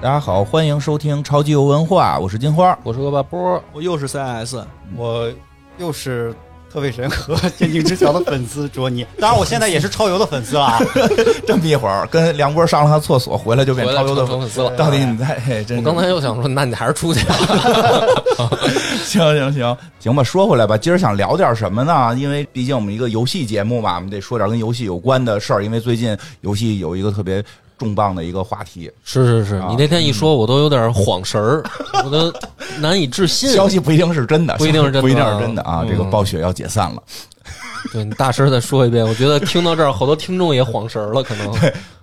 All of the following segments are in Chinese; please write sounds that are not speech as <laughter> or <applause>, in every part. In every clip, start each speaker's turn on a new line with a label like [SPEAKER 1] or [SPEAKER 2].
[SPEAKER 1] 大家好，欢迎收听超级游文化，我是金花。
[SPEAKER 2] 我是恶霸波，
[SPEAKER 3] 我又是 CIS，
[SPEAKER 4] 嗯我又是特卫神和剑境之桥的粉丝卓尼，当然我现在也是超游的粉丝了啊。
[SPEAKER 1] <laughs> 这么一会儿跟梁波上了趟厕所，回来就变
[SPEAKER 2] 回来
[SPEAKER 1] 超游的
[SPEAKER 2] 成。粉丝了。
[SPEAKER 1] 到底你在？嘿真
[SPEAKER 2] 我
[SPEAKER 1] 是
[SPEAKER 2] 刚才又想说，那你还是出去啊吧。
[SPEAKER 1] 行行行行吧，说回来吧，今儿想聊点什么呢？因为毕竟我们一个游戏节目嘛，我们得说点跟游戏有关的事儿。因为最近游戏有一个特别重磅的一个话题，
[SPEAKER 2] 是是
[SPEAKER 3] 啊
[SPEAKER 2] 是，你那天一说，我都有点晃神
[SPEAKER 3] <laughs>
[SPEAKER 2] 儿，我都难以置信。
[SPEAKER 1] 消息不一定是真的，
[SPEAKER 2] 不一定是真的
[SPEAKER 1] 不一定是真的啊！
[SPEAKER 2] 嗯
[SPEAKER 1] 这个暴雪要解散了，
[SPEAKER 2] 对你大声再说一遍，我觉得听到这儿，好多听众也晃神儿了，可能。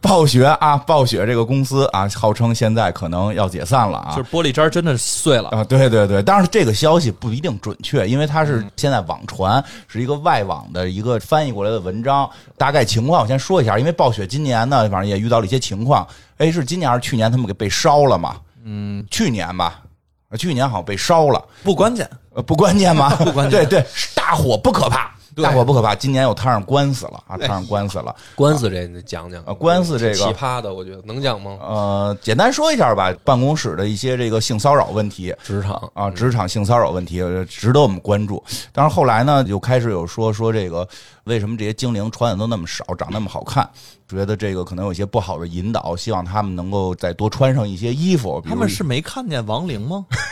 [SPEAKER 1] 暴雪啊，暴雪这个公司啊，号称现在可能要解散了啊，
[SPEAKER 3] 就是玻璃渣真的碎了。
[SPEAKER 1] 啊，对对对，当然这个消息不一定准确，因为它是现在网传，是一个外网的一个翻译过来的文章。大概情况我先说一下，因为暴雪今年呢，反正也遇到了一些情况。哎，是今年还是去年他们给被烧了嘛？嗯，去年吧，啊去年好像被烧了，
[SPEAKER 3] 不关键，
[SPEAKER 1] 呃，不关键吗？ <laughs> 不关键，对对，大火不可怕。大火不可怕，今年又摊上官司了啊！摊上官司了，
[SPEAKER 2] 官司这你得讲讲
[SPEAKER 1] 啊官司这个
[SPEAKER 2] 挺奇葩的，我觉得能讲吗？
[SPEAKER 1] 呃，简单说一下吧，办公室的一些这个性骚扰问题，
[SPEAKER 2] 职场
[SPEAKER 3] 嗯
[SPEAKER 1] 啊，职场性骚扰问题呃值得我们关注。但是后来呢，就开始有说说这个为什么这些精灵穿的都那么少，长那么好看，觉得这个可能有一些不好的引导，希望他们能够再多穿上一些衣服。比
[SPEAKER 3] 他
[SPEAKER 1] 如
[SPEAKER 3] 们是没看见亡灵吗？
[SPEAKER 1] <laughs>
[SPEAKER 3] <laughs>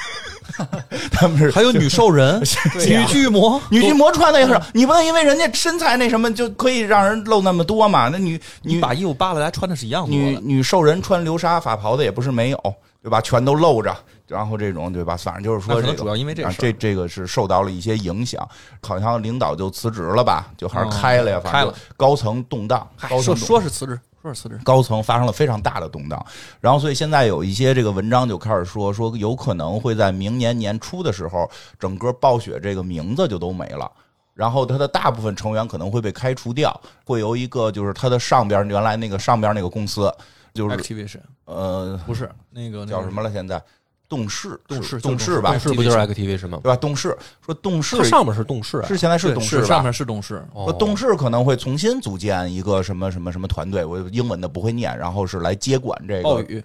[SPEAKER 1] 他们是
[SPEAKER 3] 还有女兽
[SPEAKER 1] <laughs>
[SPEAKER 3] 人、女巨魔，
[SPEAKER 1] 女巨魔穿的也是，你不能因为人家身材那什么就可以让人露那么多嘛？那女
[SPEAKER 3] 你
[SPEAKER 1] 女
[SPEAKER 3] 把衣服扒了来穿的是一样
[SPEAKER 1] 女
[SPEAKER 3] 的。
[SPEAKER 1] 女兽人穿流沙法袍的也不是没有，对吧？全都露着，然后这种对吧？反正就是
[SPEAKER 3] 那
[SPEAKER 1] 说
[SPEAKER 3] 可
[SPEAKER 1] 这
[SPEAKER 3] 能
[SPEAKER 1] 个
[SPEAKER 3] 主。要因为这
[SPEAKER 1] 啊，
[SPEAKER 3] 事儿，
[SPEAKER 1] 这这个是受到了一些影响，好像领导就辞职了吧，就还是
[SPEAKER 3] 哦
[SPEAKER 1] 开了呀，反
[SPEAKER 3] 开
[SPEAKER 1] 正
[SPEAKER 3] 了
[SPEAKER 1] 高层动荡，
[SPEAKER 3] 嗨
[SPEAKER 1] 高层
[SPEAKER 3] 说
[SPEAKER 1] 动
[SPEAKER 3] 说是辞职，说是辞职，
[SPEAKER 1] 高层发生了非常大的动荡，然后所以现在有一些这个文章就开始说说有可能会在明年年初的时候，整个暴雪这个名字就都没了。然后它的大部分成员可能会被开除掉，会由一个就是它的上边原来那个上边那个公司，就是
[SPEAKER 3] Activision
[SPEAKER 1] 呃
[SPEAKER 3] 不是那个
[SPEAKER 1] 叫什？么了？现在动视
[SPEAKER 3] 动视
[SPEAKER 1] 是
[SPEAKER 3] 就
[SPEAKER 1] 动
[SPEAKER 3] 动视
[SPEAKER 1] 视吧
[SPEAKER 3] 动，
[SPEAKER 2] 啊是不就是 XTV 是吗？
[SPEAKER 1] 对吧？动视说动视
[SPEAKER 2] 它上面是动视啊，
[SPEAKER 1] 是现在是
[SPEAKER 3] 是
[SPEAKER 1] 董事吧？哦
[SPEAKER 3] 上面是董事，
[SPEAKER 1] 说动视可能会重新组建一个什么什么什么团队，我英文的不会念，然后是来接管这个
[SPEAKER 3] 暴雨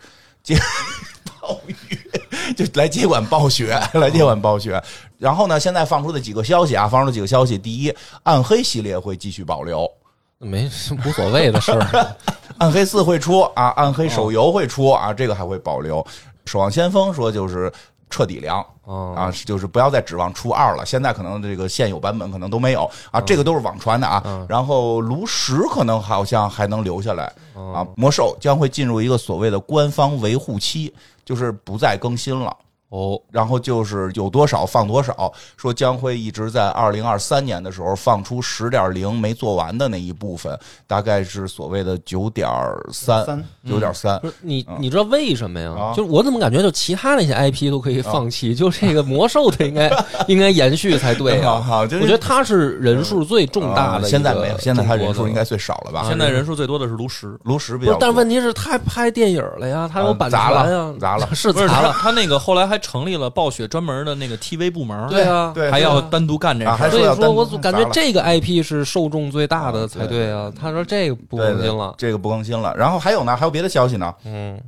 [SPEAKER 1] 暴雨， <laughs> 就来接管暴雪，来接管暴雪。然后呢，现在放出的几个消息啊，放出几个消息，第一，暗黑系列会继续保留，
[SPEAKER 2] 没无所谓的事
[SPEAKER 3] <laughs>
[SPEAKER 2] 儿。
[SPEAKER 1] 暗黑四会出啊，暗黑手游会出啊，这个还会保留。守望先锋说就是彻底凉，
[SPEAKER 2] 啊，
[SPEAKER 1] 啊，是就是不要再指望初二了，现在可能这个现有版本可能都没有啊，这个都是网传的啊
[SPEAKER 2] 嗯。
[SPEAKER 1] 然后炉石可能好像还能留下来
[SPEAKER 2] 哦
[SPEAKER 1] 啊，魔兽将会进入一个所谓的官方维护期，就是不再更新了。
[SPEAKER 2] 哦，
[SPEAKER 1] 然后就是有多少放多少，说将会一直在二零二三年的时候放出十点零没做完的那一部分，大概是所谓的九点三
[SPEAKER 4] 三
[SPEAKER 1] 九点三
[SPEAKER 2] 不是你
[SPEAKER 1] 嗯，
[SPEAKER 2] 你知道为什么呀？
[SPEAKER 1] 啊
[SPEAKER 2] 就是我怎么感觉，就其他那些 IP 都可以放弃，就这个魔兽的应该
[SPEAKER 1] <laughs>
[SPEAKER 2] 应该延续才对
[SPEAKER 1] 好
[SPEAKER 2] 啊。
[SPEAKER 1] 好，就
[SPEAKER 2] 我
[SPEAKER 1] 是
[SPEAKER 2] 觉得它是人数最重大
[SPEAKER 1] 啊
[SPEAKER 2] 的一个
[SPEAKER 1] 现在
[SPEAKER 2] 中国的，
[SPEAKER 1] 没有，现在他人数应该最少了吧？
[SPEAKER 3] 现在人数最多的是炉石，
[SPEAKER 1] 炉石比
[SPEAKER 2] 不
[SPEAKER 1] 较多，，
[SPEAKER 2] 是但问题是他拍电影了呀，他有版权啊呀
[SPEAKER 1] 嗯，砸了砸
[SPEAKER 2] 是
[SPEAKER 3] 不是
[SPEAKER 2] 砸
[SPEAKER 3] 他
[SPEAKER 2] 了，
[SPEAKER 3] 他那个后来还成立了暴雪专门的那个 TV 部门，
[SPEAKER 2] 对啊，
[SPEAKER 1] 对
[SPEAKER 3] 还要单独干这
[SPEAKER 1] 啊
[SPEAKER 3] 事
[SPEAKER 1] 还
[SPEAKER 3] 儿。
[SPEAKER 2] 所
[SPEAKER 1] 说要
[SPEAKER 2] 以
[SPEAKER 1] 单
[SPEAKER 2] 说
[SPEAKER 1] 独
[SPEAKER 2] 我总感觉
[SPEAKER 1] 砸了
[SPEAKER 2] 这个 IP 是受众最大
[SPEAKER 1] 啊
[SPEAKER 2] 的才
[SPEAKER 1] 对
[SPEAKER 2] 对啊。他说这个 <laughs> 不
[SPEAKER 1] 对
[SPEAKER 2] 更
[SPEAKER 1] 对
[SPEAKER 2] 新了，
[SPEAKER 1] 这个不更新了。然后还有呢，还有别的消息呢。
[SPEAKER 2] 嗯，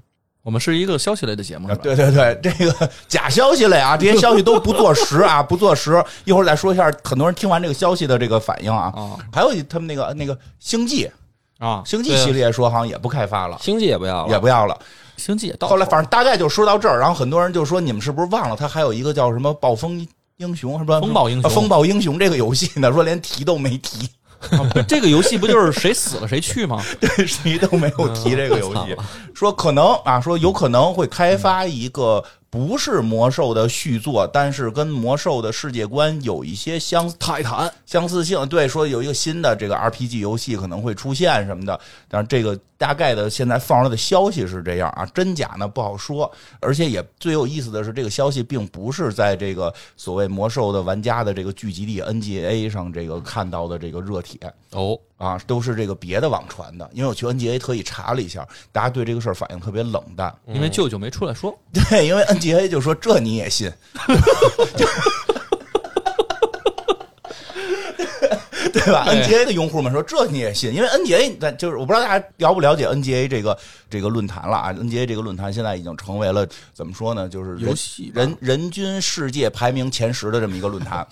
[SPEAKER 3] 我们是一个消息类的节目，是吧？
[SPEAKER 1] 啊对对对，这个假消息类啊，这些消息都不坐实啊，不坐实。一会儿再说一下，很多人听完这个消息的这个反应啊。
[SPEAKER 3] 啊
[SPEAKER 1] 还有他们那个那个星际
[SPEAKER 3] 啊，
[SPEAKER 1] 星际
[SPEAKER 2] 嗯对啊
[SPEAKER 1] 系列说好像也不开发了，
[SPEAKER 2] 星际也不要
[SPEAKER 1] 也
[SPEAKER 2] 了，
[SPEAKER 1] 不要了。
[SPEAKER 3] 星际也到
[SPEAKER 1] 后来
[SPEAKER 3] 头
[SPEAKER 1] 反正大概就说到这儿，然后很多人就说你们是不是忘了他还有一个叫什么暴风英雄什么
[SPEAKER 3] 风暴英雄
[SPEAKER 1] 啊风暴英雄这个游戏呢？说连提都没提，
[SPEAKER 3] <laughs> 这个游戏不就是谁死了谁
[SPEAKER 1] <laughs>
[SPEAKER 3] 去吗？
[SPEAKER 1] 谁都没有提这个游戏，说可能啊，说有可能会开发一个不是魔兽的续作，但是跟魔兽的世界观有一些相
[SPEAKER 3] 泰坦
[SPEAKER 1] 相似性。对，说有一个新的这个 RPG 游戏可能会出现什么的，但是这个大概的现在放出来的消息是这样啊，真假呢不好说。而且也最有意思的是，这个消息并不是在这个所谓魔兽的玩家的这个聚集地 NGA 上这个看到的这个热帖，
[SPEAKER 2] 哦，
[SPEAKER 1] 啊，都是这个别的网传的，因为我去 NGA 特意查了一下，大家对这个事儿反应特别冷淡。 <laughs>
[SPEAKER 3] 因为舅舅没出来说，
[SPEAKER 1] 对，因为 NGA 就说这你也信， <laughs> 对吧
[SPEAKER 2] 对
[SPEAKER 1] ？NGA 的用户们说这你也信，因为 NGA 咱就是我不知道大家了不了解 NGA 这个这个论坛了啊，NGA 这个论坛现在已经成为了怎么说呢，就是人
[SPEAKER 3] 游戏吧
[SPEAKER 1] 人人均世界排名前十的这么一个论坛。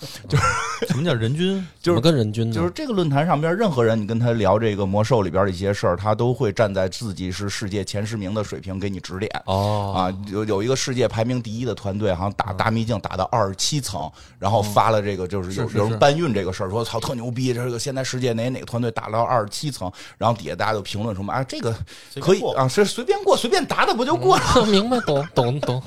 [SPEAKER 3] 什么叫人均？
[SPEAKER 1] 就是
[SPEAKER 2] 怎么跟人均呢？
[SPEAKER 1] 就是这个论坛上边，任何人你跟他聊这个魔兽里边的一些事儿，他都会站在自己是世界前十名的水平给你指点。
[SPEAKER 2] 哦，
[SPEAKER 1] 啊，有有一个世界排名第一的团队，好像打大秘境打到二十七层，然后发了这个就是有
[SPEAKER 3] 是是
[SPEAKER 1] 有人
[SPEAKER 3] 是
[SPEAKER 1] 搬运这个事儿，说操特牛逼，这个现在世界哪哪个团队打到二十七层，然后底下大家就评论什么啊这个
[SPEAKER 4] 随便
[SPEAKER 1] 可以
[SPEAKER 4] 过
[SPEAKER 1] 啊是随便过随便答答不就
[SPEAKER 2] 嗯
[SPEAKER 1] 过了、<laughs>
[SPEAKER 2] <laughs> 明白，懂懂懂。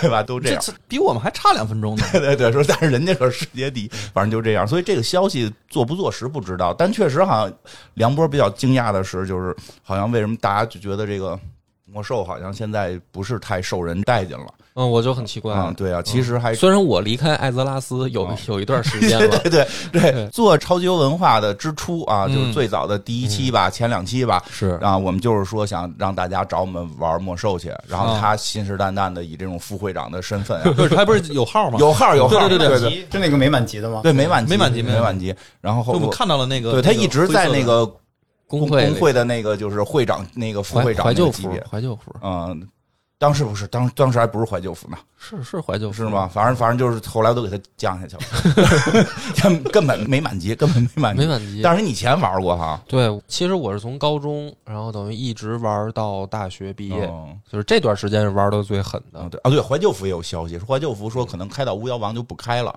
[SPEAKER 1] 对吧？都这样。
[SPEAKER 3] 这比我们还差两分钟呢。
[SPEAKER 1] <laughs> 对对对，说但是人家可是世界第一，反正就这样。所以这个消息坐不坐实不知道，但确实好像梁波比较惊讶的是，就是好像为什么大家就觉得这个魔兽好像现在不是太受人待见了
[SPEAKER 2] 嗯，我就很奇怪。
[SPEAKER 1] 啊、对啊，其
[SPEAKER 3] 嗯
[SPEAKER 1] 实还
[SPEAKER 2] 虽然我离开艾泽拉斯有
[SPEAKER 1] 嗯
[SPEAKER 2] 有一段时间了，
[SPEAKER 1] <laughs> 对对对对
[SPEAKER 2] 对，
[SPEAKER 1] 做超级游文化的之初啊，
[SPEAKER 2] 嗯
[SPEAKER 1] 就是最早的第一
[SPEAKER 3] 嗯
[SPEAKER 1] 期吧，前两期吧。
[SPEAKER 2] 是
[SPEAKER 1] 啊，我们就是说想让大家找我们玩魔兽去，然后
[SPEAKER 3] 啊
[SPEAKER 1] 他信誓旦旦的以这种副会长的身
[SPEAKER 3] <laughs>
[SPEAKER 1] 份啊，
[SPEAKER 3] 不是，还不是有号吗？
[SPEAKER 1] 有号有号，
[SPEAKER 3] 对对对
[SPEAKER 1] <laughs> 对
[SPEAKER 3] 对
[SPEAKER 1] 对
[SPEAKER 4] <laughs> 是那个没满级的吗？
[SPEAKER 1] 对，没满级
[SPEAKER 3] 没满级没
[SPEAKER 1] 没
[SPEAKER 3] 满
[SPEAKER 1] 满级，然后
[SPEAKER 3] 就我
[SPEAKER 1] 后
[SPEAKER 3] 们看到了那个，
[SPEAKER 1] 对他一直在那个
[SPEAKER 2] 工
[SPEAKER 1] 会
[SPEAKER 2] 会
[SPEAKER 1] 工会的那个就是会长那个副
[SPEAKER 2] 怀
[SPEAKER 1] 会长
[SPEAKER 2] 怀
[SPEAKER 1] 那个
[SPEAKER 2] 旧
[SPEAKER 1] 级
[SPEAKER 2] 服
[SPEAKER 1] 别，，
[SPEAKER 2] 怀旧服
[SPEAKER 1] 嗯，当时不是当当时还不是怀旧服呢，
[SPEAKER 2] 是是怀旧
[SPEAKER 1] 是
[SPEAKER 2] 服
[SPEAKER 1] 吗？？反正反正就是后来都给他降下去了，
[SPEAKER 2] <laughs>
[SPEAKER 1] 根根本没满级，根本没满级
[SPEAKER 2] 没。满级，
[SPEAKER 1] 嗯但是你以前玩过哈？
[SPEAKER 2] 对，其实我是从高中，然后等于一直玩到大学毕业，
[SPEAKER 1] 嗯
[SPEAKER 2] 就是这段时间是玩的最狠
[SPEAKER 1] 啊
[SPEAKER 2] 的。
[SPEAKER 1] 对啊对，怀旧服也有消息，说怀旧服说可能开到巫妖王就不开了，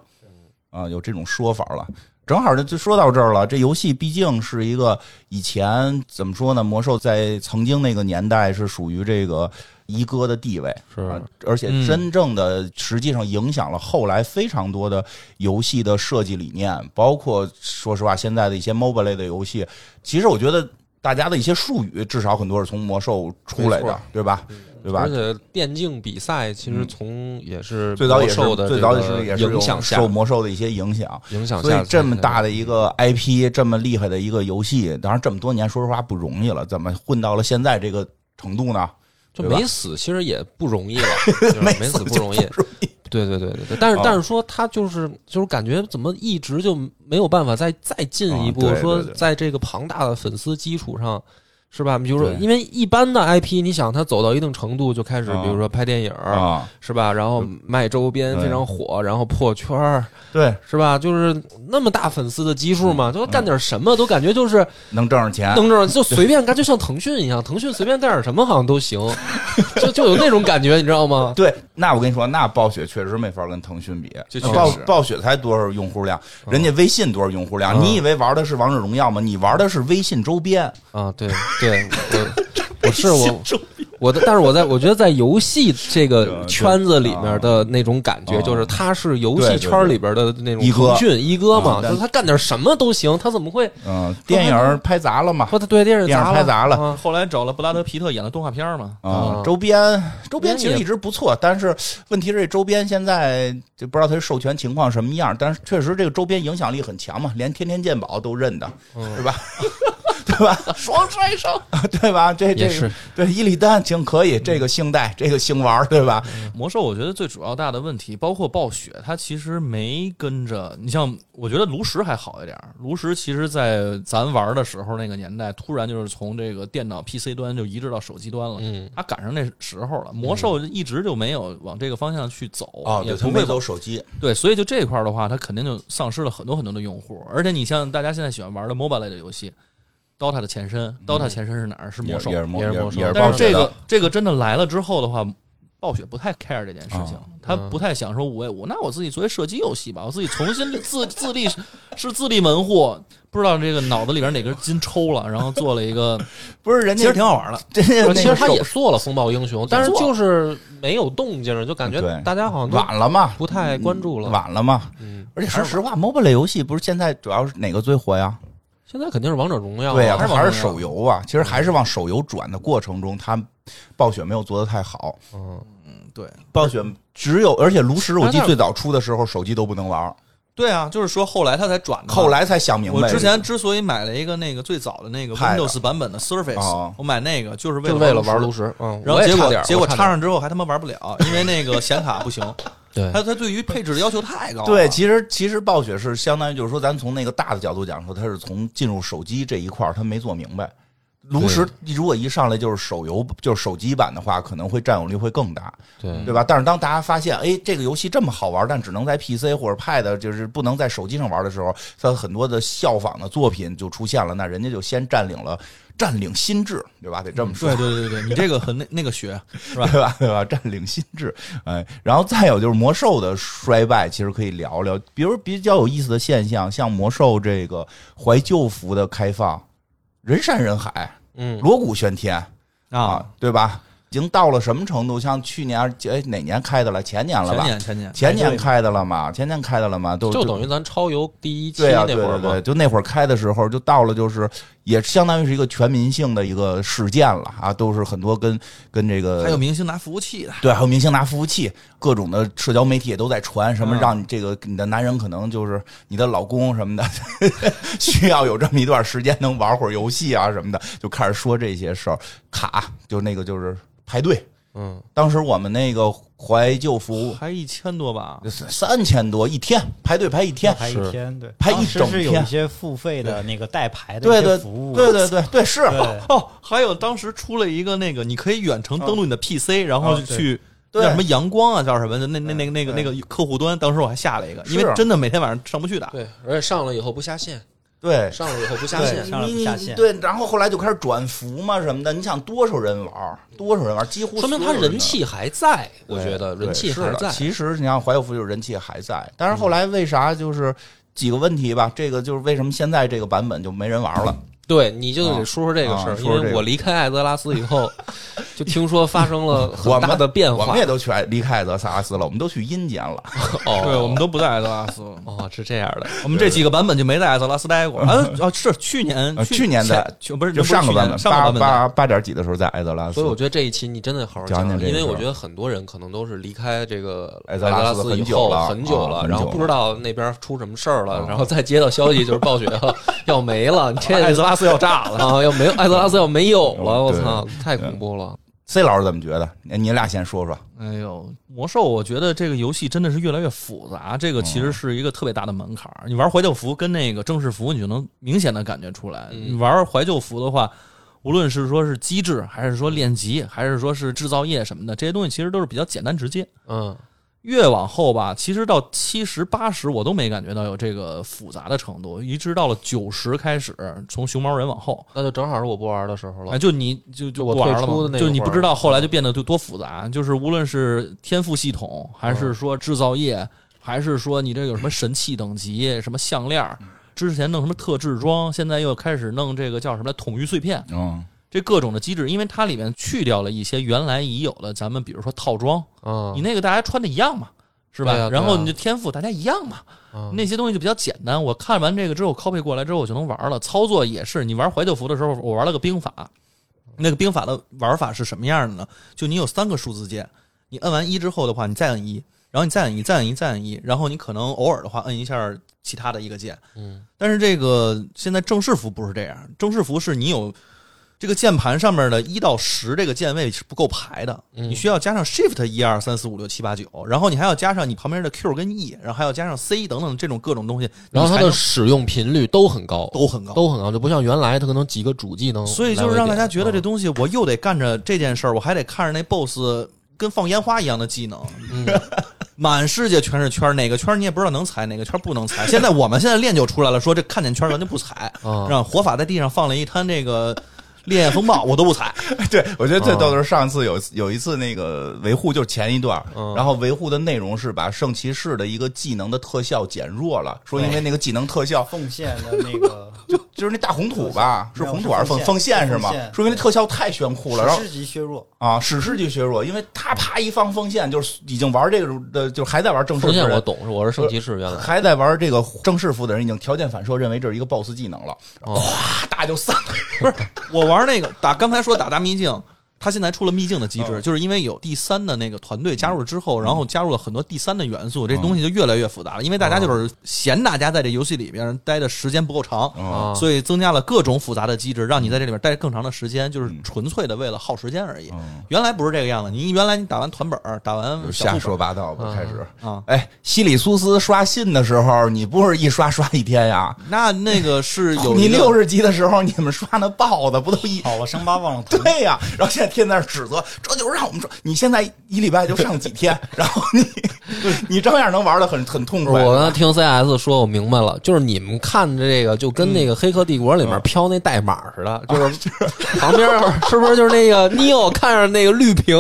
[SPEAKER 1] 啊，有这种说法了。正好就说到这儿了，这游戏毕竟是一个以前怎么说呢？魔兽在曾经那个年代是属于这个一哥的地位，
[SPEAKER 2] 是
[SPEAKER 1] 啊而且
[SPEAKER 3] 嗯
[SPEAKER 1] 真正的实际上影响了后来非常多的游戏的设计理念，包括说实话，现在的一些 MOBA 类的游戏，其实我觉得大家的一些术语，至少很多是从魔兽出来
[SPEAKER 2] 没
[SPEAKER 1] 的
[SPEAKER 2] 错，嗯
[SPEAKER 1] 对吧？对吧嗯
[SPEAKER 2] 而？且电竞比赛其实从也是
[SPEAKER 1] 最早也是
[SPEAKER 2] 魔兽的
[SPEAKER 1] 最早也是也是
[SPEAKER 2] 这个
[SPEAKER 1] 有
[SPEAKER 2] 影响下
[SPEAKER 1] 受魔兽的一些影响，
[SPEAKER 2] 影响
[SPEAKER 1] 所
[SPEAKER 2] 下
[SPEAKER 1] 以这么大
[SPEAKER 2] 的
[SPEAKER 1] 的一个 IP，这么厉害的一个游戏，当然这么多年说实话不容易了，怎么混到了现在这个程度呢？
[SPEAKER 2] 就
[SPEAKER 1] 对吧
[SPEAKER 2] 没死，其实也不容
[SPEAKER 1] <laughs>
[SPEAKER 2] 易了，就是没死不容易。对对对对对，但是
[SPEAKER 1] 啊
[SPEAKER 2] 但是说他就是就是感觉怎么一直就没有办法再再进一步
[SPEAKER 1] 啊，对
[SPEAKER 2] 说
[SPEAKER 1] 对对
[SPEAKER 2] 在这个庞大的粉丝基础上，是吧？比如说
[SPEAKER 1] 对，
[SPEAKER 2] 因为一般的 IP，你想他走到一定程度就开始，
[SPEAKER 1] 啊
[SPEAKER 2] 比如说拍电影，
[SPEAKER 1] 啊，
[SPEAKER 2] 是吧？然后卖周边
[SPEAKER 1] 对
[SPEAKER 2] 非常火，然后破圈儿，
[SPEAKER 1] 对，
[SPEAKER 2] 是吧？就是那么大粉丝的基数
[SPEAKER 1] 嗯
[SPEAKER 2] 嘛，就干点什么都感觉就是
[SPEAKER 1] 能挣上钱，
[SPEAKER 2] 弄着就随便干，就像腾讯一样，腾讯随便干点什么好像都行，就就有那种感觉，你知道吗？
[SPEAKER 1] 对，那我跟你说，那暴雪确实没法跟腾讯比
[SPEAKER 3] 这。确
[SPEAKER 1] 暴
[SPEAKER 3] 实
[SPEAKER 1] 暴雪才多少用户量，人家微信多少用户量？
[SPEAKER 2] 嗯
[SPEAKER 1] 你以为玩的是王者荣耀吗？你玩的是微信周边。
[SPEAKER 2] 啊，对对，我我是我我的，但是我在我觉得在游戏这
[SPEAKER 1] 对
[SPEAKER 2] 个
[SPEAKER 1] 对
[SPEAKER 2] 圈子里面的那种感
[SPEAKER 1] 啊
[SPEAKER 2] 觉，就是他是游
[SPEAKER 1] 对对
[SPEAKER 2] 戏
[SPEAKER 1] 对
[SPEAKER 2] 圈里边的那种
[SPEAKER 1] 一哥
[SPEAKER 2] 腾讯一哥嘛，
[SPEAKER 1] 啊但
[SPEAKER 2] 就是他干点什么都行，他怎么会
[SPEAKER 1] 嗯，电影拍砸了嘛？
[SPEAKER 2] 说他对电视
[SPEAKER 1] 电视
[SPEAKER 2] 砸
[SPEAKER 1] 拍砸了
[SPEAKER 2] 啊
[SPEAKER 3] 嗯后来找了布拉德皮特演的动画片嘛。
[SPEAKER 1] 啊
[SPEAKER 2] 啊，
[SPEAKER 1] 周边周边其
[SPEAKER 2] 那
[SPEAKER 1] 实一
[SPEAKER 2] 也
[SPEAKER 1] 直不错，但是问题是这周边现在就不知道它授权情况什么样，但是确实这个周边影响力很强嘛，连天天鉴宝都认的，
[SPEAKER 2] 嗯
[SPEAKER 1] 是吧？ <laughs> 对吧？
[SPEAKER 3] 啊
[SPEAKER 1] <laughs> 双摔手，对吧？这这
[SPEAKER 2] 也
[SPEAKER 1] 个
[SPEAKER 2] 是
[SPEAKER 1] 对伊利丹行可以，这个姓戴，这个姓玩，对吧？
[SPEAKER 3] 嗯魔兽我觉得最主要大的问题，包括暴雪，它其实没跟着。你像我觉得炉石还好一点，炉石其实，在咱玩的时候那个年代，突然就是从这个电脑 PC 端就移植到手机端了。
[SPEAKER 2] 嗯，
[SPEAKER 3] 它赶上那时候
[SPEAKER 1] 嗯
[SPEAKER 3] 了，魔兽一直就没有往这个方向去走，也
[SPEAKER 1] 他
[SPEAKER 3] 不会
[SPEAKER 1] 手机，
[SPEAKER 3] 对，所以就这一块儿的话，它肯定就丧失了很多很多的用户。而且你像大家现在喜欢玩的 MOBA 类的游戏，DOTA 的前身，DOTA 前身是哪儿？是魔兽
[SPEAKER 1] 嗯也。是魔
[SPEAKER 2] 也是
[SPEAKER 1] 也
[SPEAKER 2] 魔兽
[SPEAKER 1] 是
[SPEAKER 3] 但
[SPEAKER 1] 暴
[SPEAKER 3] 是
[SPEAKER 1] 雪
[SPEAKER 3] 这
[SPEAKER 1] 的
[SPEAKER 3] 个这个真的来了之后的话，暴雪不太 care 这件事情
[SPEAKER 1] 啊，
[SPEAKER 3] 他不太想说我我那我自己作为射击游戏吧，我自己重新自自立 <laughs> 是自立门户，不知道这个脑子里边哪根筋抽了，然后做了一 <laughs> 哎个，
[SPEAKER 1] 不是人
[SPEAKER 3] 其
[SPEAKER 1] 家
[SPEAKER 3] 实挺好玩的。
[SPEAKER 1] 人家那个
[SPEAKER 2] 其实他
[SPEAKER 1] 手
[SPEAKER 2] 也做了风暴英雄，但是
[SPEAKER 1] 做
[SPEAKER 2] 就是没有动静，就感觉
[SPEAKER 1] 对
[SPEAKER 2] 大家好像都
[SPEAKER 1] 晚了嘛，
[SPEAKER 2] 不太关注了。
[SPEAKER 1] 晚了嘛。
[SPEAKER 2] 嗯，
[SPEAKER 1] 而且说实话，MOBA 类游戏不是现在主要是哪个最火呀？
[SPEAKER 2] 现在肯定是王者荣耀啊，
[SPEAKER 1] 对呀、
[SPEAKER 3] 哦还
[SPEAKER 1] 它
[SPEAKER 3] 是往
[SPEAKER 1] 还是
[SPEAKER 3] 上
[SPEAKER 1] 手游啊。其实还是往手游转的过程中，它暴雪没有做的太好。
[SPEAKER 2] 嗯，
[SPEAKER 3] 对
[SPEAKER 1] 暴雪只有，而且炉石，我记
[SPEAKER 2] 但
[SPEAKER 1] 得
[SPEAKER 2] 是
[SPEAKER 1] 最早出的时候手机都不能玩，
[SPEAKER 3] 对啊，就是说后来他才转的嘛。
[SPEAKER 1] 后来才想明白。
[SPEAKER 3] 嗯我之前之所以买了一个那个最早的那个
[SPEAKER 1] Pad
[SPEAKER 3] Windows 版本的 Surface，、
[SPEAKER 1] 哦
[SPEAKER 3] 我买那个就是为
[SPEAKER 2] 就
[SPEAKER 3] 了
[SPEAKER 2] 为了玩
[SPEAKER 3] 炉
[SPEAKER 2] 炉
[SPEAKER 3] 石。
[SPEAKER 2] 石，嗯，
[SPEAKER 3] 然
[SPEAKER 2] 我
[SPEAKER 3] 后
[SPEAKER 2] 也
[SPEAKER 3] 结
[SPEAKER 2] 差
[SPEAKER 3] 果
[SPEAKER 2] 点儿
[SPEAKER 3] 结果
[SPEAKER 2] 我差
[SPEAKER 3] 插
[SPEAKER 2] 点儿
[SPEAKER 3] 上之后还他妈玩不了，因为那个显卡不行，
[SPEAKER 2] <laughs> 对
[SPEAKER 3] 它它对于配置的要求太高了。
[SPEAKER 1] 对，其实其实暴雪是相当于就是说，咱从那个大的角度讲说，它是从进入手机这一块儿，它没做明白。炉石如果一上来就是手游，就是手机版的话，可能会占有率会更大，
[SPEAKER 2] 对
[SPEAKER 1] 对吧？但是当大家发现，哎，这个游戏这么好玩，但只能在 PC 或者 Pad，就是不能在手机上玩的时候，它很多的效仿的作品就出现了，那人家就先占领了占领心智，对吧？得这么说
[SPEAKER 3] 对。对对对，你这个很那那
[SPEAKER 1] <laughs>
[SPEAKER 3] 个学，
[SPEAKER 1] 对吧？对吧？占领心智，哎，然后再有就是魔兽的衰败，其实可以聊聊，比如比较有意思的现象，像魔兽这个怀旧服的开放，人山人海，
[SPEAKER 2] 嗯，
[SPEAKER 1] 锣鼓喧天
[SPEAKER 3] 啊，
[SPEAKER 1] 对吧？已经到了什么程度？像去年哎哪年开的了？前年了
[SPEAKER 3] 前
[SPEAKER 1] 吧？
[SPEAKER 3] 啊年前年
[SPEAKER 1] 前年开的了嘛？前年开的了嘛？都
[SPEAKER 2] 就等于咱超游第一期
[SPEAKER 1] 对啊，对
[SPEAKER 2] 那会儿
[SPEAKER 1] 对
[SPEAKER 2] 嘛
[SPEAKER 1] 对，，就那会儿开的时候，就到了就是也相当于是一个全民性的一个事件了啊，都是很多跟跟这个
[SPEAKER 3] 还有明星拿服务器的，
[SPEAKER 1] 对，还有明星拿服务器，各种的社交媒体也都在传什么，
[SPEAKER 3] 嗯
[SPEAKER 1] 让你这个你的男人可能就是你的老公什么的， <laughs> 需要有这么一段时间能玩会儿游戏啊什么的，就开始说这些事儿。卡就那个就是排队，
[SPEAKER 2] 嗯，
[SPEAKER 1] 当时我们那个怀旧服务
[SPEAKER 3] 还一千多吧，
[SPEAKER 1] 三千多一天排队排一天，
[SPEAKER 4] 排一天，对，
[SPEAKER 1] 排一
[SPEAKER 4] 当时
[SPEAKER 1] 整
[SPEAKER 4] 是有
[SPEAKER 1] 天
[SPEAKER 4] 一些付费的那个代排的
[SPEAKER 1] 对
[SPEAKER 4] 一
[SPEAKER 1] 对
[SPEAKER 4] 些服务，
[SPEAKER 1] 对对对对是。
[SPEAKER 4] 对
[SPEAKER 3] 哦，还有当时出了一个那个，你可以远程登录你的 PC，、然后
[SPEAKER 4] 啊对
[SPEAKER 3] 去
[SPEAKER 1] 嗯对
[SPEAKER 3] 叫什么阳光啊，叫什么的那那那那个那个客户端，当时我还下了一个，
[SPEAKER 1] 是
[SPEAKER 3] 因为真的每天晚上上不去的。
[SPEAKER 2] 对，而且上了以后不下线，
[SPEAKER 1] 对，
[SPEAKER 2] 上了以后不下
[SPEAKER 1] 对
[SPEAKER 2] 线，
[SPEAKER 4] 上来不
[SPEAKER 1] 你
[SPEAKER 4] 下
[SPEAKER 1] 你
[SPEAKER 4] 线
[SPEAKER 1] 对，然后后来就开始转服嘛什么的。你想多少人玩儿，多少人玩儿，几乎
[SPEAKER 2] 嗯说明
[SPEAKER 1] 所
[SPEAKER 2] 他
[SPEAKER 1] 有的
[SPEAKER 2] 人气还在，我觉得
[SPEAKER 1] 对
[SPEAKER 2] 人气
[SPEAKER 1] 是
[SPEAKER 2] 还
[SPEAKER 1] 的
[SPEAKER 2] 在。嗯
[SPEAKER 1] 其实你像怀旧服就是人气还在，但是后来为啥就是几个问题吧？这个就是为什么现在这个版本就没人玩了？
[SPEAKER 2] 对，你就得说说这个
[SPEAKER 1] 啊
[SPEAKER 2] 事
[SPEAKER 1] 啊
[SPEAKER 2] 儿，
[SPEAKER 1] 说
[SPEAKER 2] 因
[SPEAKER 1] 说这个
[SPEAKER 2] 为我离开艾泽拉斯以后，就听说发生了
[SPEAKER 1] 我
[SPEAKER 2] 很
[SPEAKER 1] 们
[SPEAKER 2] 大的变
[SPEAKER 1] 我
[SPEAKER 2] 化
[SPEAKER 1] 们。也都去爱离开艾泽萨拉斯了，我们都去阴间
[SPEAKER 2] <laughs>
[SPEAKER 1] 了。
[SPEAKER 2] 哦，
[SPEAKER 3] 对，我们都不在艾泽拉斯了，
[SPEAKER 2] 哦是这样的，
[SPEAKER 3] 我们这几个版本就没在艾泽拉
[SPEAKER 1] <laughs>
[SPEAKER 3] 斯待过。啊啊，是去年
[SPEAKER 1] 呃，去年在
[SPEAKER 3] 的，去不是
[SPEAKER 1] 就
[SPEAKER 3] 不是
[SPEAKER 1] 上个
[SPEAKER 3] 去
[SPEAKER 1] 版
[SPEAKER 3] 年
[SPEAKER 1] 本
[SPEAKER 3] 上个
[SPEAKER 1] 八
[SPEAKER 3] 版本
[SPEAKER 1] 八八点几的时候在艾泽拉
[SPEAKER 2] 所以我
[SPEAKER 1] 斯，
[SPEAKER 2] 觉得这一期你真得好好
[SPEAKER 1] 讲
[SPEAKER 2] 讲
[SPEAKER 1] 讲这个
[SPEAKER 2] 因为
[SPEAKER 1] 事儿
[SPEAKER 2] 我觉得很多人可能都是离开这个
[SPEAKER 1] 艾
[SPEAKER 2] 艾
[SPEAKER 1] 泽
[SPEAKER 2] 泽
[SPEAKER 1] 拉斯
[SPEAKER 2] 拉斯以
[SPEAKER 1] 很久
[SPEAKER 2] 后
[SPEAKER 1] 了
[SPEAKER 2] 很久
[SPEAKER 1] 啊
[SPEAKER 2] 了，
[SPEAKER 1] 很
[SPEAKER 2] 然后
[SPEAKER 1] 久
[SPEAKER 2] 不知
[SPEAKER 1] 了
[SPEAKER 2] 道那边出什么事儿
[SPEAKER 3] 啊
[SPEAKER 2] 了，然后再接到消息就是暴雪 <laughs> 要要没了，你这
[SPEAKER 3] 艾泽拉斯要炸了。
[SPEAKER 2] 啊要没有艾泽拉斯要没有了，我
[SPEAKER 1] 对
[SPEAKER 2] 操，太恐怖了。
[SPEAKER 1] C 老师怎么觉得？你你俩先说说。
[SPEAKER 3] 哎呦，魔兽，我觉得这个游戏真的是越来越复杂，这个其实是一个特别大的门槛儿。你玩怀旧服跟那个正式服，你就能明显的感觉出来。
[SPEAKER 2] 嗯
[SPEAKER 3] 你玩怀旧服的话，无论是说是机制，还是说练级，还是说是制造业什么的，这些东西其实都是比较简单直接。
[SPEAKER 2] 嗯，
[SPEAKER 3] 越往后吧，其实到七十八十我都没感觉到有这个复杂的程度，一直到了九十开始，从熊猫人往后，
[SPEAKER 2] 那就正好是我不玩的时候了
[SPEAKER 3] 哎，。就你就就
[SPEAKER 2] 我
[SPEAKER 3] 不玩
[SPEAKER 2] 退
[SPEAKER 3] 了
[SPEAKER 2] 出的
[SPEAKER 3] 嘛，
[SPEAKER 2] 那
[SPEAKER 3] 就
[SPEAKER 2] 会
[SPEAKER 3] 你
[SPEAKER 2] 儿嗯
[SPEAKER 3] 不知道后来就变得就多复杂，就是无论是天赋系统，还
[SPEAKER 2] 嗯
[SPEAKER 3] 是说制造业，还是说你这有什么神器等级、什么项链儿，
[SPEAKER 2] 嗯
[SPEAKER 3] 之前弄什么特制装，现在又开始弄这个叫什么来统御碎片，
[SPEAKER 1] 嗯，
[SPEAKER 3] 这各种的机制，因为它里面去掉了一些原来已有的咱们比如说套装，
[SPEAKER 2] 嗯，
[SPEAKER 3] 你那个大家穿的一样嘛。是吧？
[SPEAKER 2] 对啊对啊
[SPEAKER 3] 然后你的天赋大家一样嘛，
[SPEAKER 2] 嗯
[SPEAKER 3] 那些东西就比较简单。我看完这个之后 copy 过来之后，我就能玩了。操作也是，你玩怀旧服的时候，我玩了个兵法。那个兵法的玩法是什么样的呢？就你有三个数字键，你摁完一之后的话，你再摁一，然后你再摁一，再摁一，再摁一，然后你可能偶尔的话摁一下其他的一个键。
[SPEAKER 2] 嗯，
[SPEAKER 3] 但是这个现在正式服不是这样，正式服是你有这个键盘上面的一到十这个键位是不够排的，
[SPEAKER 2] 嗯
[SPEAKER 3] 你需要加上 Shift 一二三四五六七八九，然后你还要加上你旁边的 Q 跟 E，然后还要加上 C 等等这种各种东西，
[SPEAKER 2] 然后
[SPEAKER 3] 你
[SPEAKER 2] 它
[SPEAKER 3] 才
[SPEAKER 2] 的
[SPEAKER 3] 能
[SPEAKER 2] 使用频率都很高，
[SPEAKER 3] 都很高。
[SPEAKER 2] 都很高，就不像原来它可能几个主技能来回点，
[SPEAKER 3] 所以就是让大家觉得这
[SPEAKER 2] 嗯
[SPEAKER 3] 东西，我又得干着这件事儿，我还得看着那 BOSS 跟放烟花一样的技能，
[SPEAKER 2] 嗯
[SPEAKER 3] <laughs> 满世界全是圈儿，哪个圈儿你也不知道能踩，哪个圈儿不能踩。现在我们现在练就出来了，说这看见圈儿咱就不踩，
[SPEAKER 2] 啊
[SPEAKER 3] 让火法在地上放了一滩这个烈焰风暴，我都不踩。
[SPEAKER 1] <laughs> 对，我觉得
[SPEAKER 2] 哦
[SPEAKER 1] 最逗的是上次有有一次那个维护，就是前一段，
[SPEAKER 2] 嗯
[SPEAKER 1] 然后维护的内容是把圣骑士的一个技能的特效减弱了，说
[SPEAKER 2] 哦
[SPEAKER 1] 因为那个技能特效
[SPEAKER 4] 奉献的那
[SPEAKER 1] <laughs>
[SPEAKER 4] 个
[SPEAKER 1] 就是那大红土吧，是
[SPEAKER 4] 没有
[SPEAKER 1] 红土还是风
[SPEAKER 4] 是
[SPEAKER 1] 风
[SPEAKER 4] 风线
[SPEAKER 1] 线是吗
[SPEAKER 4] 风？线
[SPEAKER 1] 说明那特效太炫酷了，然后
[SPEAKER 4] 史诗级削弱，
[SPEAKER 1] 啊，史诗级削弱，因为他啪一放风线，就是已经玩这个的，就是还在玩正式
[SPEAKER 2] 奉
[SPEAKER 1] 服的
[SPEAKER 2] 献我
[SPEAKER 1] 人，
[SPEAKER 2] 懂，是我是圣骑士原来。
[SPEAKER 1] 还在玩这个正式服的人，已经条件反射认为这是一个 BOSS 技能了，
[SPEAKER 2] 哦
[SPEAKER 1] 咵，大就散了。
[SPEAKER 3] <laughs> 我玩那个打刚才说打大秘境，它现在出了秘境的机制，
[SPEAKER 1] 嗯
[SPEAKER 3] 就是因为有第三的那个团队加入之后，然后加入了很多第三的元素，这
[SPEAKER 1] 嗯
[SPEAKER 3] 东西就越来越复杂了。因为大家就是嫌大家在这游戏里边待的时间不够长，
[SPEAKER 1] 啊，
[SPEAKER 3] 所以增加了各种复杂的机制，让你在这里边待更长的时间，就是纯粹的为了耗时间而已。
[SPEAKER 1] 嗯，
[SPEAKER 3] 原来不是这个样子，你原来你打完团本儿，打完
[SPEAKER 1] 就
[SPEAKER 3] 小
[SPEAKER 1] 瞎
[SPEAKER 3] 副
[SPEAKER 1] 说八道吧，
[SPEAKER 2] 嗯
[SPEAKER 1] 开始。
[SPEAKER 3] 本儿啊，
[SPEAKER 1] 哎，西里苏斯刷信的时候，你不是一刷刷一天呀？
[SPEAKER 3] 那那
[SPEAKER 1] <laughs>
[SPEAKER 3] 个是有
[SPEAKER 1] 你
[SPEAKER 3] 一个
[SPEAKER 1] 六十级的时候，你们刷那豹子不都一？
[SPEAKER 4] 好了，生八忘了疼。
[SPEAKER 1] <laughs> 对呀、然后现在天天在那儿指责，这就是让我们说，你现在一礼拜就上几天， <laughs> 然后你你照样能玩的很很痛快。
[SPEAKER 2] 我刚才听 CS 说，我明白了，就是你们看着这个，就跟
[SPEAKER 1] 嗯
[SPEAKER 2] 那个《黑客帝国》里
[SPEAKER 1] 啊
[SPEAKER 2] 面飘那代码似的，就是 <laughs> 旁边要是是不是就是那
[SPEAKER 1] <laughs>
[SPEAKER 2] 个 Neo 看着那个绿屏，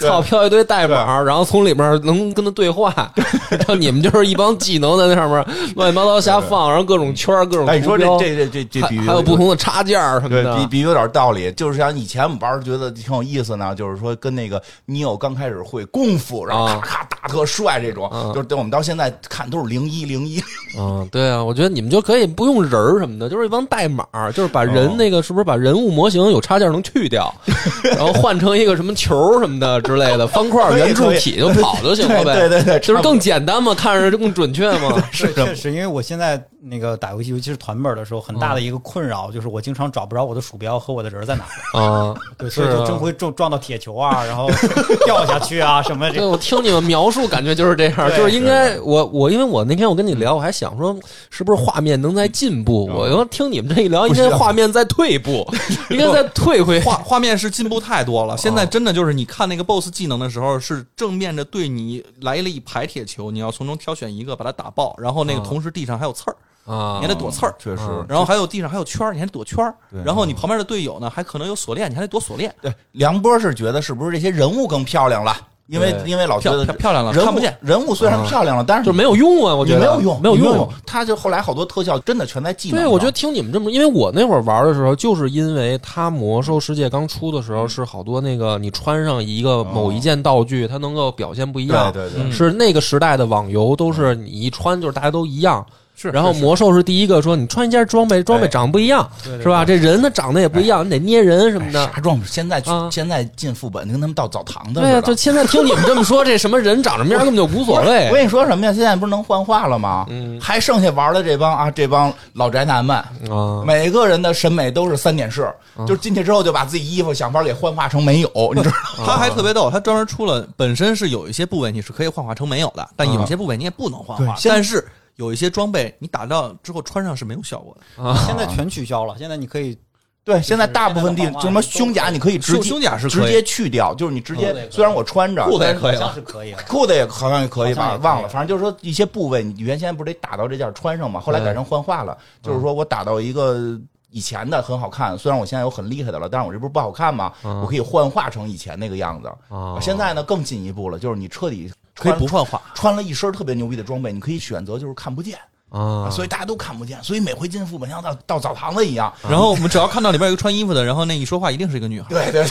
[SPEAKER 2] 操，飘一堆代码，然后从里面能跟他对话，然后你们就是一帮技能在那上面乱七八糟瞎放，然后各种圈儿各种
[SPEAKER 1] 哎，你
[SPEAKER 2] 图
[SPEAKER 1] 说这
[SPEAKER 2] 标，
[SPEAKER 1] 这这这这
[SPEAKER 2] 还
[SPEAKER 1] 比喻
[SPEAKER 2] 还有不同的插件儿什么
[SPEAKER 1] 对比
[SPEAKER 2] 的，
[SPEAKER 1] 比喻有点道理，就是像以前我们玩儿觉得挺有意思呢，就是说跟那个 Neo 刚开始会功夫，然后
[SPEAKER 2] 啊
[SPEAKER 1] 咔咔打特帅这种，
[SPEAKER 2] 啊
[SPEAKER 1] 就是等我们到现在看都是零一零一，
[SPEAKER 2] 嗯，对啊，我觉得你们就可以不用人儿什么的，就是一帮代码，就是把人那个是不是把人物模型有插件能
[SPEAKER 1] <laughs>
[SPEAKER 2] 去掉，然后换成一个什么球什么的之类的方块
[SPEAKER 1] 可以
[SPEAKER 2] 圆柱体就跑就行了呗，
[SPEAKER 1] 对对对，
[SPEAKER 2] 就是
[SPEAKER 1] 差不多
[SPEAKER 2] 更简单嘛，看着就更准确
[SPEAKER 1] <laughs>
[SPEAKER 2] 嘛。
[SPEAKER 4] <laughs> 是确实，因为我现在那个打游戏，尤其是团本的时候，很
[SPEAKER 1] 嗯
[SPEAKER 4] 大的一个困扰就是我经常找不着我的鼠标和我的人在
[SPEAKER 1] <laughs>
[SPEAKER 4] 哪儿，
[SPEAKER 2] 啊，
[SPEAKER 4] 对，所以
[SPEAKER 2] 是
[SPEAKER 4] 就
[SPEAKER 2] 啊
[SPEAKER 4] 真会撞撞到铁球啊，然后 <laughs> 掉下去啊什么
[SPEAKER 2] 对，
[SPEAKER 4] 这。
[SPEAKER 2] 我听你们描述，感觉就是这样，
[SPEAKER 4] 对
[SPEAKER 2] 就是应该我我因为我那天我跟你聊，我还想说是不是画面能再进步，
[SPEAKER 1] 嗯
[SPEAKER 2] 我要听你们这一聊，应
[SPEAKER 1] 不需要
[SPEAKER 2] 该画面再
[SPEAKER 1] <laughs>
[SPEAKER 2] 退步，应该再退回
[SPEAKER 3] <laughs> 画画面是进步太多了，
[SPEAKER 1] 哦
[SPEAKER 3] 现在真的就是你看那个 BOSS 技能的时候，是正面的对你来了一排铁球，你要从中挑选一个把它打爆，然后那个
[SPEAKER 2] 啊
[SPEAKER 3] 同时地上还有刺儿，
[SPEAKER 2] 啊
[SPEAKER 3] 你还得躲刺儿，
[SPEAKER 1] 确实。
[SPEAKER 2] 嗯
[SPEAKER 3] 然后还有地上还有圈儿，你还得躲圈儿
[SPEAKER 1] 对，啊
[SPEAKER 3] 然后你旁边的队友呢还可能有锁链，你还得躲锁链，
[SPEAKER 1] 对，呃梁波是觉得是不是这些人物更漂亮了？因为
[SPEAKER 2] 对
[SPEAKER 1] 因为老觉
[SPEAKER 3] 漂
[SPEAKER 1] 得
[SPEAKER 3] 漂漂亮了
[SPEAKER 1] 人物
[SPEAKER 3] 看不见
[SPEAKER 1] 人物虽然
[SPEAKER 2] 嗯
[SPEAKER 1] 漂亮了，但是
[SPEAKER 2] 就没有用啊，我
[SPEAKER 1] 你
[SPEAKER 2] 觉得
[SPEAKER 1] 没有用，
[SPEAKER 2] 没有
[SPEAKER 1] 你
[SPEAKER 2] 用。
[SPEAKER 1] 用。他就后来好多特效真的全在技能
[SPEAKER 2] 对，
[SPEAKER 1] 上。
[SPEAKER 2] 我觉得听你们这么，因为我那会儿玩的时候，就是因为它魔兽世界刚出的时
[SPEAKER 1] 嗯
[SPEAKER 2] 候是好多那个你穿上一个某一件道具，它能够表现不一样。
[SPEAKER 1] 对对
[SPEAKER 3] 嗯
[SPEAKER 1] 对，
[SPEAKER 2] 是那个时代的网游都是你一穿就是大家都一样，
[SPEAKER 3] 是
[SPEAKER 2] 然后魔兽是第一个说你穿一件装备，装备长不一样，是吧？这人他长得也不一样，你得捏人什么的。
[SPEAKER 1] 啥装？现在去
[SPEAKER 2] 啊
[SPEAKER 1] 现在进副本跟他们到澡堂子
[SPEAKER 2] 对呀、
[SPEAKER 1] 似
[SPEAKER 2] 就
[SPEAKER 1] 的。
[SPEAKER 2] 现在听你们这么说，这什么人长什么样根本就无所
[SPEAKER 1] 我
[SPEAKER 2] 谓
[SPEAKER 1] 跟你说什么呀？现在不是能幻化了吗？
[SPEAKER 2] 哎嗯
[SPEAKER 1] 还剩下玩的这帮啊，这帮老宅男们，
[SPEAKER 2] 啊。
[SPEAKER 1] 每个人的审美都是三点式，
[SPEAKER 2] 嗯
[SPEAKER 1] 就是进去之后就把自己衣服想法给幻化成没有，你知道吗？ <laughs>
[SPEAKER 3] 他还特别逗，他专门出了本身是有一些部位你是可以幻化成没有的，但
[SPEAKER 1] 啊
[SPEAKER 3] 有些部位你也不能幻化，
[SPEAKER 1] 对
[SPEAKER 3] 但是有一些装备你打到之后穿上是没有效果的，
[SPEAKER 4] <laughs> 现在全取消了，现在你可以
[SPEAKER 1] 对，现在大部分地
[SPEAKER 4] 现
[SPEAKER 1] 就
[SPEAKER 4] 在的话
[SPEAKER 1] 什么胸甲，你可以直
[SPEAKER 3] 胸
[SPEAKER 1] 接
[SPEAKER 3] 胸甲是
[SPEAKER 1] 直
[SPEAKER 3] 可以
[SPEAKER 1] 接去掉，就是你直接
[SPEAKER 2] 裤子也可以
[SPEAKER 1] 虽然我穿着
[SPEAKER 3] 裤子也可
[SPEAKER 4] 好
[SPEAKER 3] 以了
[SPEAKER 4] 像。是可以了。
[SPEAKER 1] 裤子也好像也可以
[SPEAKER 4] 好像
[SPEAKER 1] 吧，
[SPEAKER 4] 也可以
[SPEAKER 1] 忘了，反正就是说一些部位，你原先不是得打到这件穿上嘛，后来改成幻化了，就是说我打到一个。以前的很好看，虽然我现在有很厉害的了，但是我这不是不好看吗？
[SPEAKER 2] 嗯
[SPEAKER 1] 我可以幻化成以前那个样子。
[SPEAKER 2] 啊
[SPEAKER 3] 哦
[SPEAKER 1] 现在呢，更进一步了，就是你彻底
[SPEAKER 3] 可以
[SPEAKER 1] 穿
[SPEAKER 3] 不幻化，
[SPEAKER 1] 穿了一身特别牛逼的装备，你可以选择就是看不见，
[SPEAKER 3] 嗯
[SPEAKER 2] 啊，
[SPEAKER 1] 所以大家都看不见，所以每回进副本像到到澡堂子一样。
[SPEAKER 3] 然后我们只要看到里边有一个穿衣服的，然后那一说话一定是一个女孩。
[SPEAKER 1] 对对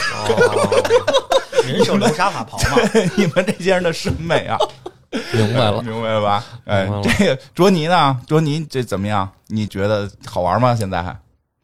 [SPEAKER 4] 人是有流沙法袍嘛？ <laughs>
[SPEAKER 1] 对， <laughs> 你们这些人的审美啊，
[SPEAKER 2] 明白了。
[SPEAKER 1] <laughs> 明白吧？哎
[SPEAKER 2] 明白了，
[SPEAKER 1] 这个卓尼呢？卓尼这怎么样？你觉得好玩吗？现在还？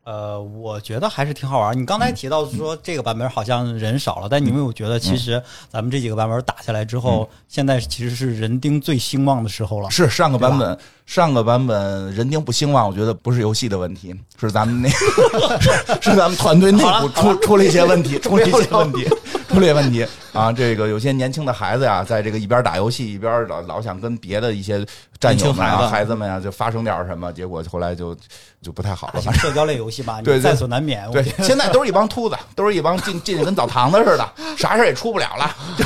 [SPEAKER 4] 呃，我觉得还是挺好玩儿。你刚才提到说这个版本好像人少了，但你有没有觉得其实咱们这几个版本打下来之后，现在其实是人丁最兴旺的时候了？
[SPEAKER 1] 是上个版
[SPEAKER 4] 对
[SPEAKER 1] 本，上个版本人丁不兴旺，我觉得不是游戏的问题，是咱们那
[SPEAKER 3] <laughs>
[SPEAKER 1] 是是咱们团队内部出出了一些问题，出了一些问
[SPEAKER 3] <laughs>
[SPEAKER 1] 题，出了一些问题啊！这个有些年轻的孩子呀，在这个一边打游戏一边老老想跟别的一些战友们
[SPEAKER 3] 年轻孩
[SPEAKER 1] 啊、
[SPEAKER 3] 子
[SPEAKER 1] 孩子们呀就发生点什么，结果后来就就不太好了
[SPEAKER 4] 大。型社交类游戏吧，
[SPEAKER 1] 对
[SPEAKER 4] 你
[SPEAKER 1] 对
[SPEAKER 4] 在所难免。
[SPEAKER 1] <laughs>
[SPEAKER 4] 我
[SPEAKER 1] 对，现在都是一帮秃子，都是一帮进进去跟澡堂子似的，啥事儿也出不了了，就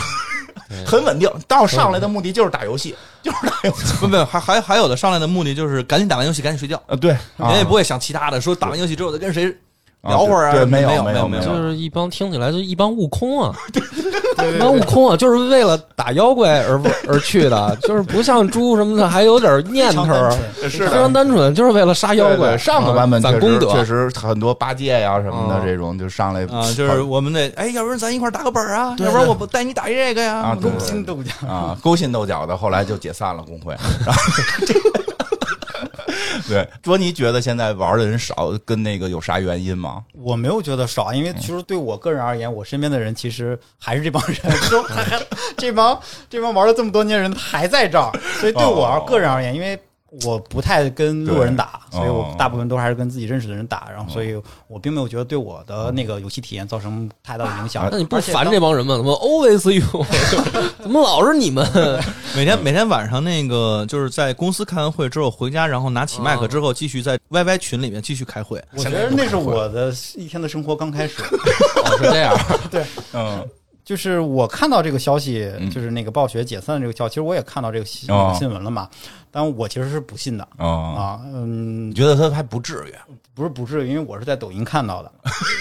[SPEAKER 1] 很稳定。到上来的目的就是打游戏，就是打游戏。
[SPEAKER 3] 不不，还还还有的上来的目的就是赶紧打完游戏赶紧睡觉，
[SPEAKER 1] 呃，对，
[SPEAKER 3] 人也不会想其他的，说打完游戏之后再跟谁聊会儿啊。
[SPEAKER 1] 对，
[SPEAKER 3] 没
[SPEAKER 1] 有
[SPEAKER 3] 没
[SPEAKER 1] 有
[SPEAKER 3] 没
[SPEAKER 1] 有
[SPEAKER 2] 就，是一帮听起来就是一帮悟空啊，一帮悟空啊，就是为了打妖怪而而去的，就是不像猪什么的，还有点念
[SPEAKER 4] 非
[SPEAKER 2] 头
[SPEAKER 4] 常
[SPEAKER 2] 儿
[SPEAKER 4] 单，纯
[SPEAKER 1] 是
[SPEAKER 2] 非
[SPEAKER 1] 的
[SPEAKER 2] 常单纯，就是为了杀妖
[SPEAKER 1] 对
[SPEAKER 2] 怪。
[SPEAKER 1] 对，上个版本
[SPEAKER 2] 啊
[SPEAKER 1] 确
[SPEAKER 2] 攒功
[SPEAKER 1] 实
[SPEAKER 2] 德
[SPEAKER 1] 确实很多八戒呀什么的
[SPEAKER 2] 嗯
[SPEAKER 1] 这种就上来
[SPEAKER 3] 啊，就是我们得哎，要不然咱一块儿打个本儿啊，要不然我不带你打一这个呀。
[SPEAKER 1] 啊对
[SPEAKER 4] 勾心斗角。
[SPEAKER 1] 啊勾心斗角的，后来就解散了工会。然后对，卓尼觉得现在玩的人少，跟那个有啥原因吗？
[SPEAKER 4] 我没有觉得少，啊因为
[SPEAKER 1] 嗯
[SPEAKER 4] 其实对我个人而言，我身边的人其实还是这帮
[SPEAKER 1] <laughs>
[SPEAKER 4] 人， <laughs> 都还还这帮这帮玩了这么多年的人还在这儿，所以对我而
[SPEAKER 1] 哦
[SPEAKER 4] 个人而言，因为我不太跟路人打，
[SPEAKER 1] 对
[SPEAKER 4] 所以我
[SPEAKER 1] 哦
[SPEAKER 4] 大部分都还是跟自己认识的人打，然后所以我并没有觉得对我的那个游戏体验造成太大的影响。
[SPEAKER 2] 那你不
[SPEAKER 4] 而且
[SPEAKER 2] 烦
[SPEAKER 4] 当
[SPEAKER 2] 这帮人吗？怎么 always you？怎 <laughs> 么老是你们？
[SPEAKER 1] 哦
[SPEAKER 3] 每天每天晚上那个就是在公司开完会之后回家，然后拿起麦克之后继续在 YY 群里面继续开会。
[SPEAKER 4] 我觉得那是我的一天的生活刚
[SPEAKER 1] <laughs>
[SPEAKER 4] 开始，
[SPEAKER 2] 是这样，
[SPEAKER 1] 嗯
[SPEAKER 4] 就是我看到这个消息
[SPEAKER 1] 嗯，
[SPEAKER 4] 就是那个暴雪解散的这个消息，其实我也看到这个新
[SPEAKER 1] 哦
[SPEAKER 4] 新闻了嘛，但我其实是不信的
[SPEAKER 1] 哦，
[SPEAKER 4] 啊，嗯
[SPEAKER 1] 你，觉得他还不至于？啊
[SPEAKER 4] 不是不至于，因为我是在抖音看到的，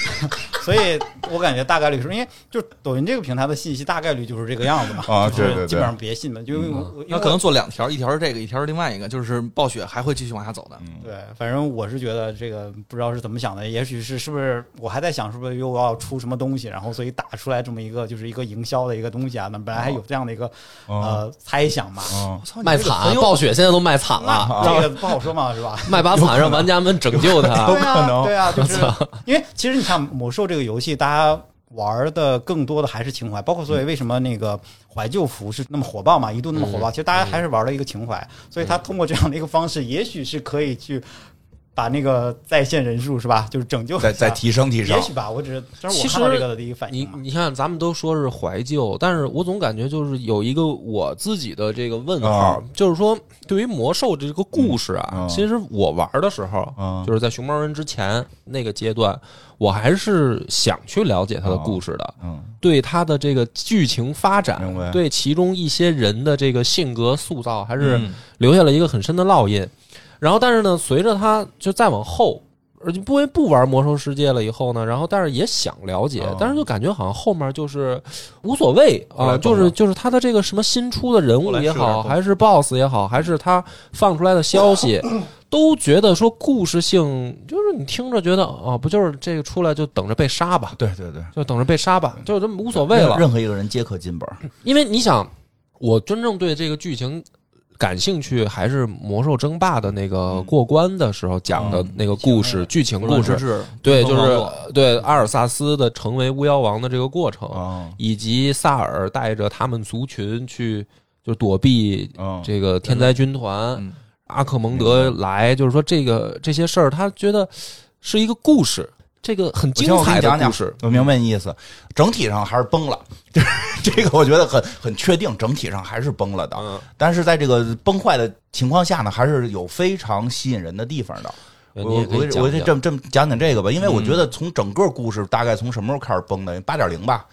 [SPEAKER 4] <laughs> 所以我感觉大概率是因为就抖音这个平台的信息大概率就是这个样子
[SPEAKER 1] <laughs>
[SPEAKER 4] 嘛，
[SPEAKER 1] 啊
[SPEAKER 4] 就是
[SPEAKER 1] 对对对
[SPEAKER 4] 基本上别信的，就因为我因为
[SPEAKER 3] 嗯那
[SPEAKER 4] 我
[SPEAKER 3] 可能做两条，一条是这个，一条是另外一个，就是暴雪还会继续往下走的。
[SPEAKER 1] 嗯
[SPEAKER 4] 对，反正我是觉得这个不知道是怎么想的，也许是是不是我还在想是不是又要出什么东西，然后所以打出来这么一个就是一个营销的一个东西啊，那本来还有这样的一个、
[SPEAKER 1] 哦
[SPEAKER 4] 呃猜想嘛，
[SPEAKER 1] 哦
[SPEAKER 3] 我操，你
[SPEAKER 2] 卖
[SPEAKER 3] 这个
[SPEAKER 2] 惨啊
[SPEAKER 3] 很，有
[SPEAKER 2] 暴雪现在都卖惨了，
[SPEAKER 4] 那
[SPEAKER 1] 啊
[SPEAKER 3] 啊
[SPEAKER 4] 这个不好说嘛，是吧？
[SPEAKER 2] 卖把惨让玩家们拯救他
[SPEAKER 1] <laughs> 有。
[SPEAKER 4] 对
[SPEAKER 1] 可能
[SPEAKER 4] 啊，对啊，就是
[SPEAKER 2] 我
[SPEAKER 4] 因为其实你看魔兽这个游戏，大家玩的更多的还是情怀，包括所以
[SPEAKER 1] 嗯
[SPEAKER 4] 为什么那个怀旧服是那么火爆嘛，一度那么火爆，其实大家还是玩了一个情怀，所以
[SPEAKER 1] 嗯
[SPEAKER 4] 他通过这样的一个方式，也许是可以去把那个在线人数是吧，就是拯救一下
[SPEAKER 1] 再再提升提升
[SPEAKER 4] 也，许吧，我只是这是我
[SPEAKER 2] 其实
[SPEAKER 4] 看到这个的第一反
[SPEAKER 2] 你
[SPEAKER 4] 应嘛。
[SPEAKER 2] 你看，咱们都说是怀旧，但是我总感觉就是有一个我自己的这个问号，就是说对于魔兽这个故事啊，
[SPEAKER 1] 嗯嗯
[SPEAKER 2] 其实我玩的时候，
[SPEAKER 1] 嗯
[SPEAKER 2] 就是在熊猫人之前那个阶段，我还是想去了解它的故事的，
[SPEAKER 1] 嗯
[SPEAKER 2] 对它的这个剧情发展
[SPEAKER 1] 明白，
[SPEAKER 2] 对其中一些人的这个性格塑造，还是
[SPEAKER 3] 嗯
[SPEAKER 2] 留下了一个很深的烙印。然后，但是呢，随着他就再往后，而且不为不玩魔兽世界了以后呢，然后但是也想了解，
[SPEAKER 1] 哦
[SPEAKER 2] 但是就感觉好像后面就是无所谓
[SPEAKER 1] 后来
[SPEAKER 2] 啊、
[SPEAKER 1] 崩
[SPEAKER 2] 就是
[SPEAKER 1] 了
[SPEAKER 2] 就是他的这个什么新出的人
[SPEAKER 3] 后
[SPEAKER 2] 物
[SPEAKER 3] 来是
[SPEAKER 2] 也
[SPEAKER 3] 有点
[SPEAKER 2] 好，
[SPEAKER 3] 崩
[SPEAKER 2] 还是 BOSS 也好，还是他放出来的
[SPEAKER 1] <coughs>
[SPEAKER 2] 消息。都觉得说故事性，就是你听着觉得啊，不就是这个出来就等着被杀吧，
[SPEAKER 1] 对对对，
[SPEAKER 2] 就等着被杀吧，
[SPEAKER 1] 嗯
[SPEAKER 2] 就这么无所谓了。嗯
[SPEAKER 1] 任何一个人皆可进本儿，
[SPEAKER 2] 因为你想，我真正对这个剧情感兴趣，还是《魔兽争霸》的那个过关的时候讲
[SPEAKER 1] 嗯
[SPEAKER 2] 的那个故事、剧情
[SPEAKER 3] 无论
[SPEAKER 2] 故
[SPEAKER 3] 之
[SPEAKER 2] 事。
[SPEAKER 3] 治
[SPEAKER 2] 对，就
[SPEAKER 3] 东方
[SPEAKER 2] 是
[SPEAKER 3] 朔
[SPEAKER 2] 对阿尔萨斯的成为巫妖王的这个过程，
[SPEAKER 1] 哦
[SPEAKER 2] 以及萨尔带着他们族群去就躲避
[SPEAKER 1] 哦
[SPEAKER 2] 这个天灾军团，
[SPEAKER 3] 嗯
[SPEAKER 2] 阿克蒙德来，就是说这个这些事儿，他觉得是一个故事，这个很精
[SPEAKER 1] 我听我
[SPEAKER 2] 彩
[SPEAKER 1] 跟你
[SPEAKER 2] 的
[SPEAKER 1] 讲
[SPEAKER 2] 故
[SPEAKER 1] 讲
[SPEAKER 2] 事。
[SPEAKER 1] 我明白你意思，整体上还是崩了， <laughs> 这这个我觉得很很确定，整体上还是崩了的。
[SPEAKER 2] 嗯，
[SPEAKER 1] 但是在这个崩坏的情况下呢，还是有非常吸引人的地方的。
[SPEAKER 2] 呃你
[SPEAKER 1] 我
[SPEAKER 2] 也可以
[SPEAKER 1] 我
[SPEAKER 2] 讲
[SPEAKER 1] 我这
[SPEAKER 2] 讲
[SPEAKER 1] 这么
[SPEAKER 2] 嗯
[SPEAKER 1] 这么讲讲这个吧，因为我觉得从整个故事大概从什么时候开始崩的？八点零吧，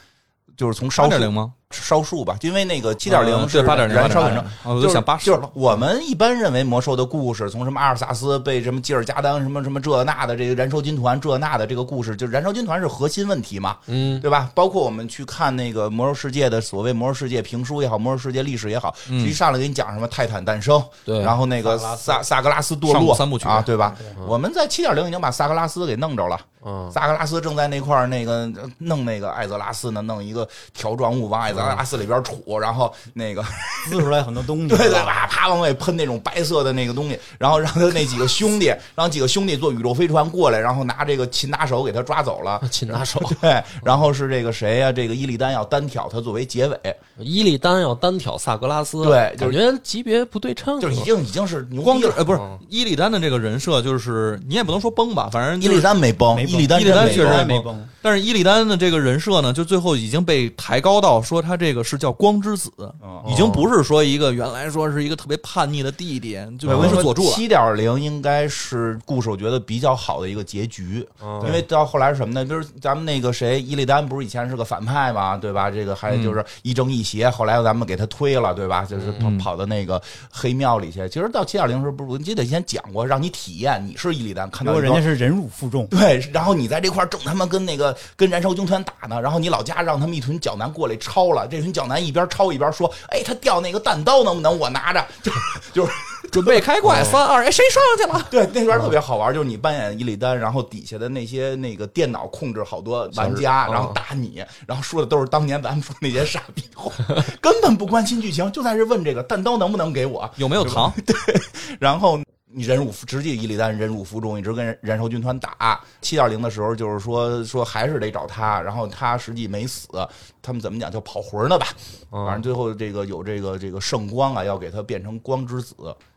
[SPEAKER 1] 就是从烧
[SPEAKER 3] 八点零
[SPEAKER 1] 树
[SPEAKER 3] 吗？
[SPEAKER 1] 烧树吧，因为那个七点零是
[SPEAKER 3] 呃八点零，
[SPEAKER 1] 燃烧很
[SPEAKER 3] 点零
[SPEAKER 1] 正。，
[SPEAKER 3] 我
[SPEAKER 1] 就
[SPEAKER 3] 就是想八十
[SPEAKER 1] 就是
[SPEAKER 3] 了。
[SPEAKER 1] 我们一般认为魔兽的故事，从什么阿尔萨斯被什么吉尔加丹什么什么这那的这个燃烧军团这那的这个故事，就是燃烧军团是核心问题嘛，
[SPEAKER 2] 嗯，
[SPEAKER 1] 对吧？包括我们去看那个魔兽世界的所谓魔兽世界评书也好，魔兽世界历史也好，
[SPEAKER 3] 嗯
[SPEAKER 1] 一上来给你讲什么泰坦诞生，
[SPEAKER 2] 对
[SPEAKER 1] 然后那个
[SPEAKER 4] 萨格拉斯
[SPEAKER 1] 萨萨格拉斯堕
[SPEAKER 3] 上
[SPEAKER 1] 落
[SPEAKER 3] 古三部曲
[SPEAKER 1] 啊，对吧
[SPEAKER 4] 对？
[SPEAKER 1] 我们在七点零已经把萨格拉斯给弄着了，
[SPEAKER 2] 嗯
[SPEAKER 1] 萨格拉斯正在那块儿那个呃弄那个艾泽拉斯呢，弄一个条状物往艾泽拉斯里边杵，然后那个
[SPEAKER 4] 滋出来很多东西，
[SPEAKER 1] 对对，
[SPEAKER 4] 是吧
[SPEAKER 1] 啪啪往外喷那种白色的那个东西，然后让他那几个兄弟，让几个兄弟坐宇宙飞船过来，然后拿这个擒拿手给他抓走了。
[SPEAKER 2] 擒拿手。
[SPEAKER 1] 对，然后是这个谁呀、这个伊利丹要单挑他作为结尾，
[SPEAKER 2] <laughs> 伊利丹要单挑萨格拉斯，
[SPEAKER 1] 对就是
[SPEAKER 2] 感觉级别不对称，
[SPEAKER 1] 就是已经已经是牛
[SPEAKER 3] 光
[SPEAKER 1] 逼
[SPEAKER 3] 之
[SPEAKER 1] 了。
[SPEAKER 3] 呃不是
[SPEAKER 2] 嗯
[SPEAKER 3] 伊利丹的这个人设，就是你也不能说崩吧，反正
[SPEAKER 1] 伊
[SPEAKER 3] 就
[SPEAKER 1] 利
[SPEAKER 3] 是。
[SPEAKER 1] 丹没崩，
[SPEAKER 4] 没崩
[SPEAKER 1] 伊利丹
[SPEAKER 3] 伊利
[SPEAKER 1] 真
[SPEAKER 3] 丹
[SPEAKER 1] 没
[SPEAKER 3] 确实
[SPEAKER 1] 崩
[SPEAKER 4] 没崩，
[SPEAKER 3] 但是伊利丹的这个人设呢，就最后已经被抬高到说他这个是叫光之子，
[SPEAKER 1] 嗯
[SPEAKER 3] 已经不是说一个原来说是一个特别叛逆的弟弟，就
[SPEAKER 1] 对，我
[SPEAKER 3] 不
[SPEAKER 1] 跟
[SPEAKER 3] 是
[SPEAKER 1] 你说，
[SPEAKER 3] 佐助
[SPEAKER 1] <laughs>
[SPEAKER 3] 了。
[SPEAKER 1] 七点零应该是故事，我觉得比较好的一个结局。
[SPEAKER 2] 嗯
[SPEAKER 1] 因为到后来是什么呢？就是咱们那个谁，伊利丹不是以前是个反派嘛，对吧？这个还就是一正一邪，后来咱们给他推了，对吧？就是跑跑到那个黑庙里去。其实到七点零时候，不是我记得以前讲过，让你体验你是伊利丹，看
[SPEAKER 4] 结
[SPEAKER 1] 到
[SPEAKER 4] 果
[SPEAKER 1] 一
[SPEAKER 4] 人
[SPEAKER 1] 个
[SPEAKER 4] 家是忍辱负重，
[SPEAKER 1] 对，然后你在这块儿正他妈跟那个跟燃烧军团打呢，然后你老家让他们一群脚男过来抄了，这群脚男一边抄一边说：“哎，他掉那个弹刀能不能我拿着？”就是就是
[SPEAKER 3] 准备开
[SPEAKER 2] 哦
[SPEAKER 3] 怪，三二，哎，谁上去了？
[SPEAKER 1] <laughs> 对，那边特
[SPEAKER 2] 嗯
[SPEAKER 1] 别好玩，就是你扮演伊利丹，然后底下的那些那个电脑控制好多玩家，
[SPEAKER 2] 小人嗯
[SPEAKER 1] 然后打你，然后说的都是当年咱们说那些傻逼话， <laughs> 根本不关心剧情，就在这问这个弹刀能不能给我， <laughs>
[SPEAKER 3] 有没有糖？
[SPEAKER 1] 然后。你忍辱负直接以李诞忍辱负重，一直跟燃燃烧军团打。七点零的时候，就是说说还是得找他，然后他实际没死，他们怎么讲叫跑魂呢吧？
[SPEAKER 2] 嗯
[SPEAKER 1] 反正最后这个有这个这个圣光啊，要给他变成光之子。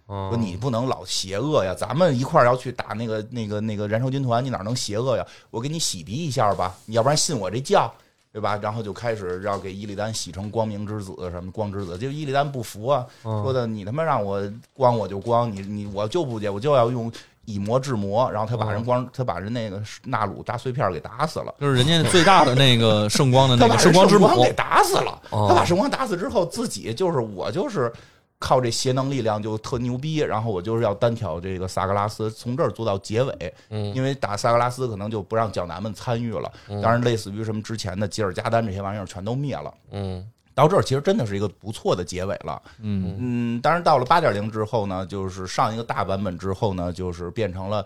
[SPEAKER 2] 嗯
[SPEAKER 1] 说你不能老邪恶呀，咱们一块儿要去打那个那个那个燃烧军团，你哪能邪恶呀？我给你洗涤一下吧，你要不然信我这教，对吧？然后就开始要给伊利丹洗成光明之子，什么光之子，就伊利丹不服啊，
[SPEAKER 2] 嗯
[SPEAKER 1] 说的你他妈让我光我就光，你你我就不接，我就要用以魔制魔，然后他把人光他把人那个纳鲁大碎片给打死了。
[SPEAKER 3] 就是人家最大的那个圣光的
[SPEAKER 1] 他
[SPEAKER 3] 那
[SPEAKER 1] <laughs> 把
[SPEAKER 3] 个圣 <laughs> 光之母，
[SPEAKER 1] 给打死了。
[SPEAKER 2] 哦
[SPEAKER 1] 他把圣光打死之后，自己就是我就是靠这邪能力量就特牛逼，然后我就是要单挑这个萨格拉斯，从这儿做到结尾。
[SPEAKER 2] 嗯
[SPEAKER 1] 因为打萨格拉斯可能就不让角男们参与了，
[SPEAKER 3] 嗯
[SPEAKER 1] 当然类似于什么之前的吉尔加丹这些玩意儿全都灭了。
[SPEAKER 2] 嗯
[SPEAKER 1] 到这儿其实真的是一个不错的结尾了。
[SPEAKER 3] 嗯，
[SPEAKER 1] 嗯，当然到了八点零之后呢，就是上一个大版本之后呢，就是变成了。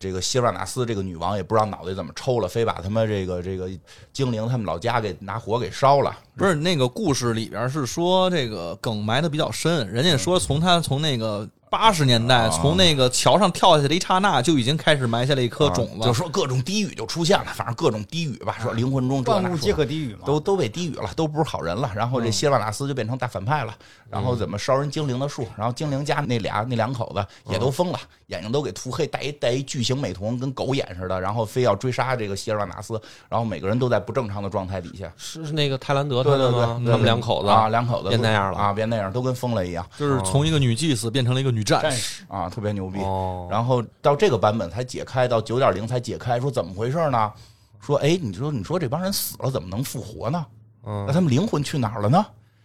[SPEAKER 1] 这个希尔瓦纳斯这个女王也不知道脑袋怎么抽了，非把他们这个这个精灵他们老家给拿火给烧了。
[SPEAKER 3] 不是那个故事里边是说这个梗埋的比较深，人家说从他从那个八十年
[SPEAKER 1] 啊
[SPEAKER 3] 代从那个桥上跳下去的一刹那就已经开始埋下了一颗种
[SPEAKER 1] 啊
[SPEAKER 3] 子
[SPEAKER 1] 就，说各种啊低语就出现了，反正各种低语吧，说灵魂中这那
[SPEAKER 4] 万物
[SPEAKER 1] 说啊
[SPEAKER 4] 皆可低语嘛。
[SPEAKER 1] 都都被低语了，都不是好人了。然后这希尔瓦纳斯就变成大反派了，然后怎么烧人精灵的树，然后精灵家那俩那两口子也都疯了，眼睛都给涂黑，戴一戴一巨型美瞳，跟狗眼似的，然后非要追杀这个希尔瓦纳斯，然后每个人都在不正常的状态底下。
[SPEAKER 2] 是是那个泰兰德他
[SPEAKER 1] 对对
[SPEAKER 2] 们
[SPEAKER 1] 对，
[SPEAKER 2] 吗？
[SPEAKER 1] 对
[SPEAKER 2] 他们两口子
[SPEAKER 1] 啊，两口子
[SPEAKER 2] 变那样了
[SPEAKER 1] 啊，变那样，都跟疯了一样
[SPEAKER 3] 就是
[SPEAKER 1] 哦
[SPEAKER 3] 从一个女祭司变成了一个女战
[SPEAKER 4] 战
[SPEAKER 3] 士。
[SPEAKER 4] 士
[SPEAKER 1] 啊，特别牛逼。
[SPEAKER 2] 哦，
[SPEAKER 1] 然后到这个版本才解开，到九点零才解开，说怎么回事呢？说哎，你说你说这帮人死了怎么能复活呢？那
[SPEAKER 2] 嗯
[SPEAKER 1] 他们灵魂去哪儿了呢？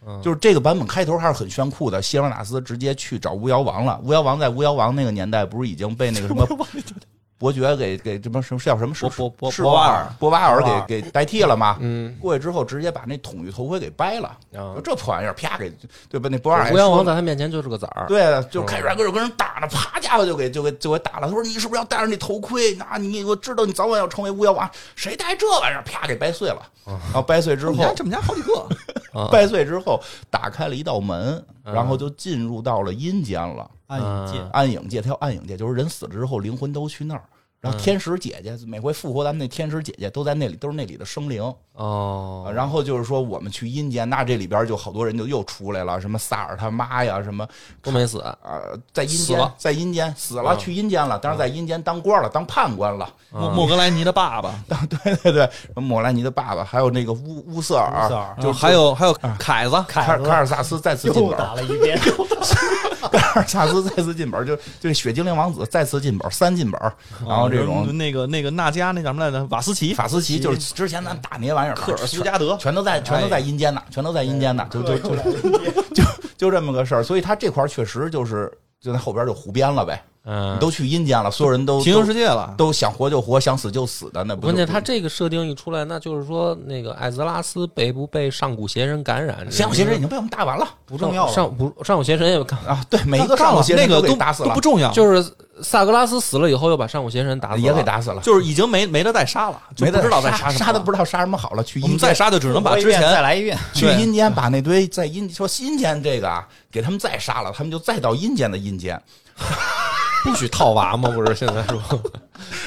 [SPEAKER 2] 嗯
[SPEAKER 1] 就是这个版本开头还是很炫酷的，希尔瓦纳斯直接去找巫妖王了。巫妖王在巫妖王那个年代不是已经被那个什
[SPEAKER 2] <laughs>
[SPEAKER 1] 么伯爵给给什么什么是叫什么是
[SPEAKER 3] 伯伯
[SPEAKER 1] 是伯
[SPEAKER 3] 伯瓦
[SPEAKER 1] 尔
[SPEAKER 3] 尔
[SPEAKER 1] 伯瓦尔
[SPEAKER 4] 伯瓦尔
[SPEAKER 1] 给给代替了吗？
[SPEAKER 2] 嗯
[SPEAKER 1] 过去之后直接把那统御头盔给掰了，
[SPEAKER 2] 啊
[SPEAKER 1] 就，这破玩意儿啪给对吧？那伯瓦尔还
[SPEAKER 2] 无妖
[SPEAKER 1] 说
[SPEAKER 2] 王在他面前就是个崽儿，
[SPEAKER 1] 对，就开始还跟人跟人打呢，啪家伙就给就给就给打了。他说：“你是不是要戴上那头盔？那你我知道你早晚要成为巫妖王，谁戴这玩意儿？”啪给掰碎了。然后掰碎之
[SPEAKER 3] 哦你看
[SPEAKER 1] 后，
[SPEAKER 3] 这们家好几
[SPEAKER 1] <laughs>
[SPEAKER 3] 个，
[SPEAKER 2] 啊
[SPEAKER 1] 掰碎之后打开了一道门，然后就进入到了阴间了。
[SPEAKER 4] 暗影界，
[SPEAKER 1] 暗影界，它叫暗影界，就是人死了之后灵魂都去那儿。然后天使姐姐每回复活咱们那天使姐姐都在那里，都是那里的生灵。啊，
[SPEAKER 2] 哦，
[SPEAKER 1] 然后就是说我们去阴间，那这里边就好多人就又出来了，什么萨尔他妈呀，什么
[SPEAKER 2] 都没死，
[SPEAKER 1] 呃，在阴
[SPEAKER 2] 死
[SPEAKER 1] 间
[SPEAKER 2] 了，
[SPEAKER 1] 在阴间死了，
[SPEAKER 2] 嗯
[SPEAKER 1] 去阴间了，当然在阴间当官了，当判官了。 <laughs>
[SPEAKER 3] 莫莫格莱尼的爸爸，
[SPEAKER 1] 对对对，什么莫兰尼的爸爸，还有那个乌乌瑟尔，
[SPEAKER 4] 乌瑟尔
[SPEAKER 1] 就
[SPEAKER 3] 还有还有啊凯子，
[SPEAKER 1] 卡
[SPEAKER 4] 凯
[SPEAKER 1] 尔卡
[SPEAKER 4] 子
[SPEAKER 1] 尔萨斯再次进
[SPEAKER 4] 又
[SPEAKER 1] 本，
[SPEAKER 4] 打了一遍，
[SPEAKER 1] <laughs> 卡尔萨斯再次进本，就就是雪精灵王子再次进本，三进本，然后这种
[SPEAKER 3] 嗯那个那个那加那叫什么来着？瓦斯奇，
[SPEAKER 1] 法斯奇，就是之前咱打那些玩意儿，
[SPEAKER 3] 科尔
[SPEAKER 1] 全
[SPEAKER 3] 苏加德
[SPEAKER 1] 全都在全都在阴间呢，全都在阴间呢，就就就就就这么个事儿，所以他这块儿确实就是就在后边就胡编了呗，
[SPEAKER 2] 嗯
[SPEAKER 1] 你，都去阴间了，所有人都
[SPEAKER 3] 平行
[SPEAKER 1] 都
[SPEAKER 3] 世界了。
[SPEAKER 1] 都想活就活，想死就死的，那不就
[SPEAKER 2] 关键他这个设定一出来，那就是说那个艾泽拉斯被不被上古邪神感染？
[SPEAKER 1] 上古邪神已经被我们打完了
[SPEAKER 4] 不重要了。
[SPEAKER 2] 上不上古邪神也
[SPEAKER 3] 嗯
[SPEAKER 2] 干，
[SPEAKER 1] 啊！对，每一个
[SPEAKER 3] 干
[SPEAKER 1] 上古
[SPEAKER 3] 了
[SPEAKER 1] 邪
[SPEAKER 3] 那
[SPEAKER 1] 神
[SPEAKER 3] 个
[SPEAKER 1] 给
[SPEAKER 3] 都
[SPEAKER 1] 打死
[SPEAKER 3] 都
[SPEAKER 1] 了
[SPEAKER 3] 不，重要，
[SPEAKER 2] 就是萨格拉斯死了以后又把上古邪神打死了，
[SPEAKER 1] 也给打死了，
[SPEAKER 3] 就是已经没没得再杀了，就
[SPEAKER 1] 没
[SPEAKER 3] 不
[SPEAKER 1] 得
[SPEAKER 3] 知道再
[SPEAKER 1] 杀
[SPEAKER 3] 什么了。
[SPEAKER 1] 杀的不知道杀什么好了，去
[SPEAKER 3] 我们
[SPEAKER 1] 阴
[SPEAKER 3] 再
[SPEAKER 1] 间。
[SPEAKER 3] 杀就只能把
[SPEAKER 4] 我一
[SPEAKER 3] 之
[SPEAKER 4] 遍再
[SPEAKER 3] 前
[SPEAKER 4] 来一遍，
[SPEAKER 1] 去
[SPEAKER 3] 对
[SPEAKER 1] 阴间把那堆在阴说阴间这个啊，给他们再杀了，他们就再到阴间的阴间，
[SPEAKER 2] 不许套娃嘛，不是现在说，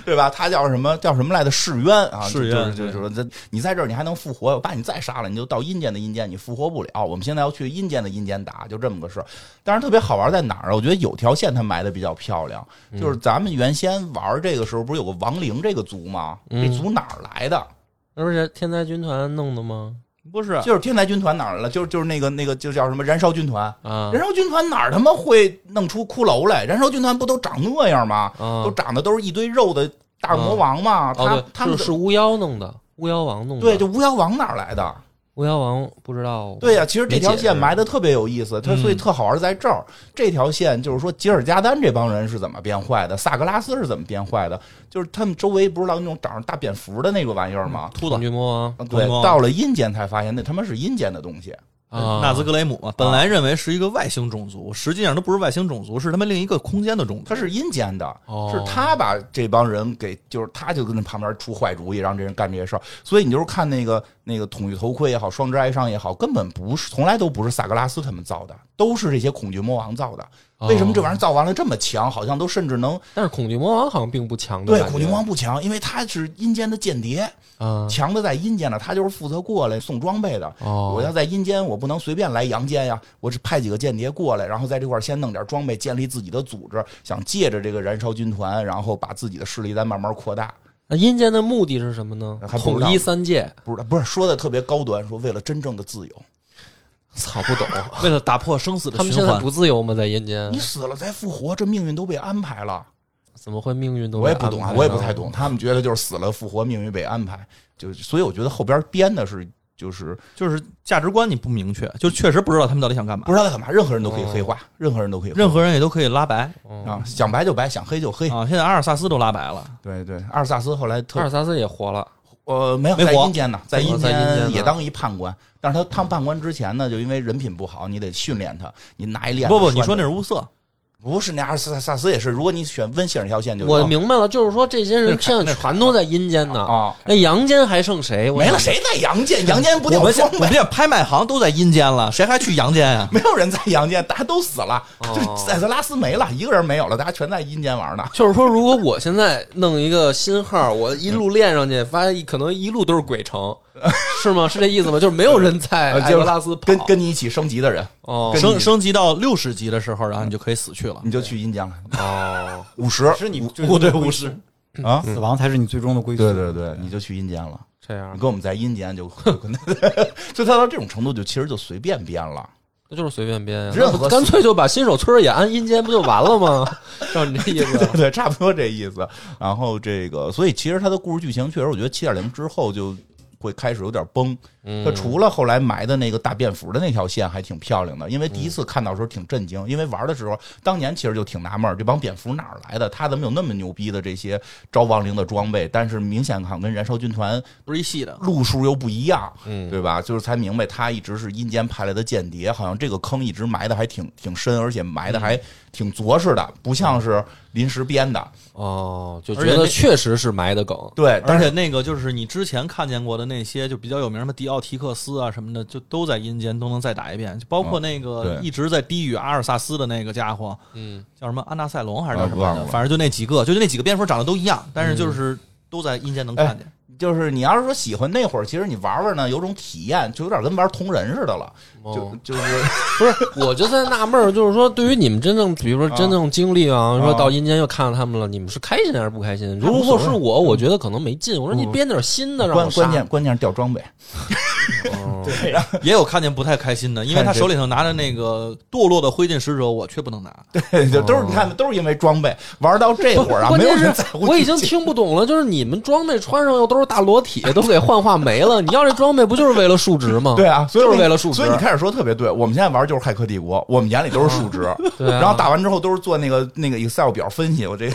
[SPEAKER 1] 对吧？他叫什么叫什么来的世冤啊？
[SPEAKER 3] 世
[SPEAKER 1] 就
[SPEAKER 3] 冤
[SPEAKER 1] 就是就
[SPEAKER 3] 对
[SPEAKER 1] 是这你在这儿你还能复活，我把你再杀了，你就到阴间的阴间，你复活不了。我们现在要去阴间的阴间打，就这么个事儿。当然特别好玩在哪儿啊？我觉得有条线它埋的比较漂亮，
[SPEAKER 2] 嗯
[SPEAKER 1] 就是咱们原先玩这个时候不是有个亡灵这个族吗？
[SPEAKER 2] 嗯
[SPEAKER 1] 这族哪儿来的？
[SPEAKER 2] 那不是天灾军团弄的吗？
[SPEAKER 3] 不是
[SPEAKER 1] 就是天才军团哪儿来了？就是就是那个那个就叫什么燃烧军团。
[SPEAKER 2] 啊
[SPEAKER 1] 燃烧军团哪儿他妈会弄出骷髅来？燃烧军团不都长那样吗？
[SPEAKER 2] 啊
[SPEAKER 1] 都！长得都是一堆肉的大魔王吗？啊他、
[SPEAKER 2] 哦，
[SPEAKER 1] 他
[SPEAKER 2] 对，
[SPEAKER 1] 们
[SPEAKER 2] 就是是巫妖弄的，巫妖王弄的，
[SPEAKER 1] 对，就巫妖王哪儿来的？
[SPEAKER 2] 巫妖王不知道，
[SPEAKER 1] 对呀、其实这条
[SPEAKER 2] 没解释
[SPEAKER 1] 线埋的特别有意思，它
[SPEAKER 3] 嗯
[SPEAKER 1] 所以特好玩在这儿。这条线就是说吉尔加丹这帮人是怎么变坏的，萨格拉斯是怎么变坏的，就是他们周围不是老有那种长着大蝙蝠的那个玩意儿吗？
[SPEAKER 3] 秃
[SPEAKER 2] 恐
[SPEAKER 3] 子
[SPEAKER 2] 惧魔王
[SPEAKER 1] 对
[SPEAKER 3] 嗯，
[SPEAKER 1] 到了阴间才发现那他妈是阴间的东西。
[SPEAKER 2] 啊，
[SPEAKER 3] <laughs> 纳兹格雷姆嘛，本来认为是一个外星种族，实际上都不是外星种族，是他们另一个空间的种族
[SPEAKER 1] 他。是阴间的，
[SPEAKER 2] 哦
[SPEAKER 1] 是他把这帮人给，就是他就跟那旁边出坏主意，让这人干这些事儿。所以你就是看那个那个统御头盔也好，双之哀伤也好，根本不是，从来都不是萨格拉斯他们造的，都是这些恐惧魔王造的。
[SPEAKER 2] 哦
[SPEAKER 1] 为什么这玩意儿造完了这么强？好像都甚至能
[SPEAKER 2] 但是恐惧魔王好像并不强的
[SPEAKER 1] 对
[SPEAKER 2] 感觉
[SPEAKER 1] 恐惧魔王不强，因为他是阴间的间谍，
[SPEAKER 2] 啊，
[SPEAKER 1] 强的在阴间呢，他就是负责过来送装备的。
[SPEAKER 2] 哦
[SPEAKER 1] 我要在阴间，我不能随便来阳间呀，我是派几个间谍过来，然后在这块儿先弄点装备，建立自己的组织，想借着这个燃烧军团，然后把自己的势力再慢慢扩大。
[SPEAKER 2] 那阴间的目的是什么呢？
[SPEAKER 1] 还不知道
[SPEAKER 2] 统一三界，
[SPEAKER 1] 不是不是说的特别高端，说为了真正的自由，
[SPEAKER 2] 操，不懂。
[SPEAKER 3] 为了打破生死
[SPEAKER 2] <laughs>
[SPEAKER 3] 的
[SPEAKER 2] 他们现
[SPEAKER 3] 循
[SPEAKER 2] 在
[SPEAKER 3] 环，
[SPEAKER 2] 不自由吗？在阴间
[SPEAKER 1] 你死了再复活，这命运都被安排了。
[SPEAKER 2] 怎么会命运都
[SPEAKER 1] 我也
[SPEAKER 2] 被
[SPEAKER 1] 不懂
[SPEAKER 2] 安
[SPEAKER 1] 啊，
[SPEAKER 2] 排
[SPEAKER 1] 我也不
[SPEAKER 2] 呢
[SPEAKER 1] 太懂。他们觉得就是死了复活，命运被安排，就所以我觉得后边编的是就是
[SPEAKER 3] 就是价值观你不明确，就确实不知道他们到底想干嘛
[SPEAKER 1] 不。知道在干嘛，任何人都可以
[SPEAKER 2] 哦
[SPEAKER 1] 黑化，任何人都可以黑化，
[SPEAKER 3] 任何人也都可以拉白
[SPEAKER 2] 嗯
[SPEAKER 1] 啊想白就白，想黑就黑。
[SPEAKER 3] 啊！现在阿尔萨斯都拉白了，
[SPEAKER 1] 对对，阿尔萨斯后来
[SPEAKER 2] 阿
[SPEAKER 1] 特
[SPEAKER 2] 尔萨斯也活了，
[SPEAKER 1] 呃没有
[SPEAKER 3] 没
[SPEAKER 1] 在
[SPEAKER 3] 活
[SPEAKER 1] 阴间呢，嗯在阴
[SPEAKER 2] 在阴间呢
[SPEAKER 1] 间也当一判官，但是他当判官之前呢，就因为人品不好，你得训练他，你拿一链子
[SPEAKER 3] 不不，
[SPEAKER 1] 拴
[SPEAKER 3] 你说那
[SPEAKER 1] 着
[SPEAKER 3] 是乌瑟，
[SPEAKER 1] 不是那阿尔萨萨斯也是，如果你选温希尔条线就
[SPEAKER 2] 我
[SPEAKER 1] 有
[SPEAKER 2] 明白了，就是说这些人现在全都在阴间
[SPEAKER 1] <laughs>
[SPEAKER 2] 呢，
[SPEAKER 1] 啊。
[SPEAKER 2] 那阳间还剩谁？我
[SPEAKER 1] 没了，
[SPEAKER 2] 想
[SPEAKER 1] 谁在阳间？阳间不
[SPEAKER 3] 我
[SPEAKER 1] 掉
[SPEAKER 3] 们现
[SPEAKER 1] 装
[SPEAKER 3] 我
[SPEAKER 1] 备
[SPEAKER 3] 们，这拍卖行都在阴间了，谁还去阳间啊？
[SPEAKER 1] 没有人在阳间，大家都死了，
[SPEAKER 2] 哦
[SPEAKER 1] 就是塞泽拉斯没了，一个人没有了，大家全在阴间玩呢。
[SPEAKER 2] 就是说，如果我现在弄一个新号，我一路练上去，发现可能一路都是
[SPEAKER 1] <laughs>
[SPEAKER 2] 鬼城，是吗？是这意思吗？就是没有人在
[SPEAKER 1] 呃
[SPEAKER 2] 艾
[SPEAKER 1] 就
[SPEAKER 2] 格拉斯跑
[SPEAKER 1] 跟跟你一起升级的人，
[SPEAKER 2] 哦
[SPEAKER 1] <laughs> 跟嗯
[SPEAKER 3] 升升级到六十级的时候，然后你就可以死去了。
[SPEAKER 1] 你就去阴间了，
[SPEAKER 2] 哦，
[SPEAKER 1] 五十
[SPEAKER 4] 是你最
[SPEAKER 3] 不
[SPEAKER 4] 终
[SPEAKER 3] 对
[SPEAKER 4] 的
[SPEAKER 3] 五
[SPEAKER 4] 归
[SPEAKER 3] 十
[SPEAKER 4] 宿，嗯
[SPEAKER 1] 啊。
[SPEAKER 4] 死亡才是你最终的归宿。
[SPEAKER 1] 对对对，你就去阴间了。
[SPEAKER 2] 这样
[SPEAKER 1] 你跟我们在阴间就， <laughs> 就可能就他到这种程度，就其实就随便编了。
[SPEAKER 2] 那就是随便编呀，
[SPEAKER 1] 任何
[SPEAKER 2] 那不干脆就把新手村也安阴间不就完
[SPEAKER 1] <laughs>
[SPEAKER 2] 了吗？照你这意思，
[SPEAKER 1] 对，差不多这意思。然后这个，所以其实它的故事剧情确实，我觉得七点零之后就会开始有点崩。它除了后来埋的那个大蝙蝠的那条线还挺漂亮的，因为第一次看到的时候挺震惊，因为玩的时候当年其实就挺纳闷儿，这帮蝙蝠哪儿来的？它怎么有那么牛逼的这些招亡灵的装备？但是明显看跟燃烧军团
[SPEAKER 3] 不是一系的，
[SPEAKER 1] 路数又不一样，
[SPEAKER 2] 嗯
[SPEAKER 1] 对吧？就是才明白他一直是阴间派来的间谍，好像这个坑一直埋的还挺挺深，而且埋
[SPEAKER 2] 嗯
[SPEAKER 1] 的还挺着实的，不像是临时编的。
[SPEAKER 2] 哦，就觉
[SPEAKER 3] 而且
[SPEAKER 2] 得
[SPEAKER 3] 那
[SPEAKER 2] 确实是埋的梗，
[SPEAKER 1] 对，
[SPEAKER 3] 而
[SPEAKER 1] 但
[SPEAKER 3] 且
[SPEAKER 1] 是
[SPEAKER 3] 那个就是你之前看见过的那些，就比较有名什么迪奥提克斯啊什么的，就都在阴间都能再打一遍，就包括那
[SPEAKER 1] 嗯
[SPEAKER 3] 个
[SPEAKER 1] 对
[SPEAKER 3] 一直在低语阿尔萨斯的那个家伙，
[SPEAKER 2] 嗯，
[SPEAKER 3] 叫什么安纳塞龙还是叫什么
[SPEAKER 1] 啊
[SPEAKER 3] 来
[SPEAKER 1] 忘
[SPEAKER 3] 着？
[SPEAKER 1] 了嗯
[SPEAKER 3] 反正就那几个，就那几个蝙蝠长得都一样，但是就是都在阴间能看见。
[SPEAKER 1] 就是你要是说喜欢那会儿，其实你玩玩呢，有种体验，就有点跟玩同人似的了，
[SPEAKER 2] 哦
[SPEAKER 1] 就就是
[SPEAKER 2] 不是，我就在纳闷儿，就是说，对于你们真正，比如说真正经历啊，说到阴间又看到他们了，你们是开心还是不开心？如果是我，我觉得可能没劲。我说你编点新的让
[SPEAKER 1] 嗯关
[SPEAKER 2] 我杀哦
[SPEAKER 1] 关键关键是掉装备， <laughs>
[SPEAKER 3] 也有看见不太开心的，因为他
[SPEAKER 1] 哎看谁
[SPEAKER 3] 手里头拿着那个堕落的灰烬使者，我却不能拿。
[SPEAKER 1] 就都是你看都是因为装备玩到这
[SPEAKER 2] 不
[SPEAKER 1] 会儿啊，
[SPEAKER 2] 关
[SPEAKER 1] 没有
[SPEAKER 2] 键
[SPEAKER 1] 人
[SPEAKER 2] 是
[SPEAKER 1] 在乎
[SPEAKER 2] 我已经听不懂了，就是你们装备穿上又都是大裸体，都给幻化没了。你要这装备不就是为了数值吗？
[SPEAKER 1] <laughs> 对啊，所以
[SPEAKER 2] 就是
[SPEAKER 1] 我
[SPEAKER 2] 为了数值
[SPEAKER 1] 所以你开始说特别对，我们现在玩就是《骇客帝国》，我们眼里都是数值，
[SPEAKER 2] 对啊
[SPEAKER 1] 然后打完之后都是做那个那个 Excel 表分析，我这 <laughs>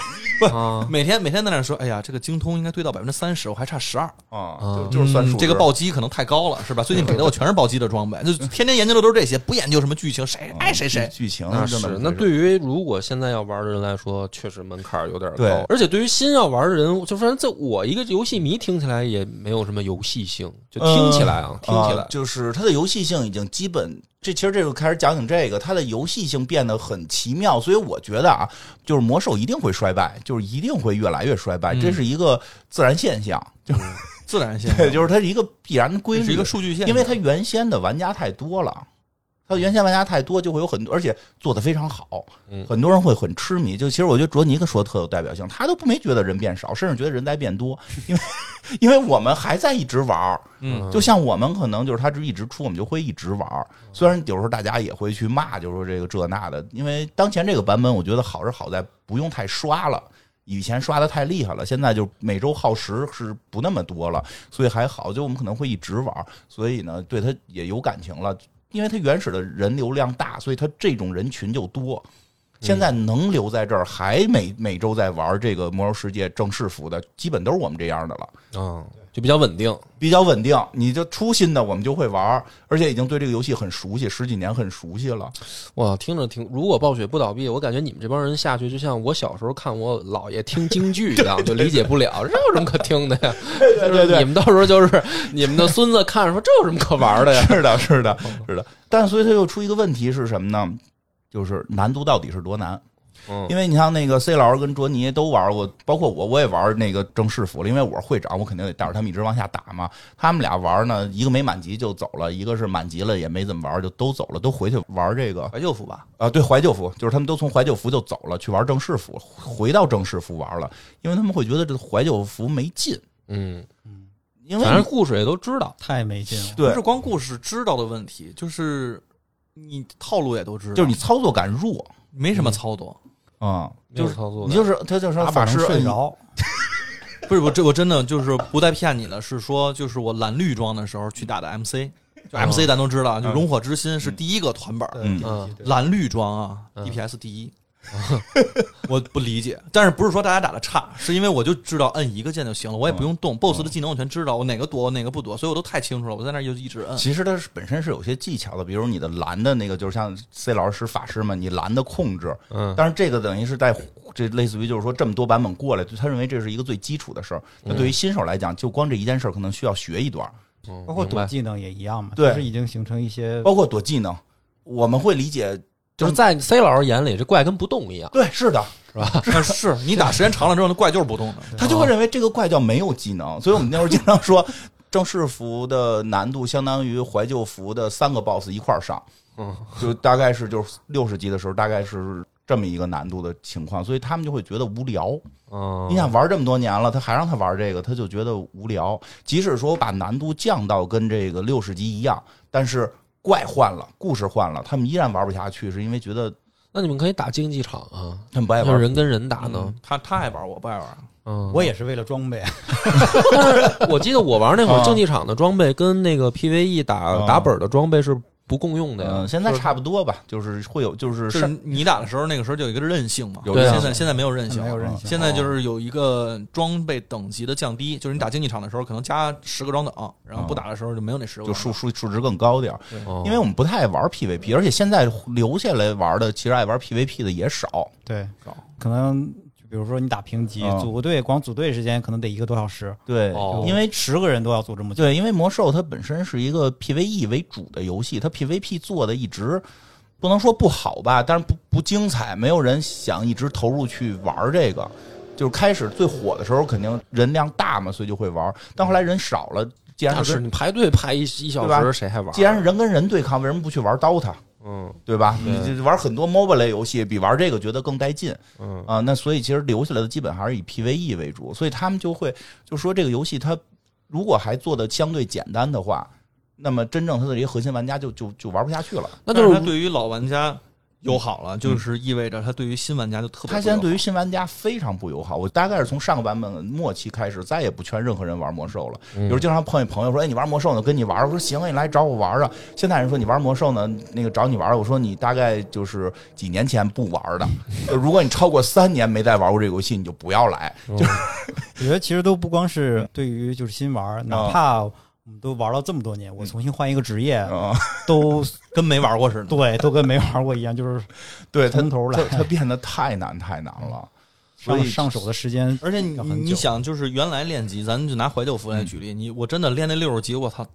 [SPEAKER 1] 嗯
[SPEAKER 3] <laughs>
[SPEAKER 2] 啊，
[SPEAKER 3] 每天每天在那说，哎呀，这个精通应该堆到百分之三十，我还差十二。
[SPEAKER 1] 啊
[SPEAKER 2] 嗯
[SPEAKER 1] 就就是算数值。啊
[SPEAKER 3] 这个暴击可能太高了，是吧？最近给的我全是暴击的装备，
[SPEAKER 1] <laughs>
[SPEAKER 3] 就天天研究的都是这些，不研究什么剧情，
[SPEAKER 1] 嗯
[SPEAKER 3] 谁
[SPEAKER 1] 哎
[SPEAKER 3] 爱哎谁谁。
[SPEAKER 1] 剧情
[SPEAKER 2] 那
[SPEAKER 1] 是这么
[SPEAKER 2] 是
[SPEAKER 1] 回事啊
[SPEAKER 2] 那对于如果现在要玩的人来说，确实门槛儿有点儿
[SPEAKER 1] 对
[SPEAKER 2] 高，而且对于新要玩的人，就反正在我一个游戏迷听起来也没有什么游戏性，就听起来啊，听起来
[SPEAKER 1] 啊就是它的游戏性已经基本。这其实这个开始讲讲这个，它的游戏性变得很奇妙，所以我觉得啊，就是魔兽一定会衰败，就是一定会越来越衰
[SPEAKER 2] 嗯
[SPEAKER 1] 败，这是一个自然现象，就
[SPEAKER 3] 自然现象
[SPEAKER 1] 对，，就是它是一个必然的规
[SPEAKER 3] 这
[SPEAKER 1] 律，
[SPEAKER 3] 是一个数据线，
[SPEAKER 1] 因为它原先的玩家太多了，它原先玩家太多，就会有很多，而且做的非常好，
[SPEAKER 2] 嗯
[SPEAKER 1] 很多人会很痴迷。就其实我觉得卓尼克说的特有代表性，他都不没觉得人变少，甚至觉得人在变多，因为 <laughs> 因为我们还在一直玩儿，
[SPEAKER 3] 嗯，
[SPEAKER 1] 就像我们可能就是他只一直出，我们就会一直玩儿。虽然有时候大家也会去骂，就是说这个这那的，因为当前这个版本，我觉得好是好在不用太刷了。以前刷的太厉害了，现在就每周耗时是不那么多了，所以还好。就我们可能会一直玩儿，所以呢，对它也有感情了。因为它原始的人流量大，所以它这种人群就多。现在能留在这儿还每每周在玩这个《魔兽世界》正式服的，基本都是我们这样的了。
[SPEAKER 2] 嗯，就比较稳定。
[SPEAKER 1] 比较稳定，你就出新的我们就会玩儿，而且已经对这个游戏很熟悉，十几年很熟悉了。
[SPEAKER 2] 哇，听着听，如果暴雪不倒闭，我感觉你们这帮人下去，就像我小时候看我姥爷听京剧一样，就理解不了，这有什么可听的呀？对
[SPEAKER 1] 对对
[SPEAKER 2] 你们到时候就是你们的孙子看着说这有什么可玩
[SPEAKER 1] <laughs>
[SPEAKER 2] 的呀？
[SPEAKER 1] 是的，是的，是的。但所以它又出一个问题是什么呢？就是难度到底是多难？
[SPEAKER 2] 嗯
[SPEAKER 1] 因为你像那个 C 老师跟卓尼都玩过，包括我，我也玩那个正式服了，因为我是会长，我肯定得带着他们一直往下打嘛。他们俩玩呢，一个没满级就走了，一个是满级了也没怎么玩，就都走了，都回去玩这个
[SPEAKER 3] 怀旧服吧，
[SPEAKER 1] 啊，对怀旧服，就是他们都从怀旧服就走了，去玩正式服，回到正式服玩了，因为他们会觉得这怀旧服没劲，
[SPEAKER 2] 嗯，
[SPEAKER 1] 因为
[SPEAKER 2] 反正故事也都知道。
[SPEAKER 4] 太没劲了。
[SPEAKER 3] 不
[SPEAKER 1] 对
[SPEAKER 3] 是，光故事知道的问题，就是你套路也都知道，
[SPEAKER 1] 就是你嗯操作感弱
[SPEAKER 3] 没什么操作。
[SPEAKER 1] 啊、
[SPEAKER 2] 没有操作
[SPEAKER 1] 你
[SPEAKER 2] 感
[SPEAKER 1] 就是他就是
[SPEAKER 4] 打
[SPEAKER 1] 法
[SPEAKER 4] 法
[SPEAKER 1] 师
[SPEAKER 4] 睡
[SPEAKER 1] 摁
[SPEAKER 4] 着，
[SPEAKER 3] 不是我这我真的就是不带骗你的，是说就是我蓝绿装的时候去打的 MC，就 MC 咱都知道，就
[SPEAKER 1] 哦嗯
[SPEAKER 3] 熔火之心是第一个团本儿，
[SPEAKER 1] 嗯
[SPEAKER 2] 嗯
[SPEAKER 3] 蓝绿装啊
[SPEAKER 2] 嗯
[SPEAKER 3] ，DPS 第一。 <laughs> 我不理解，但是不是说大家打的差，是因为我就知道摁一个键就行了，我也不用动、BOSS 的技能我全知道，我哪个躲我哪个不躲，所以我都太清楚了，我在那儿就一直摁。
[SPEAKER 1] 其实 <laughs> 它是本身是有些技巧的，比如你的蓝的那个，就是像 C 老师使法师嘛，你蓝的控制。
[SPEAKER 2] 嗯，
[SPEAKER 1] 但是这个等于是在这类似于就是说这么多版本过来，就他认为这是一个最基础的事儿。那对于新手来讲，就光这一件事儿可能需要学一段儿，
[SPEAKER 2] 嗯
[SPEAKER 4] 包括
[SPEAKER 2] 明
[SPEAKER 4] 躲
[SPEAKER 2] 白
[SPEAKER 4] 技能也一样嘛，
[SPEAKER 1] 对
[SPEAKER 4] 就是已经形成一些
[SPEAKER 1] 包括躲技能，我们会理解。
[SPEAKER 2] 就是在 C 老师眼里，这怪跟不动一样。
[SPEAKER 1] 对，是的，
[SPEAKER 3] 但是你打时间长了之后，那怪就是不动的。
[SPEAKER 1] 他就会认为这个怪叫没有技
[SPEAKER 2] <laughs>
[SPEAKER 1] 能，所以我们那会儿经常说，正式服的难度相当于怀旧服的三个 BOSS 一块儿上，
[SPEAKER 2] 嗯，
[SPEAKER 1] 就大概是就是六十级的时候，大概是这么一个难度的情况，所以他们就会觉得无聊。
[SPEAKER 2] 嗯，
[SPEAKER 1] 你想玩这么多年了，他还让他玩这个，他就觉得无聊。即使说把难度降到跟这个六十级一样，但是怪换了，故事换了，他们依然玩不下去，是因为觉得
[SPEAKER 2] 那你们可以打竞技场啊，
[SPEAKER 1] 他们不爱
[SPEAKER 2] 要
[SPEAKER 1] 哎玩。
[SPEAKER 2] 人跟人打呢。
[SPEAKER 3] 嗯他他爱玩，我不爱玩。
[SPEAKER 2] 嗯，
[SPEAKER 4] 我也是为了装备，
[SPEAKER 2] 我记得我玩那会儿
[SPEAKER 1] 啊
[SPEAKER 2] 竞技场的装备跟那个 PVE 打
[SPEAKER 1] 啊
[SPEAKER 2] 打本儿的装备是不共用的呀
[SPEAKER 1] 嗯，。现在差不多吧，就是会有，就是
[SPEAKER 3] 就是你打的时候，那个时候就有一个韧性嘛。
[SPEAKER 1] 有
[SPEAKER 2] 对啊
[SPEAKER 3] 现在现在没有韧性，
[SPEAKER 4] 没有韧性
[SPEAKER 3] 现在就是有一个装备等级的降低，就是你打竞技场的时候可能加十个装等，然后不打的时候就没有那十个
[SPEAKER 1] 就
[SPEAKER 3] 装
[SPEAKER 1] 数
[SPEAKER 3] 等。
[SPEAKER 1] 数数值更高点儿，
[SPEAKER 2] 哦
[SPEAKER 1] 因为我们不太爱玩 PVP，而且现在留下来玩的，其实爱玩 PVP 的也少。
[SPEAKER 4] <laughs> 对，可能就比如说你打评级
[SPEAKER 1] 嗯
[SPEAKER 4] 组个队，光组队时间可能得一个多小时，
[SPEAKER 1] 对
[SPEAKER 2] 哦
[SPEAKER 1] 因为
[SPEAKER 4] 十个人都要组这么 <laughs> 久。
[SPEAKER 1] 对，因为魔兽它本身是一个 PVE 为主的游戏，它 PVP 做的一直不能说不好吧，但是不不精彩，没有人想一直投入去玩这个。就是开始最火的时候，肯定人量大嘛，所以就会玩。但后来人少了，既然
[SPEAKER 2] 但
[SPEAKER 1] 是
[SPEAKER 2] 是
[SPEAKER 1] 跟
[SPEAKER 2] 你排队排一一
[SPEAKER 1] 对
[SPEAKER 2] 小
[SPEAKER 1] 吧
[SPEAKER 2] 时，谁还玩？
[SPEAKER 1] 既然是人跟人对抗，为什么不去玩 DOTA？
[SPEAKER 2] 嗯
[SPEAKER 1] 对吧？
[SPEAKER 2] 对
[SPEAKER 1] 你就玩很多 MOBA 类游戏，比玩这个觉得更带劲
[SPEAKER 2] 嗯
[SPEAKER 1] 啊。那所以其实留下来的基本还是以 PVE 为主，所以他们就会就说这个游戏它如果还做的相对简单的话，那么真正它的这些核心玩家就就就玩不下去了。
[SPEAKER 2] 那
[SPEAKER 3] 但
[SPEAKER 2] 就是
[SPEAKER 3] 他
[SPEAKER 2] 是
[SPEAKER 3] 对于老玩家友好了，就是意味嗯着他对于新玩家就特别不友
[SPEAKER 1] 它
[SPEAKER 3] 好。
[SPEAKER 1] 现在对于新玩家非常不友好。我大概是从上个版本末期开始，再也不劝任何人玩魔兽了。有时候经常碰见朋友说：“哎，你玩魔兽呢？跟你玩。”我说：“行，啊，你来找我玩啊。”现在人说你玩魔兽呢，那个找你玩儿。我说你大概就是几年前不玩的，就如果你超过三年没再玩过这个游戏，你就不要来。
[SPEAKER 4] 我觉得其实都不光是对于就是新玩儿，哪怕我们都玩到这么多年，我重新换一个职业，
[SPEAKER 1] 啊、
[SPEAKER 4] 都
[SPEAKER 3] 跟没玩过似的。
[SPEAKER 4] 对，都跟没玩过一样，就是
[SPEAKER 1] <laughs> 对他
[SPEAKER 4] 从头来
[SPEAKER 1] 他他变得太难太难了。所以
[SPEAKER 4] 上上手的时间
[SPEAKER 3] 而且你
[SPEAKER 4] 要很久
[SPEAKER 3] 你想，就是原来练级，咱就拿怀旧服来举例，你我真的练那六十级，我操，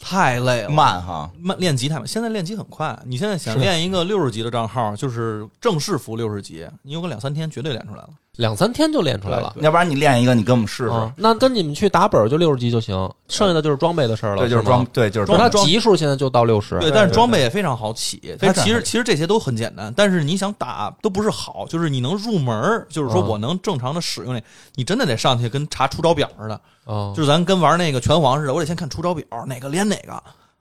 [SPEAKER 3] 太累了。
[SPEAKER 1] 慢哈，
[SPEAKER 3] 慢练级太慢，现在练级很快。你现在想
[SPEAKER 2] 是
[SPEAKER 3] 练一个六十级的账号，就是正式服六十级，你有个两三天绝对练出来了。
[SPEAKER 2] 两三天就练出来了。
[SPEAKER 1] 要不然你练一个，你给我们试试。
[SPEAKER 2] 啊，那跟你们去打本儿就六十级就行，剩下的就是装备的事儿了。
[SPEAKER 1] 对，就是
[SPEAKER 2] 吗
[SPEAKER 1] 装，，对，就是
[SPEAKER 2] 那
[SPEAKER 1] 装。
[SPEAKER 3] 装
[SPEAKER 2] 级数现在就到六十。
[SPEAKER 3] 对，
[SPEAKER 4] 对
[SPEAKER 3] 但是
[SPEAKER 4] 对
[SPEAKER 3] 装备也非常好起。它
[SPEAKER 1] 非常
[SPEAKER 3] 其
[SPEAKER 1] 好
[SPEAKER 3] 实其实这些都很简单，但是你想打都不是好，就是你能入门儿，就是说
[SPEAKER 2] 嗯
[SPEAKER 3] 我能正常的使用那，你真的得上去跟查出招表似的，
[SPEAKER 2] 啊，
[SPEAKER 3] 就是咱跟玩那个拳皇似的，我得先看出招表哪个连哪个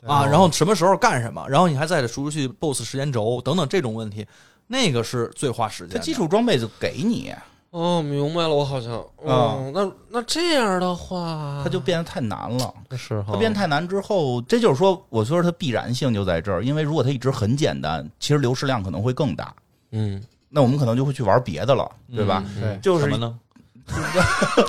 [SPEAKER 2] 哦
[SPEAKER 3] 啊，然后什么时候干什么，然后你还在熟悉 BOSS 时间轴等等这种问题，那个是最花时间
[SPEAKER 1] 它
[SPEAKER 3] 的。
[SPEAKER 1] 基础装备就给你，
[SPEAKER 2] 哦，明白了，我好像哦，那那这样的话，
[SPEAKER 1] 啊它就变得太难了。
[SPEAKER 2] 是哈
[SPEAKER 1] 它变太难之后，这就是说，我说它必然性就在这儿，因为如果它一直很简单，其实流失量可能会更大。
[SPEAKER 2] 嗯
[SPEAKER 1] 那我们可能就会去玩别的了，对吧？
[SPEAKER 4] 嗯
[SPEAKER 3] 对，
[SPEAKER 1] 就是
[SPEAKER 3] 什么呢？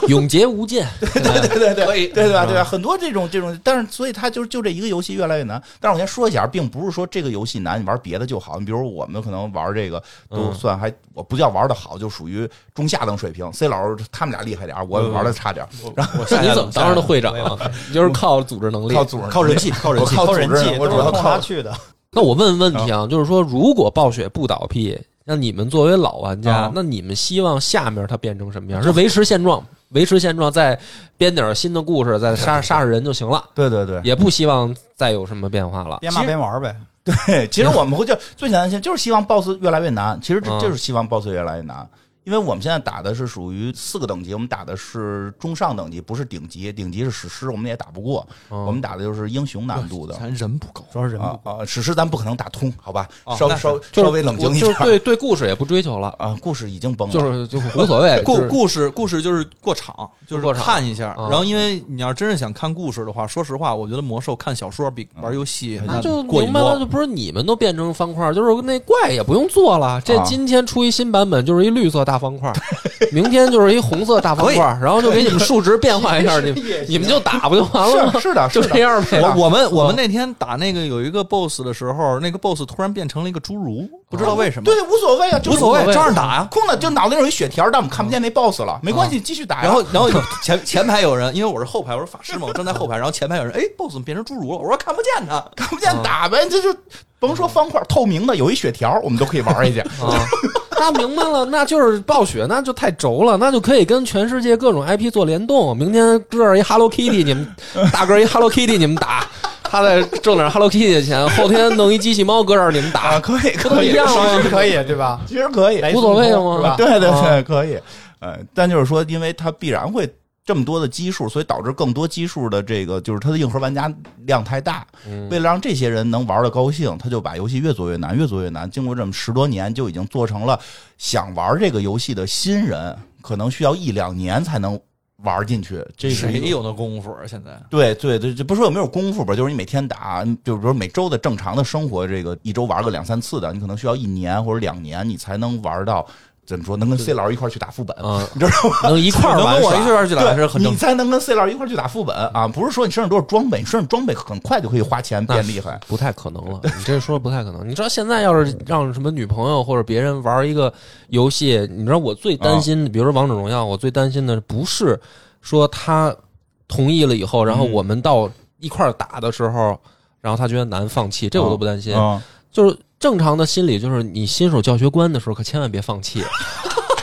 [SPEAKER 2] 永劫无间，
[SPEAKER 1] <laughs> 对对对对，
[SPEAKER 3] 可以
[SPEAKER 1] 对吧？对吧？很多这种这种，但是所以它就是就这一个游戏越来越难。但是我先说一下，并不是说这个游戏难，你玩别的就好。你比如我们可能玩这个都算还，我不叫玩的好，就属于中下等水平。C 老师他们俩厉害点儿，我玩的差点儿，然后
[SPEAKER 3] 我
[SPEAKER 2] 那
[SPEAKER 3] 下
[SPEAKER 2] 你
[SPEAKER 3] 载
[SPEAKER 2] 怎么当上的会长啊？你就是靠组织能力
[SPEAKER 1] 靠。组织
[SPEAKER 5] 靠人气，靠人
[SPEAKER 1] 我
[SPEAKER 5] 气。
[SPEAKER 1] 靠
[SPEAKER 4] 靠
[SPEAKER 1] 组织
[SPEAKER 4] 人
[SPEAKER 1] 能力，
[SPEAKER 4] 气，
[SPEAKER 1] 我主
[SPEAKER 4] 都
[SPEAKER 1] 要
[SPEAKER 4] 是冲
[SPEAKER 1] 靠
[SPEAKER 4] 他去的。
[SPEAKER 2] 那我问问题啊，就是说，如果暴雪不倒闭，那你们作为老玩家
[SPEAKER 1] 啊，
[SPEAKER 2] 那你们希望下面它变成什么样？是维持现状，维持现状，再编点新的故事，再杀杀杀人就行了，
[SPEAKER 1] 对对对。
[SPEAKER 2] 也不希望再有什么变化了。
[SPEAKER 4] <laughs> 边骂边玩呗。
[SPEAKER 1] 对，其实我们会就最简单的，就是希望 BOSS 越来越难。其实这
[SPEAKER 2] 嗯
[SPEAKER 1] 就是希望 BOSS 越来越难，因为我们现在打的是属于四个等级，我们打的是中上等级，不是顶级。顶级是史诗，我们也打不过。
[SPEAKER 2] 嗯
[SPEAKER 1] 我们打的就是英雄难度的。
[SPEAKER 3] 咱人不够，
[SPEAKER 4] 主要是人不
[SPEAKER 1] 啊啊！史诗咱不可能打通，好吧？
[SPEAKER 3] 哦
[SPEAKER 1] 稍
[SPEAKER 3] 那是
[SPEAKER 1] 稍
[SPEAKER 2] 就是
[SPEAKER 1] 稍微冷静一
[SPEAKER 2] 就
[SPEAKER 1] 点
[SPEAKER 2] 是对对故事也不追求了，
[SPEAKER 1] 啊！故事已经崩了，
[SPEAKER 2] 就是就无
[SPEAKER 1] <laughs>
[SPEAKER 2] 所谓。
[SPEAKER 3] 故
[SPEAKER 2] 就是
[SPEAKER 3] 故事故事就是过场，就
[SPEAKER 2] 过
[SPEAKER 3] 是
[SPEAKER 2] 场
[SPEAKER 3] 看一下。
[SPEAKER 2] 啊
[SPEAKER 3] 然后，因为你要真是想看故事的话，说实话，我觉得魔兽看小说比玩游戏
[SPEAKER 2] 嗯那就
[SPEAKER 3] 过瘾
[SPEAKER 2] 明白
[SPEAKER 3] 多
[SPEAKER 2] 了，就。不是你们都变成方块，就是那怪也不用做了。这
[SPEAKER 1] 啊
[SPEAKER 2] 今天出一新版本，就是一绿色大方块，明天就是一红色大方块，然后就给你们数值变换一下，你们你们就打不就完了
[SPEAKER 1] 是
[SPEAKER 2] 吗？
[SPEAKER 1] 是的，
[SPEAKER 2] 就是这
[SPEAKER 1] 的。
[SPEAKER 2] 样呗。
[SPEAKER 3] 我我们我们
[SPEAKER 2] 嗯
[SPEAKER 3] 那天打那个有一个 boss 的时候，那个 boss 突然变成了一个侏儒，不知道为什么，
[SPEAKER 1] 对，无所谓啊，就是
[SPEAKER 3] 无所
[SPEAKER 2] 无所谓
[SPEAKER 3] 谓，照样打呀。
[SPEAKER 1] 空的，就脑袋上有一血条，但我们
[SPEAKER 2] 嗯
[SPEAKER 1] 看不见那 boss 了，没关系，继续打呀。
[SPEAKER 3] 然后，然后前前排有人，因为我是后排，我是法师嘛，我站在后排。然后前排有人，哎，boss 怎么变成侏儒了？我说看不见他，
[SPEAKER 1] 看不
[SPEAKER 2] 嗯
[SPEAKER 1] 见打呗，这就甭说方块，透明的有一血条，我们都可以玩一
[SPEAKER 2] <laughs>
[SPEAKER 1] 下。
[SPEAKER 2] 啊，那明白了，那就是暴雪，那就太轴了，那就可以跟全世界各种 IP 做联动。明天这儿一 Hello Kitty，你们大个儿一 Hello Kitty，你们打。他再挣点 Hello Kitty 的钱，后天弄一机器猫搁这儿，你们打，
[SPEAKER 1] 啊可以，
[SPEAKER 2] 啊不都一样吗？
[SPEAKER 4] 可以对吧？
[SPEAKER 1] 其实可以，
[SPEAKER 4] 来
[SPEAKER 2] 无所谓
[SPEAKER 4] 是
[SPEAKER 2] 吗
[SPEAKER 4] 吧？
[SPEAKER 1] 对对
[SPEAKER 2] 啊
[SPEAKER 1] 对，可以。呃，但就是说，因为它必然会这么多的基数，所以导致更多基数的这个就是它的硬核玩家量太大。
[SPEAKER 2] 嗯
[SPEAKER 1] 为了让这些人能玩的高兴，他就把游戏越做越难，越做越难。经过这么十多年，就已经做成了想玩这个游戏的新人可能需要一两年才能玩进去。这是一个
[SPEAKER 3] 谁有那功夫啊？现在
[SPEAKER 1] 对对对，就不是说有没有功夫吧，就是你每天打，就比如每周的正常的生活，这个一周玩个两三次的，你可能需要一年或者两年，你才能玩到怎么说，能跟 C 老师一块儿去打副本，
[SPEAKER 2] 嗯
[SPEAKER 1] 你知道吗？
[SPEAKER 2] 能一块儿
[SPEAKER 3] 能
[SPEAKER 2] 玩
[SPEAKER 3] 跟
[SPEAKER 2] 耍
[SPEAKER 3] 我一块儿去打还是很
[SPEAKER 1] 你
[SPEAKER 3] 正常。
[SPEAKER 1] 才能跟 C 老师一块儿去打副本啊！不是说你身上多少装备，你身上装备很快就可以花钱变厉害。
[SPEAKER 2] 不太可能了。你这说不太可能。你知道现在要是让什么女朋友或者别人玩一个游戏，你知道我最
[SPEAKER 1] 嗯
[SPEAKER 2] 担心，的，比如说王者荣耀，我最担心的不是说他同意了以后，
[SPEAKER 1] 嗯
[SPEAKER 2] 然后我们到一块儿打的时候，然后他觉得难放弃，这我都不担心。
[SPEAKER 1] 嗯，
[SPEAKER 2] 就是正常的心理，就是你新手教学关的时候，可千万别放弃。 <laughs>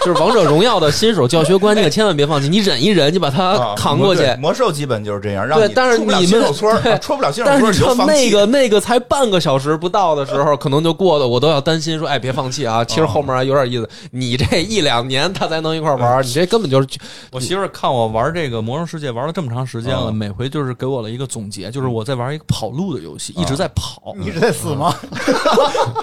[SPEAKER 2] 就是王者荣耀的新手教学关，你可千万别放弃，你忍一忍，你把它
[SPEAKER 1] 啊
[SPEAKER 2] 扛过去。
[SPEAKER 1] 对魔兽基本就是这样，让
[SPEAKER 2] 对
[SPEAKER 1] 你
[SPEAKER 2] 但是
[SPEAKER 1] 出不了
[SPEAKER 2] 你
[SPEAKER 1] 新
[SPEAKER 2] 们
[SPEAKER 1] 手村儿，
[SPEAKER 2] 对
[SPEAKER 1] 啊出不了新手
[SPEAKER 2] 但
[SPEAKER 1] 村
[SPEAKER 2] 是
[SPEAKER 1] 儿你
[SPEAKER 2] 你知道
[SPEAKER 1] 就放
[SPEAKER 2] 那
[SPEAKER 1] 弃。
[SPEAKER 2] 个那个才半个小时不到的时候，可能就过的，我都要担心说，哎，别放弃啊！
[SPEAKER 1] 哦
[SPEAKER 2] 其实后面还有点意思，你这一两年他才能一块玩儿，你这根本就是
[SPEAKER 3] 我媳妇儿看我玩这个《魔兽世界》玩了这么长时间了，
[SPEAKER 1] 嗯
[SPEAKER 3] 每回就是给我了一个总结，就是我在玩一个跑路的游戏，
[SPEAKER 1] 啊
[SPEAKER 3] 一直在跑。
[SPEAKER 4] 你一直在死吗？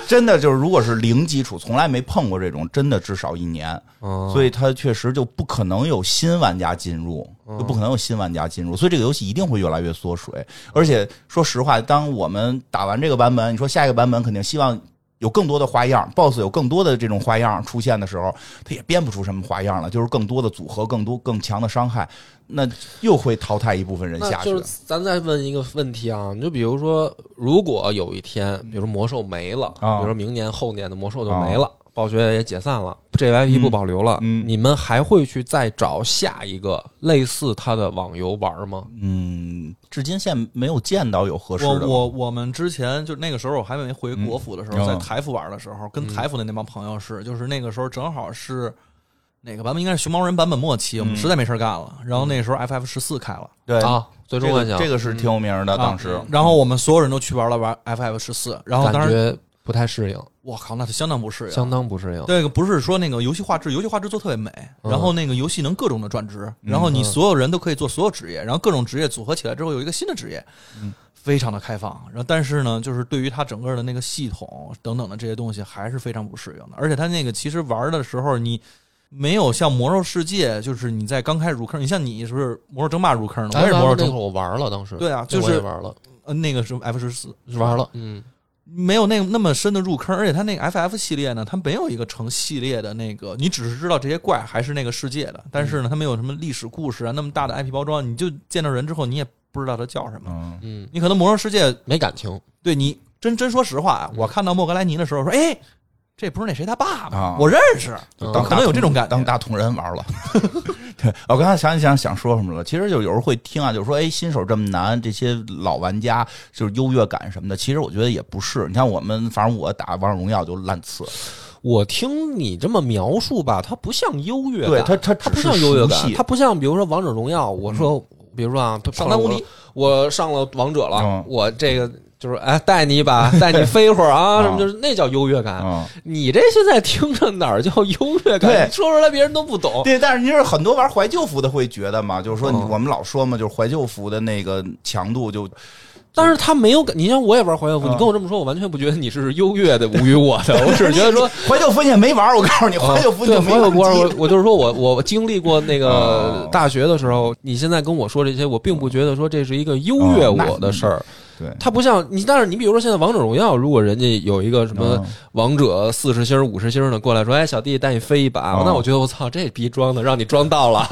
[SPEAKER 1] 真的就是，如果是零基础，从来没碰过这种，真的至少一年。
[SPEAKER 2] 嗯
[SPEAKER 1] 所以它确实就不可能有新玩家进入，
[SPEAKER 2] 哦
[SPEAKER 1] 就不可能有新玩家进入，所以这个游戏一定会越来越缩水。而且说实话，当我们打完这个版本，你说下一个版本肯定希望。有更多的花样，BOSS 有更多的这种花样出现的时候，他也编不出什么花样了，就是更多的组合、更多更强的伤害，那又会淘汰一部分人
[SPEAKER 2] 那
[SPEAKER 1] 下去。
[SPEAKER 2] 就是咱再问一个问题啊，你就比如说，如果有一天，比如说魔兽没了，
[SPEAKER 1] 啊
[SPEAKER 2] 比如说明年后年的魔兽就没了，暴雪也解散了，JYP 不保留了，
[SPEAKER 1] 嗯
[SPEAKER 2] 你们还会去再找下一个类似它的网游玩吗？
[SPEAKER 1] 嗯，至今现在没有见到有合适
[SPEAKER 3] 我
[SPEAKER 1] 的。
[SPEAKER 3] 我我们之前就那个时候我还没回国服的时候，
[SPEAKER 1] 嗯
[SPEAKER 3] 在台服玩的时候，跟台服的那帮朋友是，就是那个时候正好是哪个版本，应该是熊猫人版本末期，我
[SPEAKER 1] 嗯
[SPEAKER 3] 们实在没事儿干了。然后那时候 FF 十四开了，
[SPEAKER 1] 对
[SPEAKER 2] 啊，最终
[SPEAKER 1] 哎这
[SPEAKER 2] 幻
[SPEAKER 1] 个
[SPEAKER 2] 想、
[SPEAKER 1] 这个是挺有名的，
[SPEAKER 3] 啊
[SPEAKER 1] 当时、
[SPEAKER 3] 然后我们所有人都去玩了玩 FF 十四，然后当
[SPEAKER 2] 感
[SPEAKER 3] 时
[SPEAKER 2] 觉不太适应，
[SPEAKER 3] 我靠，那是相当不适应。
[SPEAKER 2] 相当不适应。
[SPEAKER 3] 这个不是说那个游戏画质，游戏画质做特别美，
[SPEAKER 2] 嗯
[SPEAKER 3] 然后那个游戏能各种的转职，然后你所有人都可以做所有职业，然后各种职业组合起来之后有一个新的职业，非常的开放。然后但是呢，就是对于它整个的那个系统等等的这些东西还是非常不适应的，而且它那个其实玩的时候你。没有像魔兽世界，就是你在刚开始入坑，你像你是不是魔兽争霸入坑的？我也是魔兽
[SPEAKER 2] 那
[SPEAKER 3] 争
[SPEAKER 2] 会儿我玩了，当时
[SPEAKER 3] 对啊
[SPEAKER 2] 那我
[SPEAKER 3] 就是
[SPEAKER 2] 也玩了，
[SPEAKER 3] 呃那个是 F 十四
[SPEAKER 2] 玩了，嗯，
[SPEAKER 3] 没有那那么深的入坑，而且它那个 FF 系列呢，它没有一个成系列的那个，你只是知道这些怪还是那个世界的，但是
[SPEAKER 1] 嗯
[SPEAKER 3] 呢，它没有什么历史故事啊，那么大的 IP 包装，你就见到人之后，你也不知道他叫什么。
[SPEAKER 1] 嗯，
[SPEAKER 2] 嗯，
[SPEAKER 3] 你可能魔兽世界
[SPEAKER 2] 没感情，
[SPEAKER 3] 对你真真说实话啊，我看到莫格莱尼的时候说，哎，这不是那谁他爸吗？
[SPEAKER 1] 啊
[SPEAKER 3] 我认识，
[SPEAKER 2] 嗯
[SPEAKER 3] 可能有这种感觉。
[SPEAKER 1] 当大同人玩了。 <laughs> 对，我刚才想想想说什么了。其实就有时候会听啊，就是说，哎，新手这么难，这些老玩家就是优越感什么的。其实我觉得也不是。你看我们，反正我打王者荣耀就烂次，
[SPEAKER 2] 我听你这么描述吧，它不像优越感，
[SPEAKER 1] 对它它只
[SPEAKER 2] 它不像
[SPEAKER 1] 是
[SPEAKER 2] 优越
[SPEAKER 1] 熟
[SPEAKER 2] 感，
[SPEAKER 1] 悉嗯
[SPEAKER 2] 它不像比如说王者荣耀，我说、比如说啊，
[SPEAKER 3] 上单无敌，
[SPEAKER 2] 我上了王者了，
[SPEAKER 1] 嗯
[SPEAKER 2] 我这个就是哎带你一把，带你飞一会儿啊，
[SPEAKER 1] 嗯
[SPEAKER 2] 什么就是那叫优越感。
[SPEAKER 1] 嗯。
[SPEAKER 2] 你这现在听着哪儿叫优越
[SPEAKER 1] 对
[SPEAKER 2] 感？你说出来别人都不懂。
[SPEAKER 1] 对，但是你是很多玩怀旧服的会觉得嘛，就是说你
[SPEAKER 2] 嗯
[SPEAKER 1] 我们老说嘛，就是怀旧服的那个强度就
[SPEAKER 2] 但是他没有感，你像我也玩怀旧服，
[SPEAKER 1] 嗯
[SPEAKER 2] 你跟我这么说，我完全不觉得你是优越的无与我的，我只是觉得说。
[SPEAKER 1] 怀旧服你也没玩，我告 <laughs> 诉你，怀旧服你
[SPEAKER 2] 嗯对
[SPEAKER 1] 就
[SPEAKER 2] 怀
[SPEAKER 1] 没
[SPEAKER 2] 旧
[SPEAKER 1] 玩
[SPEAKER 2] 服，我
[SPEAKER 1] 机
[SPEAKER 2] 我就是说我我经历过那个
[SPEAKER 1] 哦
[SPEAKER 2] 大学的时候，你现在跟我说这些，我并不觉得说这是一个优越
[SPEAKER 1] 哦那
[SPEAKER 2] 我的事儿。
[SPEAKER 1] 对
[SPEAKER 2] 它不像你，但是你比如说现在王者荣耀，如果人家有一个什么
[SPEAKER 1] 嗯
[SPEAKER 2] 王者四十星、五十星的过来说，哎，小弟带你飞一把，
[SPEAKER 1] 哦
[SPEAKER 2] 那我觉得我操，这逼装的让你装到
[SPEAKER 1] <laughs>
[SPEAKER 2] 了，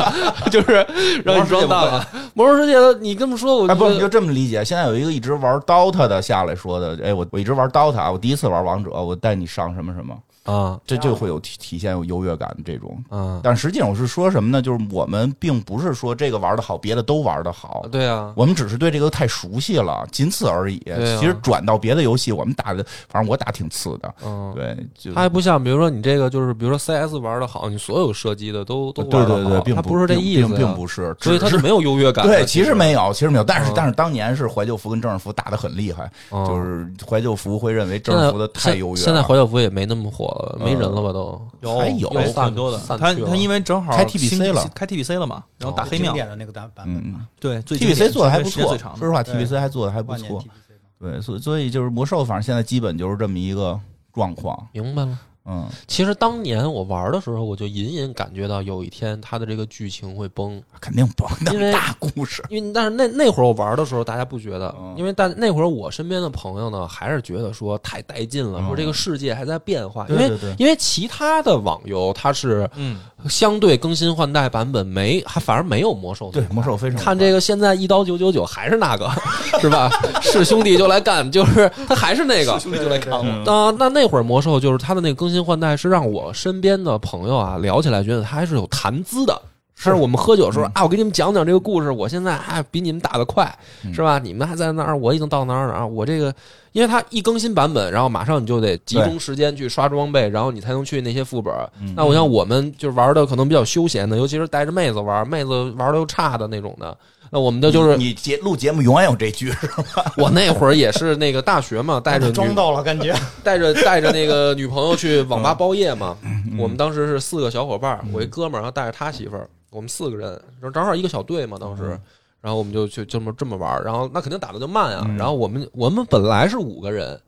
[SPEAKER 2] 就是让你装到了。魔兽世界的你这么说，我
[SPEAKER 1] 哎，不，
[SPEAKER 2] 觉
[SPEAKER 1] 你就
[SPEAKER 2] 得
[SPEAKER 1] 这么理解。现在有一个一直玩 DOTA 的下来说的，哎，我我一直玩 DOTA，啊我第一次玩王者，我带你上什么什么，
[SPEAKER 2] 啊
[SPEAKER 1] 这就会有体体现有优越感这种。
[SPEAKER 2] 啊，
[SPEAKER 1] 但实际上我是说什么呢？就是我们并不是说这个玩的好，别的都玩的好，
[SPEAKER 2] 对啊，
[SPEAKER 1] 我们只是对这个太熟悉了，仅此而已。
[SPEAKER 2] 对啊
[SPEAKER 1] 其实转到别的游戏，我们打的，反正我打挺次的，
[SPEAKER 2] 嗯。
[SPEAKER 1] 对，就
[SPEAKER 2] 它还不像，比如说你这个就是，比如说 CS 玩的好，你所有射击的都都
[SPEAKER 1] 对
[SPEAKER 2] 玩
[SPEAKER 1] 对
[SPEAKER 2] 的
[SPEAKER 1] 对，
[SPEAKER 2] 好，
[SPEAKER 1] 并
[SPEAKER 2] 它
[SPEAKER 1] 不
[SPEAKER 2] 不是这意思
[SPEAKER 1] 并
[SPEAKER 2] 呀，
[SPEAKER 1] 并不是，
[SPEAKER 2] 所以它
[SPEAKER 1] 只
[SPEAKER 2] 就是没有优越感的。
[SPEAKER 1] 对，其实没有，其实没有，但是
[SPEAKER 2] 嗯
[SPEAKER 1] 但是当年是怀旧服跟正式服打的很厉害，
[SPEAKER 2] 嗯
[SPEAKER 1] 就是怀旧服会认为
[SPEAKER 2] 现
[SPEAKER 1] 正
[SPEAKER 2] 在
[SPEAKER 1] 式服的太优越了，
[SPEAKER 2] 现在怀旧服也没那么火了，没人了吧都？
[SPEAKER 3] 有
[SPEAKER 1] 还有
[SPEAKER 3] 有
[SPEAKER 2] 散
[SPEAKER 3] 很多的，
[SPEAKER 2] 散
[SPEAKER 3] 他
[SPEAKER 2] 去了
[SPEAKER 3] 他因为正好
[SPEAKER 1] 开 TBC
[SPEAKER 3] 新
[SPEAKER 1] 了哦
[SPEAKER 3] 开 TBC 了嘛，然后打黑
[SPEAKER 4] 经
[SPEAKER 3] 庙，
[SPEAKER 4] 典的那个版版本
[SPEAKER 1] 嗯
[SPEAKER 4] 嘛，
[SPEAKER 3] 对最经典
[SPEAKER 1] TBC 做的还不
[SPEAKER 3] 时间
[SPEAKER 1] 错，
[SPEAKER 3] 最长
[SPEAKER 1] 说
[SPEAKER 3] 的
[SPEAKER 1] 实话
[SPEAKER 4] 对
[SPEAKER 1] ，TBC 还做的还不
[SPEAKER 4] 万年
[SPEAKER 1] 错
[SPEAKER 4] TBC 嘛
[SPEAKER 1] 对，所以所以就是魔兽，反正现在基本就是这么一个状况，
[SPEAKER 2] 明白了。
[SPEAKER 1] 嗯，
[SPEAKER 2] 其实当年我玩的时候，我就隐隐感觉到有一天它的这个剧情会崩，
[SPEAKER 1] 肯定不那
[SPEAKER 2] 因为
[SPEAKER 1] 么大故事，
[SPEAKER 2] 因为但是那那会儿我玩的时候，大家不觉得
[SPEAKER 1] 嗯，
[SPEAKER 2] 因为但那会儿我身边的朋友呢，还是觉得说太带劲了，
[SPEAKER 1] 嗯
[SPEAKER 2] 说这个世界还在变化，
[SPEAKER 1] 对
[SPEAKER 2] 因为
[SPEAKER 1] 对对。
[SPEAKER 2] 因为其他的网游它是
[SPEAKER 3] 嗯，
[SPEAKER 2] 相对更新换代版本没，还反而没有魔兽那
[SPEAKER 1] 对
[SPEAKER 2] 么
[SPEAKER 1] 魔兽非常
[SPEAKER 2] 看这个现在一刀九九九还是那个， <laughs> 是吧？是兄弟就来干， <laughs> 就是他还是那个。
[SPEAKER 3] 兄弟就来看我。
[SPEAKER 1] 嗯
[SPEAKER 2] 啊、那那会儿魔兽就是它的那个更新换代，是让我身边的朋友啊聊起来，觉得它还是有谈资的。是我们喝酒的时候、啊，我给你们讲讲这个故事，我现在啊比你们打得快，
[SPEAKER 1] 嗯
[SPEAKER 2] 是吧？你们还在那儿，我已经到哪儿哪儿，我这个，因为它一更新版本，然后马上你就得集中时间去刷装备，然后你才能去那些副本。
[SPEAKER 1] 嗯
[SPEAKER 2] 那我像我们就是玩的可能比较休闲的，尤其是带着妹子玩，妹子玩的又差的那种的，那我们的就是
[SPEAKER 1] 你你节录节目永远有这句，是吧
[SPEAKER 2] <laughs> 我那会儿也是那个大学
[SPEAKER 1] <laughs>
[SPEAKER 2] 嘛，带着女
[SPEAKER 4] <laughs> 装到了感觉，，
[SPEAKER 2] 带着带着那个女朋友去
[SPEAKER 1] 嗯
[SPEAKER 2] 网吧包夜嘛。我们当时是四个小伙伴儿，我一哥们儿，然后带着他媳妇儿，我们四个人，然后正好一个小队嘛，当
[SPEAKER 1] 嗯
[SPEAKER 2] 时。然后我们就去这么这么玩儿，然后那肯定打的就慢啊。
[SPEAKER 1] 嗯
[SPEAKER 2] 然后我们我们本来是五个人，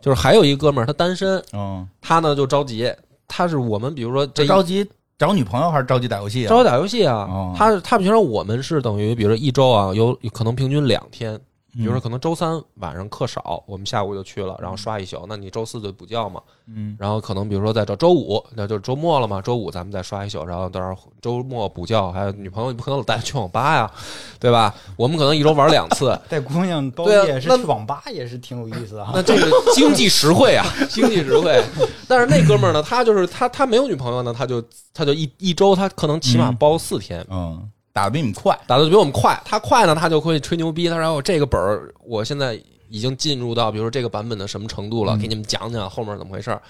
[SPEAKER 2] 就是还有一哥们儿他单身，
[SPEAKER 1] 嗯，
[SPEAKER 2] 他呢就着急，他是我们比如说
[SPEAKER 1] 这
[SPEAKER 2] 这一
[SPEAKER 1] 着急找女朋友还是着急打游戏啊？
[SPEAKER 2] 着急打游戏啊
[SPEAKER 1] 哦，
[SPEAKER 2] 他是他平常我们是等于比如说一周啊，有有可能平均两天，比如说可能周三晚上课少，我们下午就去了，然后刷一宿，那你周四就补觉嘛，
[SPEAKER 1] 嗯，
[SPEAKER 2] 然后可能比如说在这周五，那就是周末了嘛，周五咱们再刷一宿，然后到时候周末补觉，还有女朋友不可能老带她去网吧呀，对吧？我们可能一周玩两次 <laughs>
[SPEAKER 4] 带姑娘包
[SPEAKER 2] 对啊
[SPEAKER 4] 夜是
[SPEAKER 2] 那
[SPEAKER 4] 去网吧也是挺有意思的哈
[SPEAKER 2] 那。这个经济实惠啊，经济实惠。但是那哥们儿呢，他就是他他没有女朋友呢，他就他就一一周他可能起码包四天。
[SPEAKER 1] 嗯，打的比你们快，
[SPEAKER 2] 打的比我们快，他快呢，他就会吹牛逼。他说：“我这个本儿，我现在已经进入到，比如说这个版本的什么程度了，
[SPEAKER 1] 嗯
[SPEAKER 2] 给你们讲讲后面怎么回事儿。”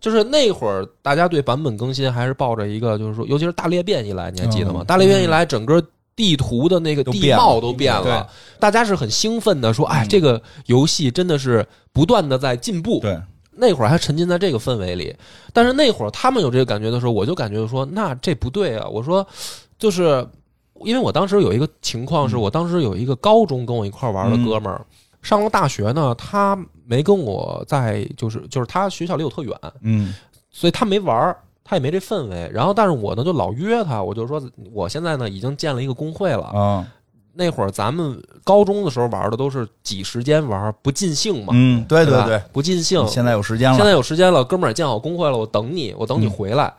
[SPEAKER 2] 就是那会儿，大家对版本更新还是抱着一个，就是说，尤其是大裂变一来，你还记得吗？
[SPEAKER 1] 嗯
[SPEAKER 2] 大裂变一来，整个地图的那个
[SPEAKER 1] 都
[SPEAKER 2] 地
[SPEAKER 1] 变了
[SPEAKER 2] 貌都变了，
[SPEAKER 1] 对嗯
[SPEAKER 2] 大家是很兴奋的说：“哎，这个游戏真的是不断的在进步。”
[SPEAKER 1] 对，
[SPEAKER 2] 那会儿还沉浸在这个氛围里，但是那会儿他们有这个感觉的时候，我就感觉说，那这不对啊！我说，就是因为我当时有一个情况是，
[SPEAKER 1] 嗯
[SPEAKER 2] 我当时有一个高中跟我一块儿玩的哥们儿，上了大学呢，他没跟我在，就是就是他学校离我特远，
[SPEAKER 1] 嗯，
[SPEAKER 2] 所以他没玩儿，他也没这氛围。然后，但是我呢就老约他，我就说，我现在呢已经建了一个工会了，
[SPEAKER 1] 啊，
[SPEAKER 2] 那会儿咱们高中的时候玩的都是挤时间玩，不尽兴嘛。
[SPEAKER 1] 嗯，对
[SPEAKER 2] 对
[SPEAKER 1] 对
[SPEAKER 2] 吧
[SPEAKER 1] 对，，嗯
[SPEAKER 2] 不尽兴。
[SPEAKER 1] 现在有时间
[SPEAKER 2] 现
[SPEAKER 1] 了，嗯
[SPEAKER 2] 在有时间了，哥们儿，建好工会了，我等你，我等你回来。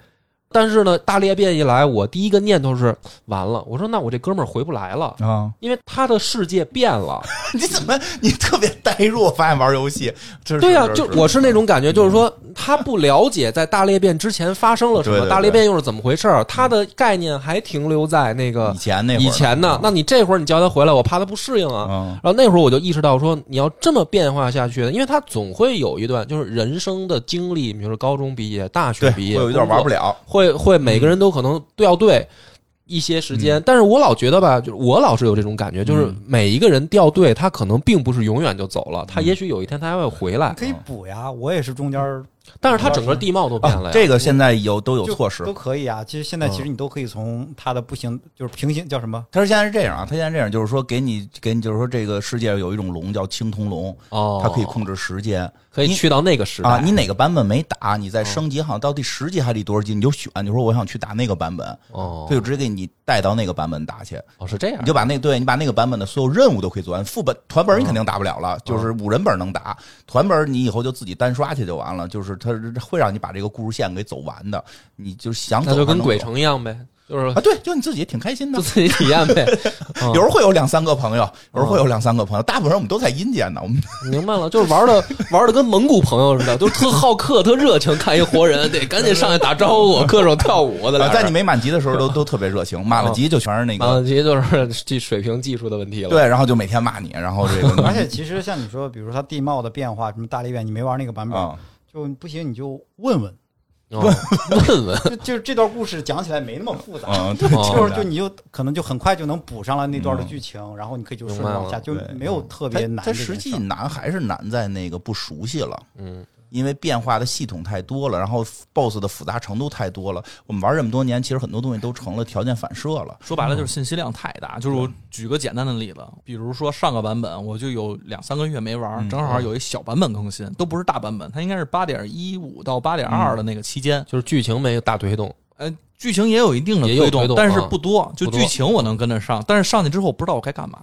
[SPEAKER 2] 但是呢，大裂变一来，我第一个念头是完了。我说那我这哥们儿回不来了，
[SPEAKER 1] 啊，
[SPEAKER 2] 因为他的世界变
[SPEAKER 1] <laughs>
[SPEAKER 2] 了。
[SPEAKER 1] 你怎么你特别呆弱？发现玩游戏，这是
[SPEAKER 2] 对呀、
[SPEAKER 1] 是
[SPEAKER 2] 就是我是那种感觉，就是说他不了解在大裂变之前发生了什
[SPEAKER 1] 对对
[SPEAKER 2] 么，
[SPEAKER 1] 对
[SPEAKER 2] 大裂变又是怎么回事儿，他的概念还停留在那个
[SPEAKER 1] 以前那会儿
[SPEAKER 2] 以前呢。那你这会儿你叫他回来，我怕他不适应啊。
[SPEAKER 1] 嗯，
[SPEAKER 2] 然后那会儿我就意识到说，你要这么变化下去，因为他总会有一段就是人生的经历，比如说高中毕业、大学
[SPEAKER 1] 对，
[SPEAKER 2] 毕
[SPEAKER 1] 会
[SPEAKER 2] 业，
[SPEAKER 1] 有一段玩不了，
[SPEAKER 2] 会会每个人都可能都要对一些时
[SPEAKER 1] 嗯
[SPEAKER 2] 间，但是我老觉得吧，就是我老是有这种感觉，就是每一个人掉队，他可能并不是永远就走了，
[SPEAKER 1] 嗯
[SPEAKER 2] 他也许有一天他还会回来，
[SPEAKER 4] 可以补呀，我也是中间儿
[SPEAKER 2] 但是他整个地貌都变了呀。
[SPEAKER 1] 嗯啊这个现在有都有
[SPEAKER 4] 就
[SPEAKER 1] 措施
[SPEAKER 4] 都，可以啊。其实现在
[SPEAKER 2] 嗯
[SPEAKER 4] 其实你都可以从他的不行，就是平行叫什么？
[SPEAKER 1] 他是现在是这样啊，他现在这样就是说给你给你就是说这个世界有一种龙叫青铜龙，
[SPEAKER 2] 哦，
[SPEAKER 1] 它可以控制时间
[SPEAKER 2] 可以去到那个时代哦
[SPEAKER 1] 啊。你哪个版本没打，你在升级好像到第十级还是第多少级，你就选，你说我想去打那个版本，
[SPEAKER 2] 哦
[SPEAKER 1] 他，就直接给你带到那个版本打去，
[SPEAKER 2] 哦是这样
[SPEAKER 1] 你就把那对你把那个版本的所有任务都可以做完。副本团本你
[SPEAKER 2] 嗯
[SPEAKER 1] 肯定打不了了，就是五人本能打，团本你以后就自己单刷去就完了。就是它会让你把这个故事线给走完的，你就想走
[SPEAKER 2] 那就
[SPEAKER 1] 还
[SPEAKER 2] 跟
[SPEAKER 1] 能
[SPEAKER 2] 鬼
[SPEAKER 1] 走
[SPEAKER 2] 城一样呗，就是
[SPEAKER 1] 啊，对，就你自己也挺开心的
[SPEAKER 2] 就。自己体验
[SPEAKER 1] <laughs>
[SPEAKER 2] 呗。嗯
[SPEAKER 1] 有时候会有两三个朋友，有时候会有两三个朋友，大部分人我们都在阴间呢。我们
[SPEAKER 2] 明白了，就是玩的玩的跟蒙古朋友似的，都特好客、特热情，看一活人得赶紧上去打
[SPEAKER 1] <laughs>
[SPEAKER 2] 招呼，各种跳舞的。
[SPEAKER 1] 呃在你
[SPEAKER 2] 们
[SPEAKER 1] 没满级的时候
[SPEAKER 2] <laughs>
[SPEAKER 1] 都都特别热情，满了级就全是那
[SPEAKER 2] 啊，
[SPEAKER 1] 个
[SPEAKER 2] 这些就是这水平技术的问题了。
[SPEAKER 1] 对，然后就每天骂你，然后这
[SPEAKER 2] <laughs>
[SPEAKER 1] 个
[SPEAKER 2] 哎
[SPEAKER 4] 而且其实像你说，比如说它地貌的变化，什么大力变，你没玩那个版本，
[SPEAKER 1] 啊，
[SPEAKER 4] 就不行你就问问，
[SPEAKER 2] 哦，问问
[SPEAKER 4] 就就是这段故事讲起来没那么复杂。
[SPEAKER 2] <laughs>
[SPEAKER 1] 嗯，对，
[SPEAKER 2] 哦
[SPEAKER 4] 就是就你就可能就很快就能补上来那段的剧情，
[SPEAKER 1] 嗯
[SPEAKER 4] 然后你可以就顺着
[SPEAKER 2] 明白
[SPEAKER 4] 往下，
[SPEAKER 2] 了
[SPEAKER 4] 就
[SPEAKER 1] 对
[SPEAKER 4] 没有特别难
[SPEAKER 1] 它
[SPEAKER 4] 这件事儿。
[SPEAKER 1] 实际难还是难在那个不熟悉了，
[SPEAKER 2] 嗯，
[SPEAKER 1] 因为变化的系统太多了，然后 BOSS 的复杂程度太多了。我们玩这么多年，其实很多东西都成了条件反射了。
[SPEAKER 3] 说白了就是信息量太大。就是我举个简单的例子，比如说上个版本我就有两三个月没玩儿，正好有一小版本更新，都不是大版本，它应该是八点一五到八点二的那个期间。
[SPEAKER 2] 就是剧情没有大
[SPEAKER 1] <laughs>
[SPEAKER 2] 推动，
[SPEAKER 3] 嗯呃，剧情也有一定的
[SPEAKER 2] 也有
[SPEAKER 3] 推动，
[SPEAKER 2] 推动
[SPEAKER 3] 但是
[SPEAKER 2] 啊
[SPEAKER 3] 不多。嗯就
[SPEAKER 2] 不多
[SPEAKER 3] 剧情我能跟得上，但是上去之后不知道我该干嘛。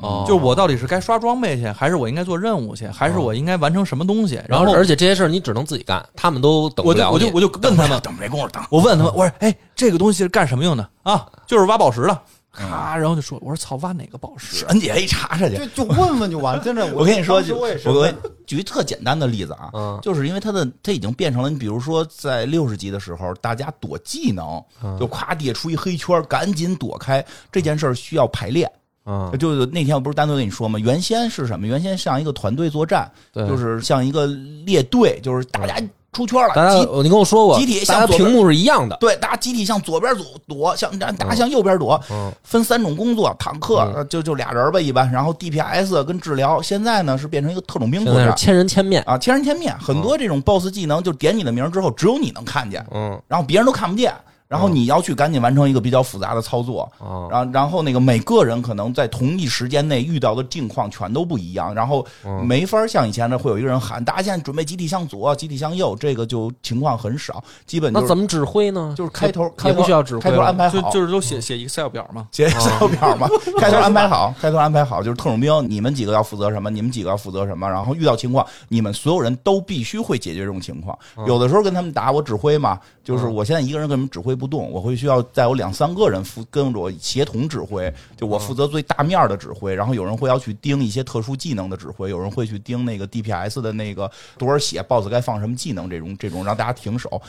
[SPEAKER 2] 哦
[SPEAKER 3] 就是我到底是该刷装备去，还是我应该做任务去，还是我应该完成什么东西？
[SPEAKER 2] 然
[SPEAKER 3] 哦后
[SPEAKER 2] 后而且这些事儿你只能自己干，他们都等不
[SPEAKER 3] 我就
[SPEAKER 2] 了
[SPEAKER 3] 我就
[SPEAKER 2] 你
[SPEAKER 3] 我就问他 <laughs> 们，
[SPEAKER 1] 等没工夫等，
[SPEAKER 3] 我问他们，我说：“哎，这个东西是干什么用的啊？就是挖宝石的。”咔，然后就说：“我说操，挖哪个宝 <laughs> 石
[SPEAKER 1] 摁姐一查查去
[SPEAKER 4] 就。就问问就完了，
[SPEAKER 1] <laughs>
[SPEAKER 4] 真的。
[SPEAKER 1] 我跟你说，
[SPEAKER 4] 当时
[SPEAKER 1] 就
[SPEAKER 4] 我也是
[SPEAKER 1] 我
[SPEAKER 4] 问
[SPEAKER 1] 我举一特简单的例子啊，
[SPEAKER 2] 嗯
[SPEAKER 1] 就是因为它的它已经变成了，你比如说在六十级的时候，大家躲技能，就咵地下出一黑圈，赶紧躲开这件事儿需要排练。
[SPEAKER 2] 啊，
[SPEAKER 1] 就是那天我不是单独跟你说吗？原先是什么？原先像一个团队作战，
[SPEAKER 2] 对嗯
[SPEAKER 1] 就是像一个列队，就是大家出圈
[SPEAKER 2] 大家
[SPEAKER 1] 了，集
[SPEAKER 2] 你跟我说过，
[SPEAKER 1] 集体向
[SPEAKER 2] 大家
[SPEAKER 1] 左边
[SPEAKER 2] 屏幕是一样的，
[SPEAKER 1] 对，大家集体向左边躲躲，向大家向右边躲，
[SPEAKER 2] 嗯
[SPEAKER 1] 分三种工作：坦克
[SPEAKER 2] 嗯
[SPEAKER 1] 呃就就俩人吧，一般，然后 DPS 跟治疗。现在呢是变成一个特种兵
[SPEAKER 2] 现
[SPEAKER 1] 作
[SPEAKER 2] 在是
[SPEAKER 1] 战
[SPEAKER 2] 千人千面，
[SPEAKER 1] 啊，千人千面，很多这种 BOSS 技能就点你的名儿之后，只有你能看见，
[SPEAKER 2] 嗯
[SPEAKER 1] 然后别人都看不见，然后你要去赶紧完成一个比较复杂的操作。
[SPEAKER 2] 啊，
[SPEAKER 1] 然后，然后那个每个人可能在同一时间内遇到的境况全都不一样，然后
[SPEAKER 2] 哦
[SPEAKER 1] 没法像以前的会有一个人喊，大家现在准备集体向左，集体向右，这个就情况很少，基本就
[SPEAKER 2] 那
[SPEAKER 1] 是
[SPEAKER 2] 怎么指挥呢？
[SPEAKER 1] 就是开头
[SPEAKER 2] 也
[SPEAKER 1] 开头
[SPEAKER 2] 不需要指挥
[SPEAKER 1] 开头
[SPEAKER 2] 了
[SPEAKER 1] 安排？”
[SPEAKER 3] 就
[SPEAKER 1] 好，
[SPEAKER 3] 就是都写写 Excel 表嘛。
[SPEAKER 1] 写 Excel 表嘛，
[SPEAKER 2] 哦
[SPEAKER 1] <laughs> 开头安排好，开头安排好，就是特种兵，你们几个要负责什么，你们几个要负责什么，然后遇到情况，你们所有人都必须会解决这种情况。
[SPEAKER 2] 哦
[SPEAKER 1] 有的时候跟他们打，我指挥嘛，就是
[SPEAKER 2] 嗯
[SPEAKER 1] 我现在一个人根本指挥不动，我会需要再有两三个人负跟着我协同指挥，就我负责最大面儿的指
[SPEAKER 2] 嗯
[SPEAKER 1] 挥，然后有人会要去盯一些特殊技能的指挥，有人会去盯那个 DPS 的那个多少血，BOSS 该放什么技能这种这种让大家停手。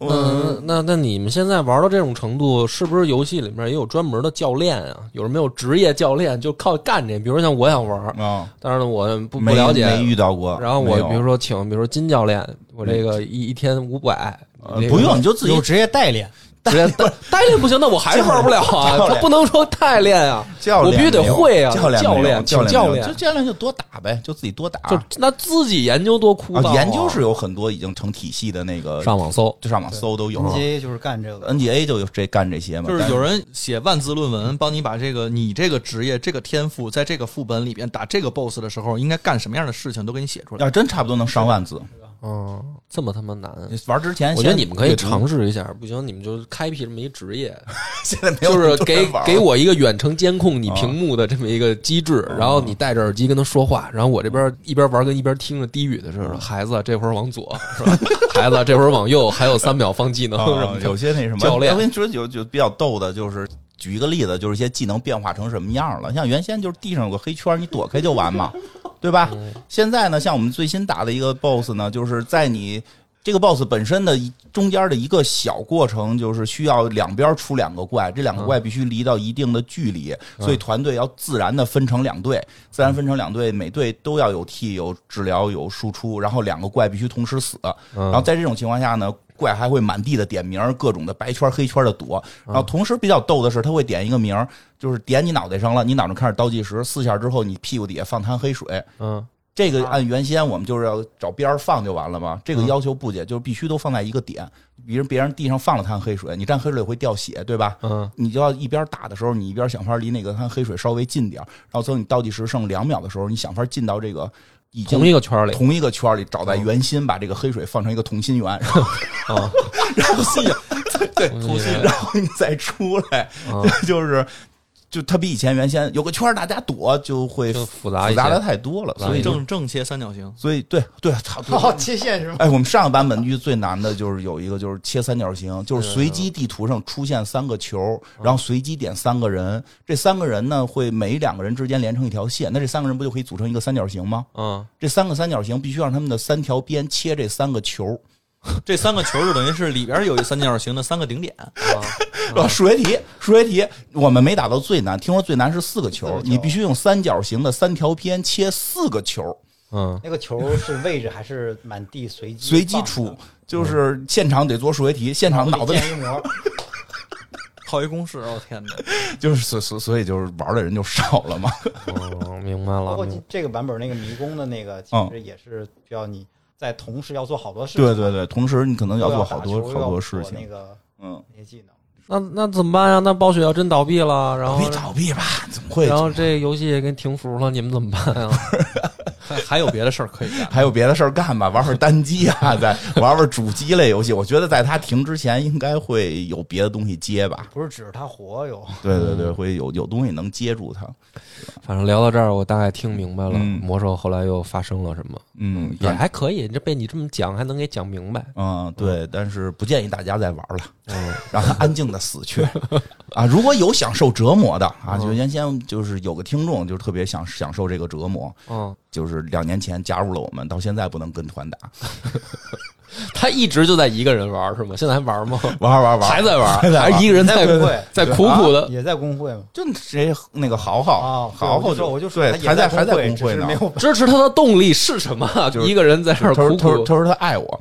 [SPEAKER 2] 嗯，那那你们现在玩到这种程度，是不是游戏里面也有专门的教练啊？有没有职业教练就靠干这？比如像我想玩，
[SPEAKER 1] 啊，
[SPEAKER 2] 但是呢，我不不
[SPEAKER 1] 没
[SPEAKER 2] 了解。
[SPEAKER 1] 没遇到过。
[SPEAKER 2] 然后我
[SPEAKER 1] 没有
[SPEAKER 2] 比如说请，比如说金教练，我这个一一天五百，
[SPEAKER 1] 呃
[SPEAKER 2] 这个
[SPEAKER 1] 不用，你就自己
[SPEAKER 4] 有职业代练，
[SPEAKER 2] <laughs> 直接代代练不行，那我还是玩不了啊
[SPEAKER 1] 教！练
[SPEAKER 2] 他不能说代练啊，
[SPEAKER 1] 教练
[SPEAKER 2] 我必须得会啊！
[SPEAKER 1] 教
[SPEAKER 2] 教
[SPEAKER 1] 练没有
[SPEAKER 2] 练，
[SPEAKER 1] 教
[SPEAKER 2] 请
[SPEAKER 1] 练
[SPEAKER 2] 教
[SPEAKER 1] 没有就
[SPEAKER 2] 练，
[SPEAKER 1] 教练就多打呗，就自己多打。
[SPEAKER 2] 就那自己研究多枯燥啊
[SPEAKER 1] 啊，研究是有很多已经成体系的那个，
[SPEAKER 2] 上网嗯搜，
[SPEAKER 1] 就上网搜都有。嗯
[SPEAKER 4] NGA 就是干这个。
[SPEAKER 1] NGA 就有这干这些嘛，
[SPEAKER 3] 就是
[SPEAKER 1] 但
[SPEAKER 3] 有人写万字论文，帮你把这个你这个职业、这个天赋，在这个副本里边打这个 BOSS 的时候，应该干什么样的事情都给你写出来。
[SPEAKER 1] 要真差不多能上万字，
[SPEAKER 2] 嗯，这么他妈难。
[SPEAKER 1] 你玩之前先
[SPEAKER 2] 我觉得你们可以
[SPEAKER 1] 阅读，
[SPEAKER 2] 尝试一下，不行你们就开辟这么一职业，
[SPEAKER 1] <laughs> 现在没有
[SPEAKER 2] 就是
[SPEAKER 1] 很多人
[SPEAKER 2] 给
[SPEAKER 1] 玩
[SPEAKER 2] 给我一个远程监控你
[SPEAKER 1] 啊嗯
[SPEAKER 2] 屏幕的这么一个机制，然后你戴着耳机跟他说话，然后我这边一边玩跟一边听着低语的时
[SPEAKER 1] 嗯
[SPEAKER 2] 候，孩子这会儿往左是吧？孩子这会儿往右，还有三秒放技能什
[SPEAKER 1] 啊
[SPEAKER 2] 么，的嗯
[SPEAKER 1] 有。些那什么
[SPEAKER 2] 教练
[SPEAKER 1] 我跟你说，有就比较逗的，就是举一个例子，就是一些技能变化成什么样了。像原先就是地上有个黑圈，你躲开就完
[SPEAKER 2] <laughs>
[SPEAKER 1] 嘛，对吧？
[SPEAKER 2] 嗯
[SPEAKER 1] 现在呢，像我们最新打的一个 BOSS 呢，就是在你。这个 boss 本身的一中间的一个小过程，就是需要两边出两个怪，这两
[SPEAKER 2] 嗯
[SPEAKER 1] 个怪必须离到一定的距离，所以团队要自然的分成两队，自然分成两队，每队都要有 T 有治疗有输出，然后两个怪必须同时死，
[SPEAKER 2] 嗯
[SPEAKER 1] 然后在这种情况下呢，怪还会满地的点名儿，各种的白圈儿黑圈儿的躲。然后同时比较逗的是，他会点一个名儿，就是点你脑袋上了，你脑袋开始倒计时，四下之后你屁股底下放滩黑水。
[SPEAKER 2] 嗯
[SPEAKER 1] 这个按原先我们就是要找边儿放就完了嘛，这个要求不解，就是必须都放在一个点。比如别人地上放了滩黑水，你沾黑水会掉血，对吧？
[SPEAKER 2] 嗯
[SPEAKER 1] 你就要一边打的时候，你一边想法离那个滩黑水稍微近点儿，然后从你倒计时剩两秒的时候，你想法进到这个已经
[SPEAKER 2] 同一个圈儿里
[SPEAKER 1] 同一个圈儿里找
[SPEAKER 2] 哦
[SPEAKER 1] 在圆心，把这个黑水放成一个同心圆，然后
[SPEAKER 2] 啊，
[SPEAKER 1] <laughs> 然后吸引，对对，
[SPEAKER 2] 同
[SPEAKER 1] 吐
[SPEAKER 2] 心
[SPEAKER 1] 信
[SPEAKER 2] 圆哦
[SPEAKER 1] 然后你再出来，这 <laughs> 就是就它比以前原先有个圈儿大家躲，就会
[SPEAKER 2] 就
[SPEAKER 1] 复
[SPEAKER 2] 复杂一些
[SPEAKER 1] 杂的太多了，
[SPEAKER 2] 复杂
[SPEAKER 1] 所以
[SPEAKER 2] 一些
[SPEAKER 1] 就
[SPEAKER 3] 正正切三角形，
[SPEAKER 1] 所以对对，差
[SPEAKER 4] <laughs>
[SPEAKER 1] 不
[SPEAKER 4] 哦，
[SPEAKER 1] 多。
[SPEAKER 4] 切线是吗？
[SPEAKER 1] 哎，我们上个版本遇最难的就是有一个就是切三角形，就是随机地图上出现三个球，
[SPEAKER 2] 嗯
[SPEAKER 1] 然后随机点三个人，这三个人呢会每两个人之间连成一条线，那这三个人不就可以组成一个三角形吗？
[SPEAKER 2] 嗯，
[SPEAKER 1] 这三个三角形必须让他们的三条边切这三个球，
[SPEAKER 3] 这三个球就等于是里边有一三角形的三个顶点，
[SPEAKER 4] 嗯
[SPEAKER 1] 啊，数学题，数学题，我们没打到最难，听说最难是四个球，
[SPEAKER 4] 四个球
[SPEAKER 1] 你必须用三角形的三条边切四个球，
[SPEAKER 2] 嗯
[SPEAKER 4] 那个球是位置还是满地随机
[SPEAKER 1] 随机
[SPEAKER 4] 放的
[SPEAKER 1] 出，，就是现场得做数学题，现场脑子里
[SPEAKER 4] 建一
[SPEAKER 1] <laughs>
[SPEAKER 4] 模，
[SPEAKER 3] 套一公式，我、天哪！
[SPEAKER 1] 就是所所所以就是玩的人就少了嘛，
[SPEAKER 2] 哦，明白
[SPEAKER 4] 包
[SPEAKER 2] 了。
[SPEAKER 4] 括
[SPEAKER 2] 明
[SPEAKER 4] 这个版本那个迷宫的那个，其
[SPEAKER 1] 嗯
[SPEAKER 4] 实也是需要你在同时要做好多事情，
[SPEAKER 1] 对对对，同时你可能
[SPEAKER 4] 又
[SPEAKER 1] 要
[SPEAKER 4] 要
[SPEAKER 1] 做好多
[SPEAKER 4] 打球
[SPEAKER 1] 好
[SPEAKER 4] 又
[SPEAKER 1] 多
[SPEAKER 4] 要
[SPEAKER 1] 事
[SPEAKER 4] 做那
[SPEAKER 1] 情，
[SPEAKER 4] 个
[SPEAKER 1] 嗯，
[SPEAKER 4] 那些技能。
[SPEAKER 2] 那那怎么办呀？那暴雪要真倒闭了，然
[SPEAKER 1] 倒
[SPEAKER 2] 后
[SPEAKER 1] 闭倒闭吧，怎么会？
[SPEAKER 2] 然后这游戏也给停服了，你们怎么办呀？
[SPEAKER 3] 还还有别的事儿可以干。
[SPEAKER 1] 还有别的事儿干吧，玩会儿单机啊，再玩玩主机类游戏。我觉得在它停之前，应该会有别的东西接吧。
[SPEAKER 4] 不是指着他活哟， <laughs>
[SPEAKER 1] 对对
[SPEAKER 4] 嗯
[SPEAKER 1] 对，会有有东西能接住它。
[SPEAKER 2] <laughs> 反正聊到这儿，我大概听明白了，
[SPEAKER 1] 嗯
[SPEAKER 2] 魔兽后来又发生了什么，
[SPEAKER 1] 嗯，
[SPEAKER 2] 也还可以。这被你这么讲，还能给讲明白。
[SPEAKER 1] 嗯，对，但是不建议大家再玩了，
[SPEAKER 2] <laughs> 嗯，
[SPEAKER 1] 让它安静的死去啊！如果有享受折磨的
[SPEAKER 4] 嗯
[SPEAKER 1] 啊，就原先就是有个听众就是特别想享受这个折磨，
[SPEAKER 2] 嗯，
[SPEAKER 1] 就是两年前加入了我们，到现在不能跟团打，
[SPEAKER 2] <laughs> 他一直就在一个人玩是吗？现在还玩吗？
[SPEAKER 1] 玩玩玩，
[SPEAKER 2] 还在玩，
[SPEAKER 1] 还在玩
[SPEAKER 2] 还一个人在
[SPEAKER 4] 在啊工会
[SPEAKER 2] <laughs> 在苦苦的。
[SPEAKER 4] 也在工会嘛。
[SPEAKER 1] 就谁那个豪豪，
[SPEAKER 4] 啊，
[SPEAKER 1] 豪豪
[SPEAKER 4] 我就说，我就说
[SPEAKER 1] 哦对，
[SPEAKER 4] 他
[SPEAKER 1] 还
[SPEAKER 4] 也在
[SPEAKER 1] 还在工会
[SPEAKER 4] 工只是
[SPEAKER 1] 呢
[SPEAKER 4] 没。有
[SPEAKER 2] 支持他的动力是什么？
[SPEAKER 1] 就是
[SPEAKER 2] 一个人在这
[SPEAKER 1] 他
[SPEAKER 2] 儿
[SPEAKER 1] 说
[SPEAKER 2] 苦
[SPEAKER 1] 他说
[SPEAKER 2] 苦
[SPEAKER 1] 他，说他爱
[SPEAKER 4] <laughs>
[SPEAKER 1] 我，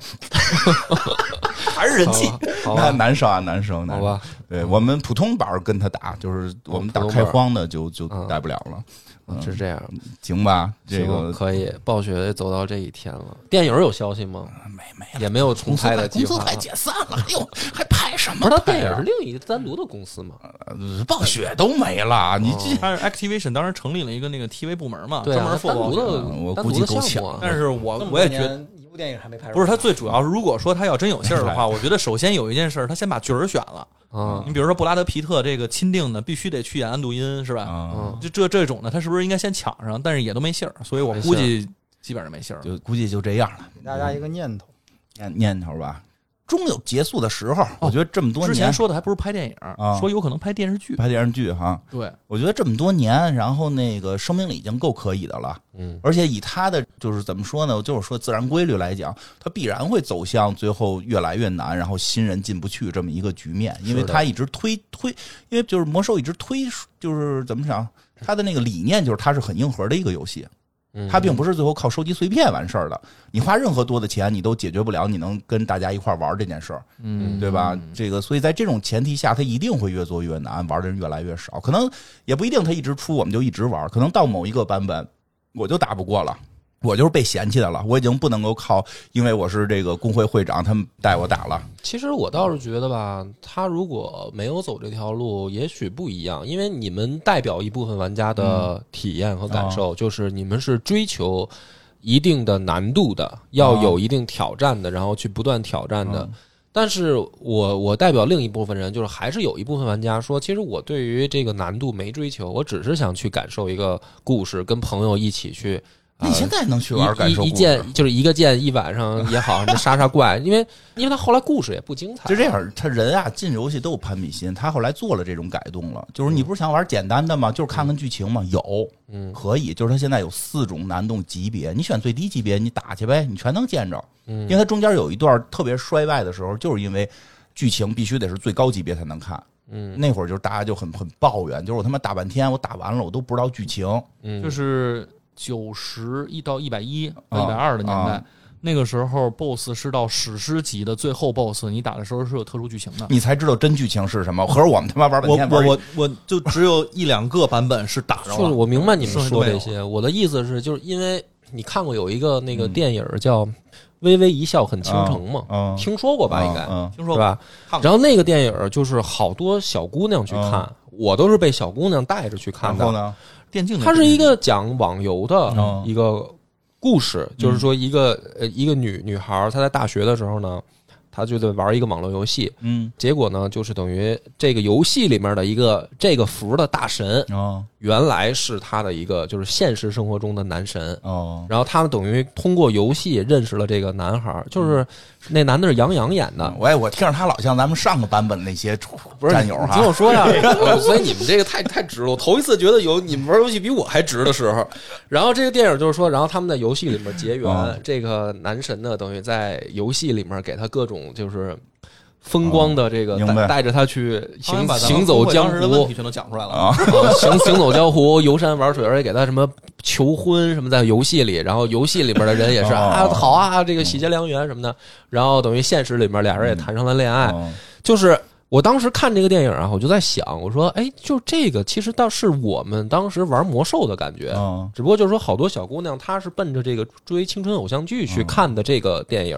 [SPEAKER 1] <laughs> 还是人气， <laughs>
[SPEAKER 2] 好吧，
[SPEAKER 1] 男生啊男生，男
[SPEAKER 2] 好
[SPEAKER 1] 生
[SPEAKER 2] 吧，
[SPEAKER 1] 对我们普通板儿跟他打，就是我们
[SPEAKER 2] 哦普
[SPEAKER 1] 打
[SPEAKER 2] 通
[SPEAKER 1] 开
[SPEAKER 2] 板儿
[SPEAKER 1] 荒的就就
[SPEAKER 2] 嗯
[SPEAKER 1] 带不了了，嗯
[SPEAKER 2] 是这样。
[SPEAKER 1] 行吧？这
[SPEAKER 2] 行
[SPEAKER 1] 个
[SPEAKER 2] 可以，暴雪走到这一天了。电影有消息吗？
[SPEAKER 1] 没没
[SPEAKER 2] 也没有
[SPEAKER 1] 哎
[SPEAKER 2] 重
[SPEAKER 1] 公司
[SPEAKER 2] 拍
[SPEAKER 1] 快
[SPEAKER 2] 的计
[SPEAKER 1] 公司
[SPEAKER 2] 划了。
[SPEAKER 1] 快解散了，还有还拍什么
[SPEAKER 2] 不
[SPEAKER 1] 啊
[SPEAKER 2] 是，他
[SPEAKER 1] 拍
[SPEAKER 2] 电影
[SPEAKER 1] 呀
[SPEAKER 2] 是？另一个单独的公司嘛？
[SPEAKER 1] 呃暴雪都没了，你这。
[SPEAKER 3] 它是 Activation 当时成立了一个那个 TV 部门嘛，
[SPEAKER 2] 对
[SPEAKER 3] 专
[SPEAKER 2] 啊
[SPEAKER 3] 门，
[SPEAKER 2] 单独
[SPEAKER 3] 做。
[SPEAKER 2] 的
[SPEAKER 1] 嗯我
[SPEAKER 2] 单
[SPEAKER 1] 估
[SPEAKER 2] 独
[SPEAKER 1] 计
[SPEAKER 2] 的
[SPEAKER 1] 够
[SPEAKER 2] 项目啊。
[SPEAKER 3] 但是我
[SPEAKER 4] 这么
[SPEAKER 3] 我也
[SPEAKER 4] 多
[SPEAKER 3] 觉得
[SPEAKER 4] 年一部电影还没拍出来，
[SPEAKER 3] 不是，它最主要。如果说它要真有信儿
[SPEAKER 1] <laughs>
[SPEAKER 3] 的话，我觉得首先有一件事儿，它先把角儿选了。
[SPEAKER 2] 啊
[SPEAKER 1] 嗯
[SPEAKER 3] 你比如说布拉德皮特这个钦定的，必须得去演安度因，是吧？
[SPEAKER 1] 啊，
[SPEAKER 2] 嗯
[SPEAKER 3] 就这这种的，他是不是应该先抢上？但是也都没信儿，所以我
[SPEAKER 2] 没信儿
[SPEAKER 3] 估计基本上没信儿了。
[SPEAKER 1] 就估计就这样了，
[SPEAKER 4] 给大家一个念头，
[SPEAKER 1] 念念头吧，终有结束的时候。我觉得这么多
[SPEAKER 3] 之
[SPEAKER 1] 年
[SPEAKER 3] 前说的还不是拍电影，
[SPEAKER 1] 啊
[SPEAKER 3] 说有可能拍电视剧。
[SPEAKER 1] 拍电视剧哈，
[SPEAKER 3] 对，
[SPEAKER 1] 我觉得这么多年，然后那个生命力已经够可以的了。
[SPEAKER 2] 嗯，
[SPEAKER 1] 而且以他的就是怎么说呢，就是说自然规律来讲，他必然会走向最后越来越难，然后新人进不去这么一个局面，因为
[SPEAKER 2] 是的
[SPEAKER 1] 他一直推推，因为就是魔兽一直推，就是怎么讲，他的那个理念就是它是很硬核的一个游戏，
[SPEAKER 2] 嗯
[SPEAKER 1] 它并不是最后靠收集碎片完事儿的，你花任何多的钱，你都解决不了你能跟大家一块儿玩这件事儿。
[SPEAKER 3] 嗯
[SPEAKER 1] 对吧？这个，所以在这种前提下，它一定会越做越难，玩的人越来越少。可能也不一定，它一直出我们就一直玩，可能到某一个版本我就打不过了。我就是被嫌弃的了，我已经不能够靠，因为我是这个工会会长，他们带我打了。
[SPEAKER 2] 其实我倒是觉得吧，他如果没有走这条路，也许不一样，因为你
[SPEAKER 1] 嗯哦
[SPEAKER 2] 们代表一部分玩家的体验和感受，就是你们是追求。一定的难度的，要
[SPEAKER 1] 哦
[SPEAKER 2] 有一定挑战的，然后去不断挑战的。但是我我代表另一部分人，就是还是有一部分玩家说，其实我对于这个难度没追求，我只是想去感受一个故事，跟朋友一起去。
[SPEAKER 1] 你现在能去玩感受
[SPEAKER 2] 啊一一一
[SPEAKER 1] 故事
[SPEAKER 2] 键就是一个键一晚上
[SPEAKER 1] <laughs>
[SPEAKER 2] 也好，什么杀杀怪，因为因为他后来故事也不精彩，
[SPEAKER 1] 就这样，他人啊进游戏都有攀比心，他后来做了这种改动了，就是
[SPEAKER 2] 嗯
[SPEAKER 1] 你不是想玩简单的吗？就是看看剧情嘛，有，嗯，可以，就是他现在有四种难度级别，你选最低级别，你打去呗，你全能见着，嗯，因为它中间有一段特别衰败的时候，就是因为剧情必须得是最高级别才能看。嗯，那会儿就是大家就很很抱怨，就是我他妈打半天，我打完了我都不知道剧情，
[SPEAKER 4] 嗯
[SPEAKER 3] 就是九十一到一百一、一
[SPEAKER 1] 啊
[SPEAKER 3] 百二的年代
[SPEAKER 1] 啊，
[SPEAKER 3] 那个时候 BOSS 是到史诗级的最后 BOSS，你打的时候是有特殊剧情的。
[SPEAKER 1] 你才知道真剧情是什么。合着我们他妈玩半
[SPEAKER 5] 我
[SPEAKER 1] 天，
[SPEAKER 5] 我
[SPEAKER 1] 玩一
[SPEAKER 5] 我我就只有一两个版本是打着
[SPEAKER 2] 是，
[SPEAKER 5] 了，
[SPEAKER 2] 我明白你们
[SPEAKER 5] 剩下
[SPEAKER 2] 说
[SPEAKER 5] 都没
[SPEAKER 2] 这
[SPEAKER 5] 有
[SPEAKER 2] 些。我的意思是，就是因为你看过有一个那个电影叫《微微一笑很倾城》嘛，
[SPEAKER 1] 嗯
[SPEAKER 2] 听说过吧？应该、
[SPEAKER 1] 嗯，
[SPEAKER 5] 听
[SPEAKER 2] 是
[SPEAKER 5] 说
[SPEAKER 2] 吧？
[SPEAKER 5] 看过
[SPEAKER 2] 然后那个电影就是好多小姑娘去看，我都是被小姑娘带着去看
[SPEAKER 1] 然后
[SPEAKER 2] 的。
[SPEAKER 1] 呢？
[SPEAKER 5] 电竞的
[SPEAKER 2] 它是一个讲网游的
[SPEAKER 1] 嗯
[SPEAKER 2] 一个故事，就是说一个呃一个女女孩儿她在大学的时候呢，她就在玩一个网络游戏，
[SPEAKER 1] 嗯，
[SPEAKER 2] 结果呢就是等于这个游戏里面的一个这个服的大神，
[SPEAKER 1] 哦
[SPEAKER 2] 原来是他的一个就是现实生活中的男神。
[SPEAKER 1] 哦，
[SPEAKER 2] 然后他们等于通过游戏认识了这个男孩儿，就是那男的是杨洋演的，
[SPEAKER 1] 哎我也我听着他老像咱们上个版本那些
[SPEAKER 2] 不是
[SPEAKER 1] 战友啊
[SPEAKER 2] 你
[SPEAKER 1] 哈
[SPEAKER 2] 听，我
[SPEAKER 1] <laughs>
[SPEAKER 2] 说呀，我所以你们这个太太值了。我头一次觉得有你们玩游戏比我还值的时候。然后这个电影就是说，然后他们在游戏里面结缘，
[SPEAKER 1] 嗯
[SPEAKER 2] 这个男神呢，等于在游戏里面给他各种就是风光的这个
[SPEAKER 1] 哦明
[SPEAKER 2] 带
[SPEAKER 1] 白
[SPEAKER 2] 带着他去
[SPEAKER 5] 好像
[SPEAKER 2] 行
[SPEAKER 5] 把咱们
[SPEAKER 2] 行走
[SPEAKER 5] 工会
[SPEAKER 2] 江
[SPEAKER 5] 当时的问
[SPEAKER 2] 湖
[SPEAKER 5] 题，全都讲出来了
[SPEAKER 1] 啊
[SPEAKER 2] <laughs> 啊行行走江湖，游山玩水，而且给他什么求婚什么，在游戏里，然后游戏里面的人也是
[SPEAKER 1] 哦
[SPEAKER 2] 啊，好啊，这个喜结良缘什么的，然后等于现实里面俩人也谈上了恋爱，
[SPEAKER 1] 嗯
[SPEAKER 2] 就是。我当时看这个电影啊，我就在想，我说，哎，就这个其实倒是我们当时玩魔兽的感觉，
[SPEAKER 1] 嗯
[SPEAKER 2] 只不过就是说，好多小姑娘她是奔着这个追青春偶像剧去看的这个电影，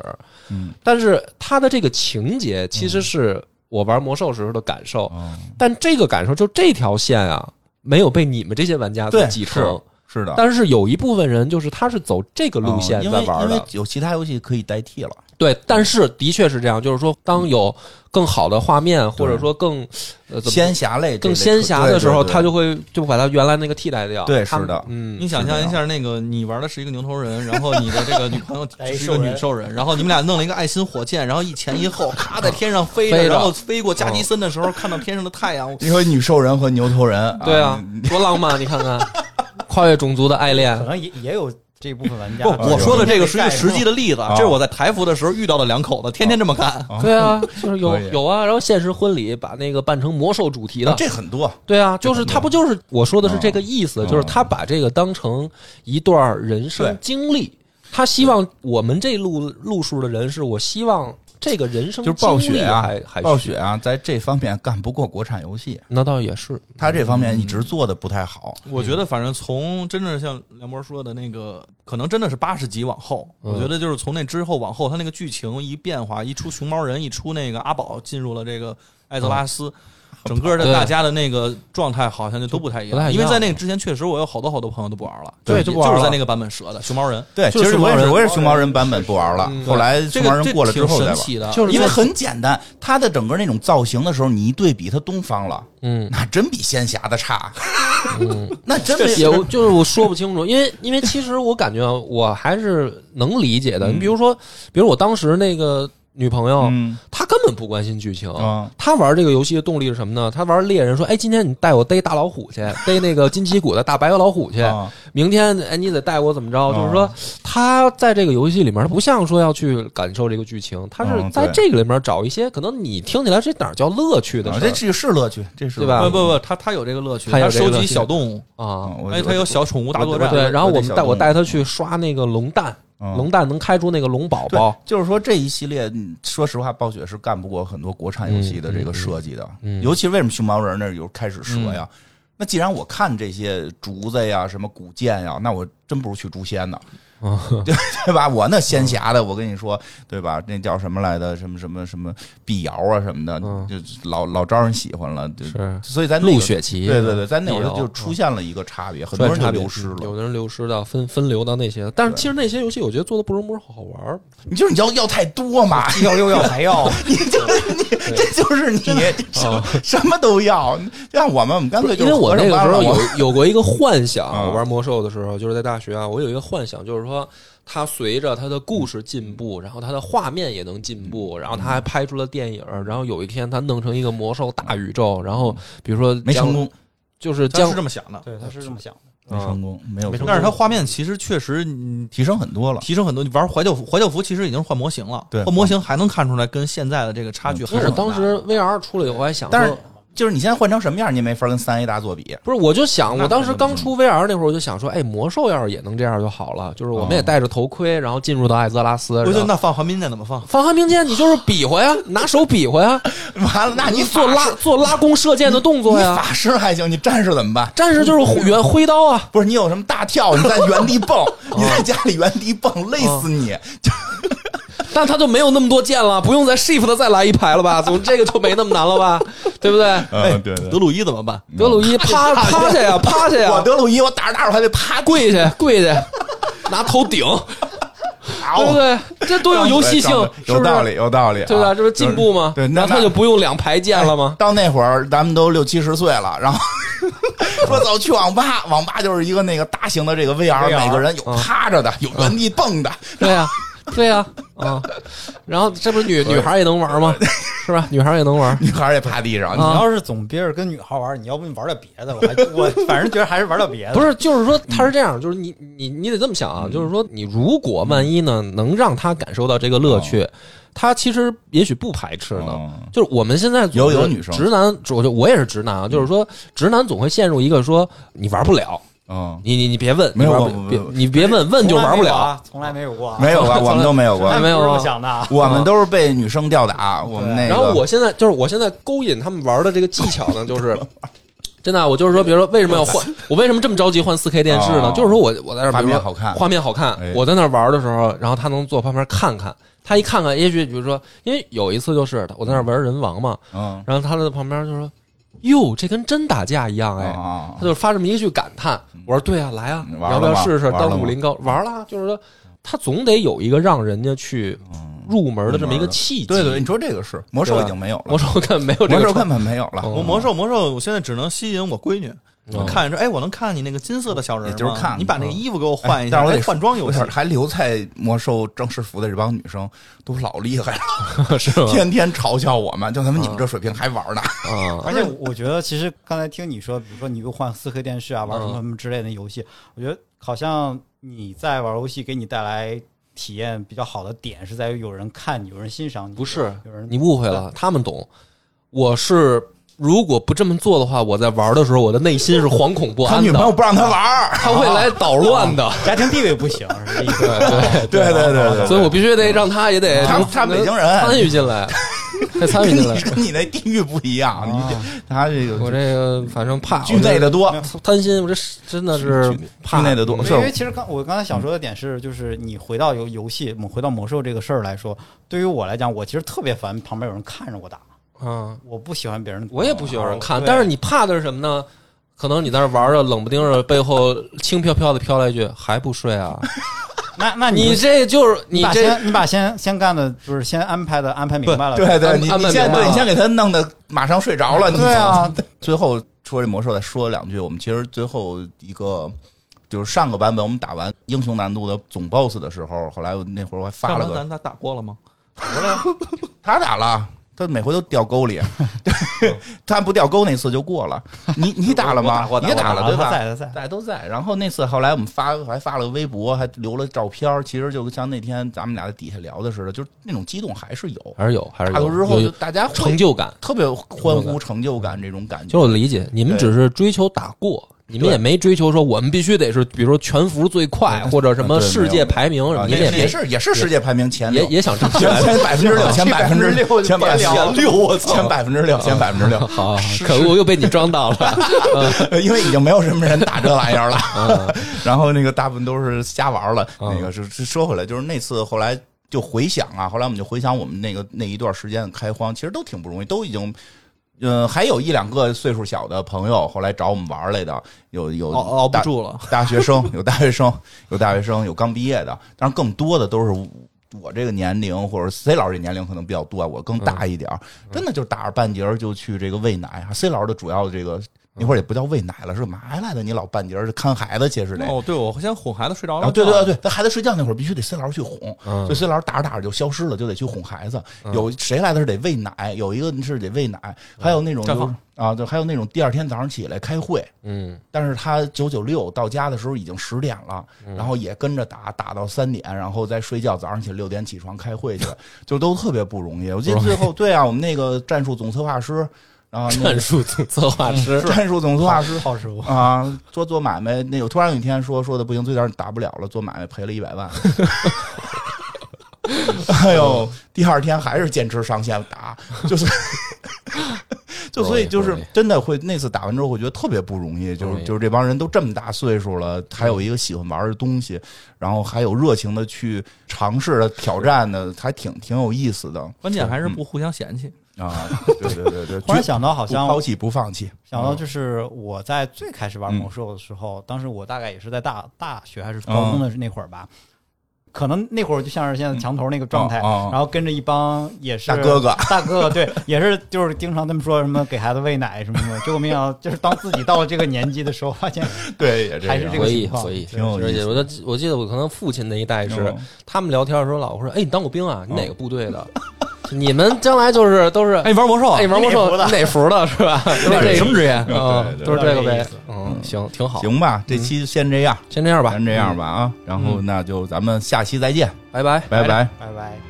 [SPEAKER 1] 嗯，
[SPEAKER 2] 但是她的这个情节其实是我玩魔兽时候的感受，
[SPEAKER 1] 嗯
[SPEAKER 2] 但这个感受就这条线啊，没有被你们这些玩家给
[SPEAKER 1] 对
[SPEAKER 2] 继
[SPEAKER 1] 是
[SPEAKER 2] 承。
[SPEAKER 1] 是的，
[SPEAKER 2] 但是有一部分人就是他是走这个路线
[SPEAKER 1] 嗯因
[SPEAKER 2] 在
[SPEAKER 1] 为
[SPEAKER 2] 玩
[SPEAKER 1] 因为
[SPEAKER 2] 的，
[SPEAKER 1] 有其他游戏可以代替了，
[SPEAKER 2] 对。但是的确是这样，就是说，当有更好的画面，或者说更呃怎么
[SPEAKER 1] 仙侠类这类
[SPEAKER 2] 更仙侠的时候，
[SPEAKER 1] 对对对
[SPEAKER 2] 他就会就把他原来那个替代掉。
[SPEAKER 1] 对
[SPEAKER 2] 他们
[SPEAKER 1] 是的
[SPEAKER 5] 你
[SPEAKER 2] 嗯，
[SPEAKER 5] 想象一下，那个你玩的是一个牛头人，然后你的这个女朋友
[SPEAKER 4] 哎
[SPEAKER 5] 是一个女兽人，然后你们俩弄了一个爱心火箭，然后一前一后，咔在天上飞
[SPEAKER 2] 飞
[SPEAKER 5] 着，
[SPEAKER 2] 着
[SPEAKER 5] 然后飞过加迪森的时候，看到天上的太阳，
[SPEAKER 1] 你说女兽人和牛头人，
[SPEAKER 2] 对啊，多浪漫！你看看，跨越种族的爱恋
[SPEAKER 1] <laughs> 哦
[SPEAKER 4] 可，能也也有这部分玩家。
[SPEAKER 5] 不，
[SPEAKER 4] 就是
[SPEAKER 5] 我说的这个是一个实际
[SPEAKER 4] 的，
[SPEAKER 5] 的例子，啊这是我在台服的时候遇到的两口子，天天这么干。
[SPEAKER 2] 对啊，就是有
[SPEAKER 1] 可以
[SPEAKER 2] 有啊。然后现实婚礼把那个办成魔兽主题的，
[SPEAKER 1] 这很多，
[SPEAKER 2] 对啊，就是他不就是我说的是这个意思，
[SPEAKER 1] 嗯
[SPEAKER 2] 就是他把这个当成一段人生
[SPEAKER 1] 对
[SPEAKER 2] 经历，他希望我们这路路数的人是我希望这个人生
[SPEAKER 1] 就是暴
[SPEAKER 2] 经历
[SPEAKER 1] 雪啊
[SPEAKER 2] 还嗯还，
[SPEAKER 1] 暴
[SPEAKER 2] 续
[SPEAKER 1] 雪啊，在这方面干不过国产游戏，
[SPEAKER 2] 那倒也是，
[SPEAKER 1] 他这方面一直做的不太好，
[SPEAKER 5] 我觉得，
[SPEAKER 2] 嗯
[SPEAKER 5] 反正从真正像梁博说的那个，可能真的是八十集往后，
[SPEAKER 2] 嗯
[SPEAKER 5] 我觉得就是从那之后往后，他那个剧情一变化，一出熊猫人，一出那个阿宝进入了这个艾泽拉斯，整个
[SPEAKER 2] 嗯对
[SPEAKER 5] 的大家的那个状态好像就都不太一
[SPEAKER 2] 不太
[SPEAKER 5] 样。
[SPEAKER 2] 一
[SPEAKER 5] 因
[SPEAKER 2] 样
[SPEAKER 5] 为在那个之前，确实我有好多好多朋友都不玩了，
[SPEAKER 2] 对
[SPEAKER 5] 就
[SPEAKER 2] 就不玩了
[SPEAKER 5] 就是在那个版本折的熊猫人，
[SPEAKER 1] 对，
[SPEAKER 2] 就
[SPEAKER 1] 其
[SPEAKER 2] 是
[SPEAKER 1] 实
[SPEAKER 2] 熊
[SPEAKER 1] 我
[SPEAKER 2] 猫
[SPEAKER 1] 也
[SPEAKER 2] 人
[SPEAKER 1] 是，我也是熊猫人版本不玩了
[SPEAKER 2] 嗯，
[SPEAKER 1] 后来
[SPEAKER 5] 这
[SPEAKER 1] 熊猫
[SPEAKER 5] 个
[SPEAKER 1] 人
[SPEAKER 5] 这
[SPEAKER 1] 过了之后
[SPEAKER 5] 挺
[SPEAKER 1] 再
[SPEAKER 5] 神
[SPEAKER 1] 玩。
[SPEAKER 5] 奇的，
[SPEAKER 2] 就是
[SPEAKER 1] 因为很简单，他的整个那种造型的时候，你一对比他东方了，
[SPEAKER 2] 嗯，
[SPEAKER 1] 那真比仙侠的差， <laughs> 那真
[SPEAKER 2] 也
[SPEAKER 1] 没
[SPEAKER 2] 就是我说不清楚，因为因为其实我感觉我还是能理解的。你比如说，比如我当时那个女朋友，
[SPEAKER 1] 嗯
[SPEAKER 2] 她根本不关心剧情，
[SPEAKER 1] 啊
[SPEAKER 2] 他玩这个游戏的动力是什么呢？他玩猎人说：“哎，今天你带我逮大老虎
[SPEAKER 1] <laughs>
[SPEAKER 2] 去，逮那个金旗谷的大白老虎去。
[SPEAKER 1] 啊
[SPEAKER 2] 明天，哎，你得带我怎么着？”就是说，他在这个游戏里面，他不像说要去感受这个剧情，他是
[SPEAKER 1] 嗯
[SPEAKER 2] 在
[SPEAKER 1] 对
[SPEAKER 2] 这个里面找一些可能你听起来这哪儿叫乐趣的
[SPEAKER 1] 啊
[SPEAKER 2] 事
[SPEAKER 1] 这
[SPEAKER 2] 儿
[SPEAKER 1] 这是乐趣，这是
[SPEAKER 2] 对吧
[SPEAKER 5] 不不不，他他有这个乐趣，
[SPEAKER 2] 嗯他有
[SPEAKER 5] 他
[SPEAKER 2] 这个
[SPEAKER 5] 收
[SPEAKER 2] 乐趣
[SPEAKER 5] 集小动物，
[SPEAKER 2] 啊？
[SPEAKER 1] 哎
[SPEAKER 5] 哎，他有小宠物大作战，
[SPEAKER 2] 对，然后我
[SPEAKER 1] 啊我
[SPEAKER 2] 们
[SPEAKER 1] 得
[SPEAKER 2] 带我
[SPEAKER 1] 想
[SPEAKER 2] 带他去刷那个龙蛋，
[SPEAKER 1] 啊
[SPEAKER 2] 龙蛋能开出那个龙宝
[SPEAKER 1] 对
[SPEAKER 2] 宝，，
[SPEAKER 1] 就是说这一系列，嗯说实话，暴雪是干不过很多国产游戏的这个设计的，
[SPEAKER 2] 嗯嗯嗯嗯
[SPEAKER 1] 尤其为什么熊猫人那儿有开始蛇呀？那既然我看这些竹子呀、什么古剑呀，那我真不如去诛仙呢。
[SPEAKER 2] 嗯
[SPEAKER 1] <laughs> 对对吧？我那仙侠的，我跟你说，对吧？那叫什么来的？什么什么什么碧瑶啊什么的，
[SPEAKER 2] 嗯
[SPEAKER 1] 就老老招人喜欢了。就是所以咱那
[SPEAKER 2] 陆
[SPEAKER 1] 个
[SPEAKER 2] 雪琪，
[SPEAKER 1] 对对对，咱那会
[SPEAKER 2] 碧
[SPEAKER 1] 儿
[SPEAKER 2] 瑶
[SPEAKER 1] 就出现了一个差别，很
[SPEAKER 2] 出
[SPEAKER 1] 多
[SPEAKER 2] 现
[SPEAKER 1] 人就
[SPEAKER 2] 差别
[SPEAKER 1] 流失了。
[SPEAKER 2] 有的人流失到分分流到那些，但是其实那些游戏我觉得做的不容不是好好玩儿，
[SPEAKER 1] 你就是你要要太多嘛，
[SPEAKER 4] 要又要还要，
[SPEAKER 1] <laughs> 你就是你，这就是你，什么什么都要。像我们，我们干脆就
[SPEAKER 2] 因为我那
[SPEAKER 1] 那
[SPEAKER 2] 个时候有有过一个幻想，
[SPEAKER 1] 啊
[SPEAKER 2] 我玩魔兽的时候，就是在大学啊，我有一个幻想，就是说它随着它的故事进步，然后它的画面也能进步，然后它还拍出了电影，然后有一天它弄成一个魔兽大宇宙，然后比如说
[SPEAKER 1] 没
[SPEAKER 2] 将
[SPEAKER 1] 成，功，
[SPEAKER 2] 就是
[SPEAKER 5] 他
[SPEAKER 2] 将
[SPEAKER 5] 是这么想的，
[SPEAKER 4] 对，他是这么想的。
[SPEAKER 1] 没成功，没有
[SPEAKER 2] 没成功
[SPEAKER 5] 但是它画面其实确实嗯
[SPEAKER 1] 提升很多了。
[SPEAKER 5] 提升很多。你玩怀旧服，怀旧服其实已经是换模型了，
[SPEAKER 1] 对嗯
[SPEAKER 5] 换模型还能看出来跟现在的这个差距还
[SPEAKER 2] 因为
[SPEAKER 5] 是
[SPEAKER 2] 我
[SPEAKER 5] 很大
[SPEAKER 2] 当时 VR 出了以后，我还想说，
[SPEAKER 1] 但是就是你现在换成什么样，你也没法跟三 A 大作比。
[SPEAKER 2] 不是，我就想，
[SPEAKER 1] 那
[SPEAKER 2] 我当时
[SPEAKER 1] 肯定
[SPEAKER 2] 刚
[SPEAKER 1] 不
[SPEAKER 2] 出 VR 那会儿，我就想说，哎，魔兽要是也能这样就好了，就是我们也
[SPEAKER 1] 哦
[SPEAKER 2] 戴着头盔，然后进入到艾泽拉斯，
[SPEAKER 5] 不
[SPEAKER 2] 然
[SPEAKER 5] 就
[SPEAKER 2] 后
[SPEAKER 5] 那放寒冰剑怎么放？
[SPEAKER 2] 放寒冰剑，你就是比划呀，拿手比划呀，
[SPEAKER 1] 完了，那哎你
[SPEAKER 2] 做
[SPEAKER 1] 法
[SPEAKER 2] 拉
[SPEAKER 1] 师
[SPEAKER 2] 做拉弓射箭的动作
[SPEAKER 1] 你
[SPEAKER 2] 呀。
[SPEAKER 1] 法嗯师还行，你战士怎么办？
[SPEAKER 2] 战士就是原挥刀啊，
[SPEAKER 1] 不是你有什么大跳，你在原地蹦，你在家里原地蹦，累死你！
[SPEAKER 2] 但他就没有那么多剑了，不用再 shift 再来一排了吧？总这个就没那么难了吧？对不对？
[SPEAKER 1] 嗯，对对
[SPEAKER 5] 德鲁伊怎么办？
[SPEAKER 2] 德鲁伊趴趴下呀，趴下
[SPEAKER 1] 嗯我
[SPEAKER 2] 呀，
[SPEAKER 1] 德鲁伊，我打着打着还得趴跪，
[SPEAKER 2] 跪下跪下，拿头顶，对不对？这多有游戏性，是
[SPEAKER 1] 有
[SPEAKER 2] 不
[SPEAKER 1] 道
[SPEAKER 2] 是？
[SPEAKER 1] 理，有道理啊，
[SPEAKER 2] 对吧？这不是进步吗？
[SPEAKER 1] 对，那
[SPEAKER 2] 然后他就不用两排剑了吗？
[SPEAKER 1] 到那会儿咱们都六七十岁了，
[SPEAKER 2] <laughs>
[SPEAKER 1] 然后说走去网吧，网吧就是一个那个大型的这个 VR，
[SPEAKER 4] VR
[SPEAKER 1] 每个人有
[SPEAKER 2] 嗯
[SPEAKER 1] 趴着的，有原地蹦的，
[SPEAKER 2] 对呀、对呀、啊，然后这不是女女孩也能
[SPEAKER 1] <laughs>
[SPEAKER 2] 玩吗？是吧？女孩也能玩，
[SPEAKER 1] 女孩也趴地上。
[SPEAKER 4] 你
[SPEAKER 2] 啊
[SPEAKER 4] 要是总憋着跟女孩玩，你要不你玩点别的，我还我反正觉得还是玩点别的。
[SPEAKER 2] 呃不是？就是说他是这样，就是你你你得这么想
[SPEAKER 1] 嗯
[SPEAKER 2] 啊，就是说你如果万一呢，能让他感受到这个乐
[SPEAKER 1] 哦
[SPEAKER 2] 趣，他其实也许不排斥呢。
[SPEAKER 1] 嗯
[SPEAKER 2] 就是我们现在总
[SPEAKER 1] 有有
[SPEAKER 2] 是
[SPEAKER 1] 女生
[SPEAKER 2] 直男，我就我也是直男啊，就是说直男总会陷入一个说你玩不了，
[SPEAKER 1] 嗯，
[SPEAKER 2] 你你你别问，
[SPEAKER 1] 没有
[SPEAKER 2] 你玩
[SPEAKER 1] 我哎
[SPEAKER 2] 不
[SPEAKER 1] 我
[SPEAKER 2] 别你别问，问就玩不了。
[SPEAKER 4] 从来没有过啊，
[SPEAKER 1] 嗯
[SPEAKER 2] <laughs>
[SPEAKER 1] 没有
[SPEAKER 2] 从
[SPEAKER 1] 吧？
[SPEAKER 2] 来
[SPEAKER 1] 我们都没有
[SPEAKER 4] 从
[SPEAKER 1] 过
[SPEAKER 4] 来，
[SPEAKER 2] 没有啊
[SPEAKER 4] 不是这么想的啊。
[SPEAKER 1] 我们都是被女生吊打。我们那个，
[SPEAKER 2] 嗯然后我现在就是我现在勾引他们玩的这个技巧呢，
[SPEAKER 1] <laughs>
[SPEAKER 2] 就是。真的啊、我就是说，比如说，为什么要换？我为什么这么着急换四 K 电视呢？
[SPEAKER 1] 哦
[SPEAKER 2] 就是说我我在那儿，
[SPEAKER 1] 画面
[SPEAKER 2] 比如说
[SPEAKER 1] 好看
[SPEAKER 2] 画面好看
[SPEAKER 1] 哎。
[SPEAKER 2] 我在那儿玩的时候，然后他能坐旁边看看，他一看看，也许比如说，因为有一次就是我在那儿玩人王嘛，
[SPEAKER 1] 嗯
[SPEAKER 2] 然后他在旁边就说：“哟，这跟真打架一样哎。”
[SPEAKER 1] 啊
[SPEAKER 2] 他，就发这么一句感叹。我说：“对啊，来啊，
[SPEAKER 1] 嗯
[SPEAKER 2] 你
[SPEAKER 1] 玩
[SPEAKER 2] 要不
[SPEAKER 1] 了
[SPEAKER 2] 要
[SPEAKER 1] 吗
[SPEAKER 2] 试试？
[SPEAKER 1] 玩了
[SPEAKER 2] 到
[SPEAKER 1] 吗
[SPEAKER 2] 武林高玩了啊，就是说他总得有一个让人家去入门的这么
[SPEAKER 1] 嗯
[SPEAKER 2] 一
[SPEAKER 1] 入门
[SPEAKER 2] 个
[SPEAKER 1] 的
[SPEAKER 2] 契机。
[SPEAKER 1] 对对，你说这个是魔兽已经没有了
[SPEAKER 2] 啊魔，兽根本没有这
[SPEAKER 1] 魔
[SPEAKER 2] 个
[SPEAKER 1] 兽
[SPEAKER 2] 传
[SPEAKER 1] 根本没有了，哎
[SPEAKER 2] 哦
[SPEAKER 5] 魔魔兽魔兽，我现在只能吸引我闺女。
[SPEAKER 2] 嗯
[SPEAKER 5] 看着说，哎，我能看你那个金色的小人吗，
[SPEAKER 1] 也就是看
[SPEAKER 5] 你把那个衣服给我换一下，
[SPEAKER 1] 哎但是我得
[SPEAKER 5] 哎换装游
[SPEAKER 1] 有
[SPEAKER 5] 戏
[SPEAKER 1] 点，还留在魔兽正式服的这帮女生都老厉害了，
[SPEAKER 2] <laughs> 是吗？
[SPEAKER 1] 天天嘲笑我们，就他们你们这水平还玩呢。
[SPEAKER 2] 啊，
[SPEAKER 4] <laughs> 而
[SPEAKER 2] <laughs>
[SPEAKER 4] 且我觉得，其实刚才听你说，比如说你又换四 K 电视啊，玩什
[SPEAKER 2] 嗯
[SPEAKER 4] 么什么之类的游戏，我觉得好像你在玩游戏给你带来体验比较好的点是在于有人看你，有人欣赏你，
[SPEAKER 2] 不是
[SPEAKER 4] 有人
[SPEAKER 2] 你误会了，他们懂。我是如果不这么做的话，我在玩的时候，我的内心是惶恐不
[SPEAKER 1] 他哦
[SPEAKER 2] 安
[SPEAKER 1] 女朋友
[SPEAKER 2] 的，
[SPEAKER 1] 不让他玩儿，
[SPEAKER 2] 他会来捣乱的。
[SPEAKER 4] <laughs> 家庭地位不行，是一个
[SPEAKER 1] 对对对对对，
[SPEAKER 2] 所以我必须得让他也得
[SPEAKER 1] 他
[SPEAKER 2] 能
[SPEAKER 1] 他北京人
[SPEAKER 2] 能参与
[SPEAKER 1] <laughs>
[SPEAKER 2] 进来，得参与
[SPEAKER 1] 跟
[SPEAKER 2] 进来
[SPEAKER 1] 你。跟你那地域不一样，你这他这
[SPEAKER 2] 嗯我
[SPEAKER 1] 个
[SPEAKER 2] 这个反正怕
[SPEAKER 1] 剧内的
[SPEAKER 5] 哦
[SPEAKER 1] 多，
[SPEAKER 2] 贪心，我这是真的是怕嗯
[SPEAKER 1] 剧内的多，
[SPEAKER 4] 对
[SPEAKER 1] 是
[SPEAKER 4] 因为其实刚我刚才想说的点是，就是你回到游游戏，我们回到魔兽这个事儿来说，对于我来讲，我其实特别烦旁边有人看着我打，
[SPEAKER 2] 啊！
[SPEAKER 4] 我不喜欢别人，
[SPEAKER 2] 我也不喜欢有人看，
[SPEAKER 4] 哦对
[SPEAKER 2] 但是你怕的是什么呢？可能你在那玩着，冷不丁儿背后轻飘飘的飘来一句：“还不睡
[SPEAKER 1] <laughs>
[SPEAKER 2] 啊？”
[SPEAKER 4] 那那
[SPEAKER 2] 你这就是
[SPEAKER 4] 你
[SPEAKER 2] 你
[SPEAKER 4] 把
[SPEAKER 2] 这
[SPEAKER 4] 先你把先先干的就是先安排的安排明白了，
[SPEAKER 1] 对对，你
[SPEAKER 2] 安安
[SPEAKER 1] 你
[SPEAKER 2] 排
[SPEAKER 1] 先
[SPEAKER 2] 明白
[SPEAKER 1] 对
[SPEAKER 2] 了
[SPEAKER 1] 你先给他弄的马上睡着了，你 <laughs>
[SPEAKER 4] 对啊，
[SPEAKER 1] 最后说这魔兽再说两句，我们其实最后一个。就是上个版本我们打完英雄难度的总 boss 的时候，后来我那会儿我还发
[SPEAKER 5] 上
[SPEAKER 1] 了
[SPEAKER 5] 盘
[SPEAKER 1] 个
[SPEAKER 5] 咱咱打过了吗？
[SPEAKER 1] 他打了，他每回都掉沟里，他不掉沟那次就过了。你你打了吗？你也打了对
[SPEAKER 4] 他
[SPEAKER 1] 吧？
[SPEAKER 4] 在他在，
[SPEAKER 1] 在都在。然后那次后来我们发还发了个微博，还留了照片儿，其实就像那天咱们俩在底下聊的似的，就是那种激动还是有。
[SPEAKER 2] 还是有，还是
[SPEAKER 1] 打
[SPEAKER 2] 有
[SPEAKER 1] 头之后
[SPEAKER 2] 有
[SPEAKER 1] 就
[SPEAKER 2] 有
[SPEAKER 1] 大家会
[SPEAKER 2] 成就感。
[SPEAKER 1] 特别欢呼成就感这种感
[SPEAKER 2] 其实
[SPEAKER 1] 觉。
[SPEAKER 2] 我理解，你们
[SPEAKER 1] 对
[SPEAKER 2] 只是追求打过，你们也没追求说我们必须得是，比如说全服最快或者什么
[SPEAKER 1] 对
[SPEAKER 2] 世界排名什么，你
[SPEAKER 1] 也
[SPEAKER 2] 们也
[SPEAKER 1] 啊也
[SPEAKER 2] 没
[SPEAKER 1] 是也是世界排名前
[SPEAKER 2] 也
[SPEAKER 1] 六
[SPEAKER 2] 也想争
[SPEAKER 1] <laughs>
[SPEAKER 2] 取
[SPEAKER 1] 前前百分之六，前百分之
[SPEAKER 4] 6%
[SPEAKER 1] 前百
[SPEAKER 4] 前
[SPEAKER 1] 六，我操，前百分之六，前百分之六，
[SPEAKER 2] <laughs> 好，可恶，又被你装到了。
[SPEAKER 1] <laughs> 因为已经没有什么人打这玩意儿了。
[SPEAKER 3] 嗯
[SPEAKER 1] <laughs> 然后那个大部分都是瞎玩儿了。那个是是说回来，就是那次后来就回想啊，后来我们就回想我们那个那一段时间的开荒，其实都挺不容易，都已经。嗯，还有一两个岁数小的朋友后来找我们玩儿来的，有有
[SPEAKER 3] 熬熬不
[SPEAKER 1] 大
[SPEAKER 3] 住了。
[SPEAKER 1] 大学生，有大学生，有大学生，有刚毕业的，当然更多的都是我这个年龄，或者 C 老师这年龄可能比较多，我更
[SPEAKER 3] 嗯
[SPEAKER 1] 大一点儿，真的就打着半截儿就去这个喂奶。C 啊老师的主要这个那会儿也不叫喂奶了，是干嘛来的？你老半截儿是看孩子去是得。
[SPEAKER 3] 哦，对，我先哄孩子睡着
[SPEAKER 1] 啊，
[SPEAKER 3] 了。
[SPEAKER 1] 对对对，他孩子睡觉那会儿必须得 C 老师去哄，
[SPEAKER 2] 嗯
[SPEAKER 1] 所以 C 老师打着打着就消失了，就得去哄孩子。
[SPEAKER 3] 嗯
[SPEAKER 1] 有谁来的是得喂奶，有一个是得喂奶，还有那种就是
[SPEAKER 3] 绽放
[SPEAKER 1] 啊，对，还有那种第二天早上起来开会，
[SPEAKER 2] 嗯，
[SPEAKER 1] 但是他九九六到家的时候已经十点了，然后也跟着打，打到三点，然后再睡觉，早上起来六点起床开会去，就都特别不容易。我记得最后，对啊，我们那个战术总策划师，啊，那
[SPEAKER 2] 战
[SPEAKER 1] 个
[SPEAKER 2] 术组策啊划师，
[SPEAKER 1] 战术总策划师。<laughs>
[SPEAKER 4] 好师傅，
[SPEAKER 1] 啊，说做买卖，那有突然有一天说说的不行，最点打不了了，做买卖赔了一百万。 <laughs> 哎呦，第二天还是坚持上线打，就是就所以就
[SPEAKER 2] 不
[SPEAKER 1] 是
[SPEAKER 2] 容易
[SPEAKER 1] 真的会那次打完之后，会觉得特别不容易，就
[SPEAKER 2] 不容
[SPEAKER 1] 是
[SPEAKER 2] 易
[SPEAKER 1] 就是这帮人都这么大岁数了，还有一个喜欢玩的东西，然后还有热情的去尝试的挑战的，还挺挺有意思的
[SPEAKER 3] 关键
[SPEAKER 1] 嗯
[SPEAKER 3] 还是不互相嫌弃。
[SPEAKER 1] 啊！对对对对，
[SPEAKER 4] 突然想到好
[SPEAKER 1] 不
[SPEAKER 4] 像
[SPEAKER 1] 抛弃嗯不放弃，
[SPEAKER 4] 想到就是我在最开始玩魔兽的时候，当时我大概也是在大大学还是
[SPEAKER 1] 嗯
[SPEAKER 4] 高中的那会儿吧，可能那会儿就像是现在墙头那个状态，
[SPEAKER 1] 嗯哦哦
[SPEAKER 4] 然后跟着一帮也是
[SPEAKER 1] 大哥哥，
[SPEAKER 4] 大哥哥对，也是就是经常他们说什么给孩子喂奶什么什么，结果没想到就是当自己到了这个年纪的时候，发现
[SPEAKER 1] 对，也
[SPEAKER 4] 还是
[SPEAKER 1] 样
[SPEAKER 4] 这个
[SPEAKER 2] 回忆
[SPEAKER 4] 情况
[SPEAKER 2] 回忆，
[SPEAKER 1] 挺有意思
[SPEAKER 2] 而且我的我记得我可能父亲那一代是
[SPEAKER 1] 嗯，
[SPEAKER 2] 他们聊天的时候老说：“哎，你当过兵啊？你哪个部队的？ <laughs> 你们将来就是都是
[SPEAKER 3] 哎，
[SPEAKER 2] 哎，
[SPEAKER 3] 你玩魔兽啊？
[SPEAKER 2] 你玩魔兽哪服的是吧？都是这
[SPEAKER 3] 什么职业？
[SPEAKER 2] 嗯，
[SPEAKER 1] 对对
[SPEAKER 2] 都是这个呗
[SPEAKER 4] 对。
[SPEAKER 2] 嗯，行，挺好，
[SPEAKER 1] 行吧，这期先这样，
[SPEAKER 2] 先这样吧嗯
[SPEAKER 1] 咱，这样吧啊，然后那就咱们下期再见，
[SPEAKER 2] 拜拜。
[SPEAKER 1] 拜拜。
[SPEAKER 4] 拜拜。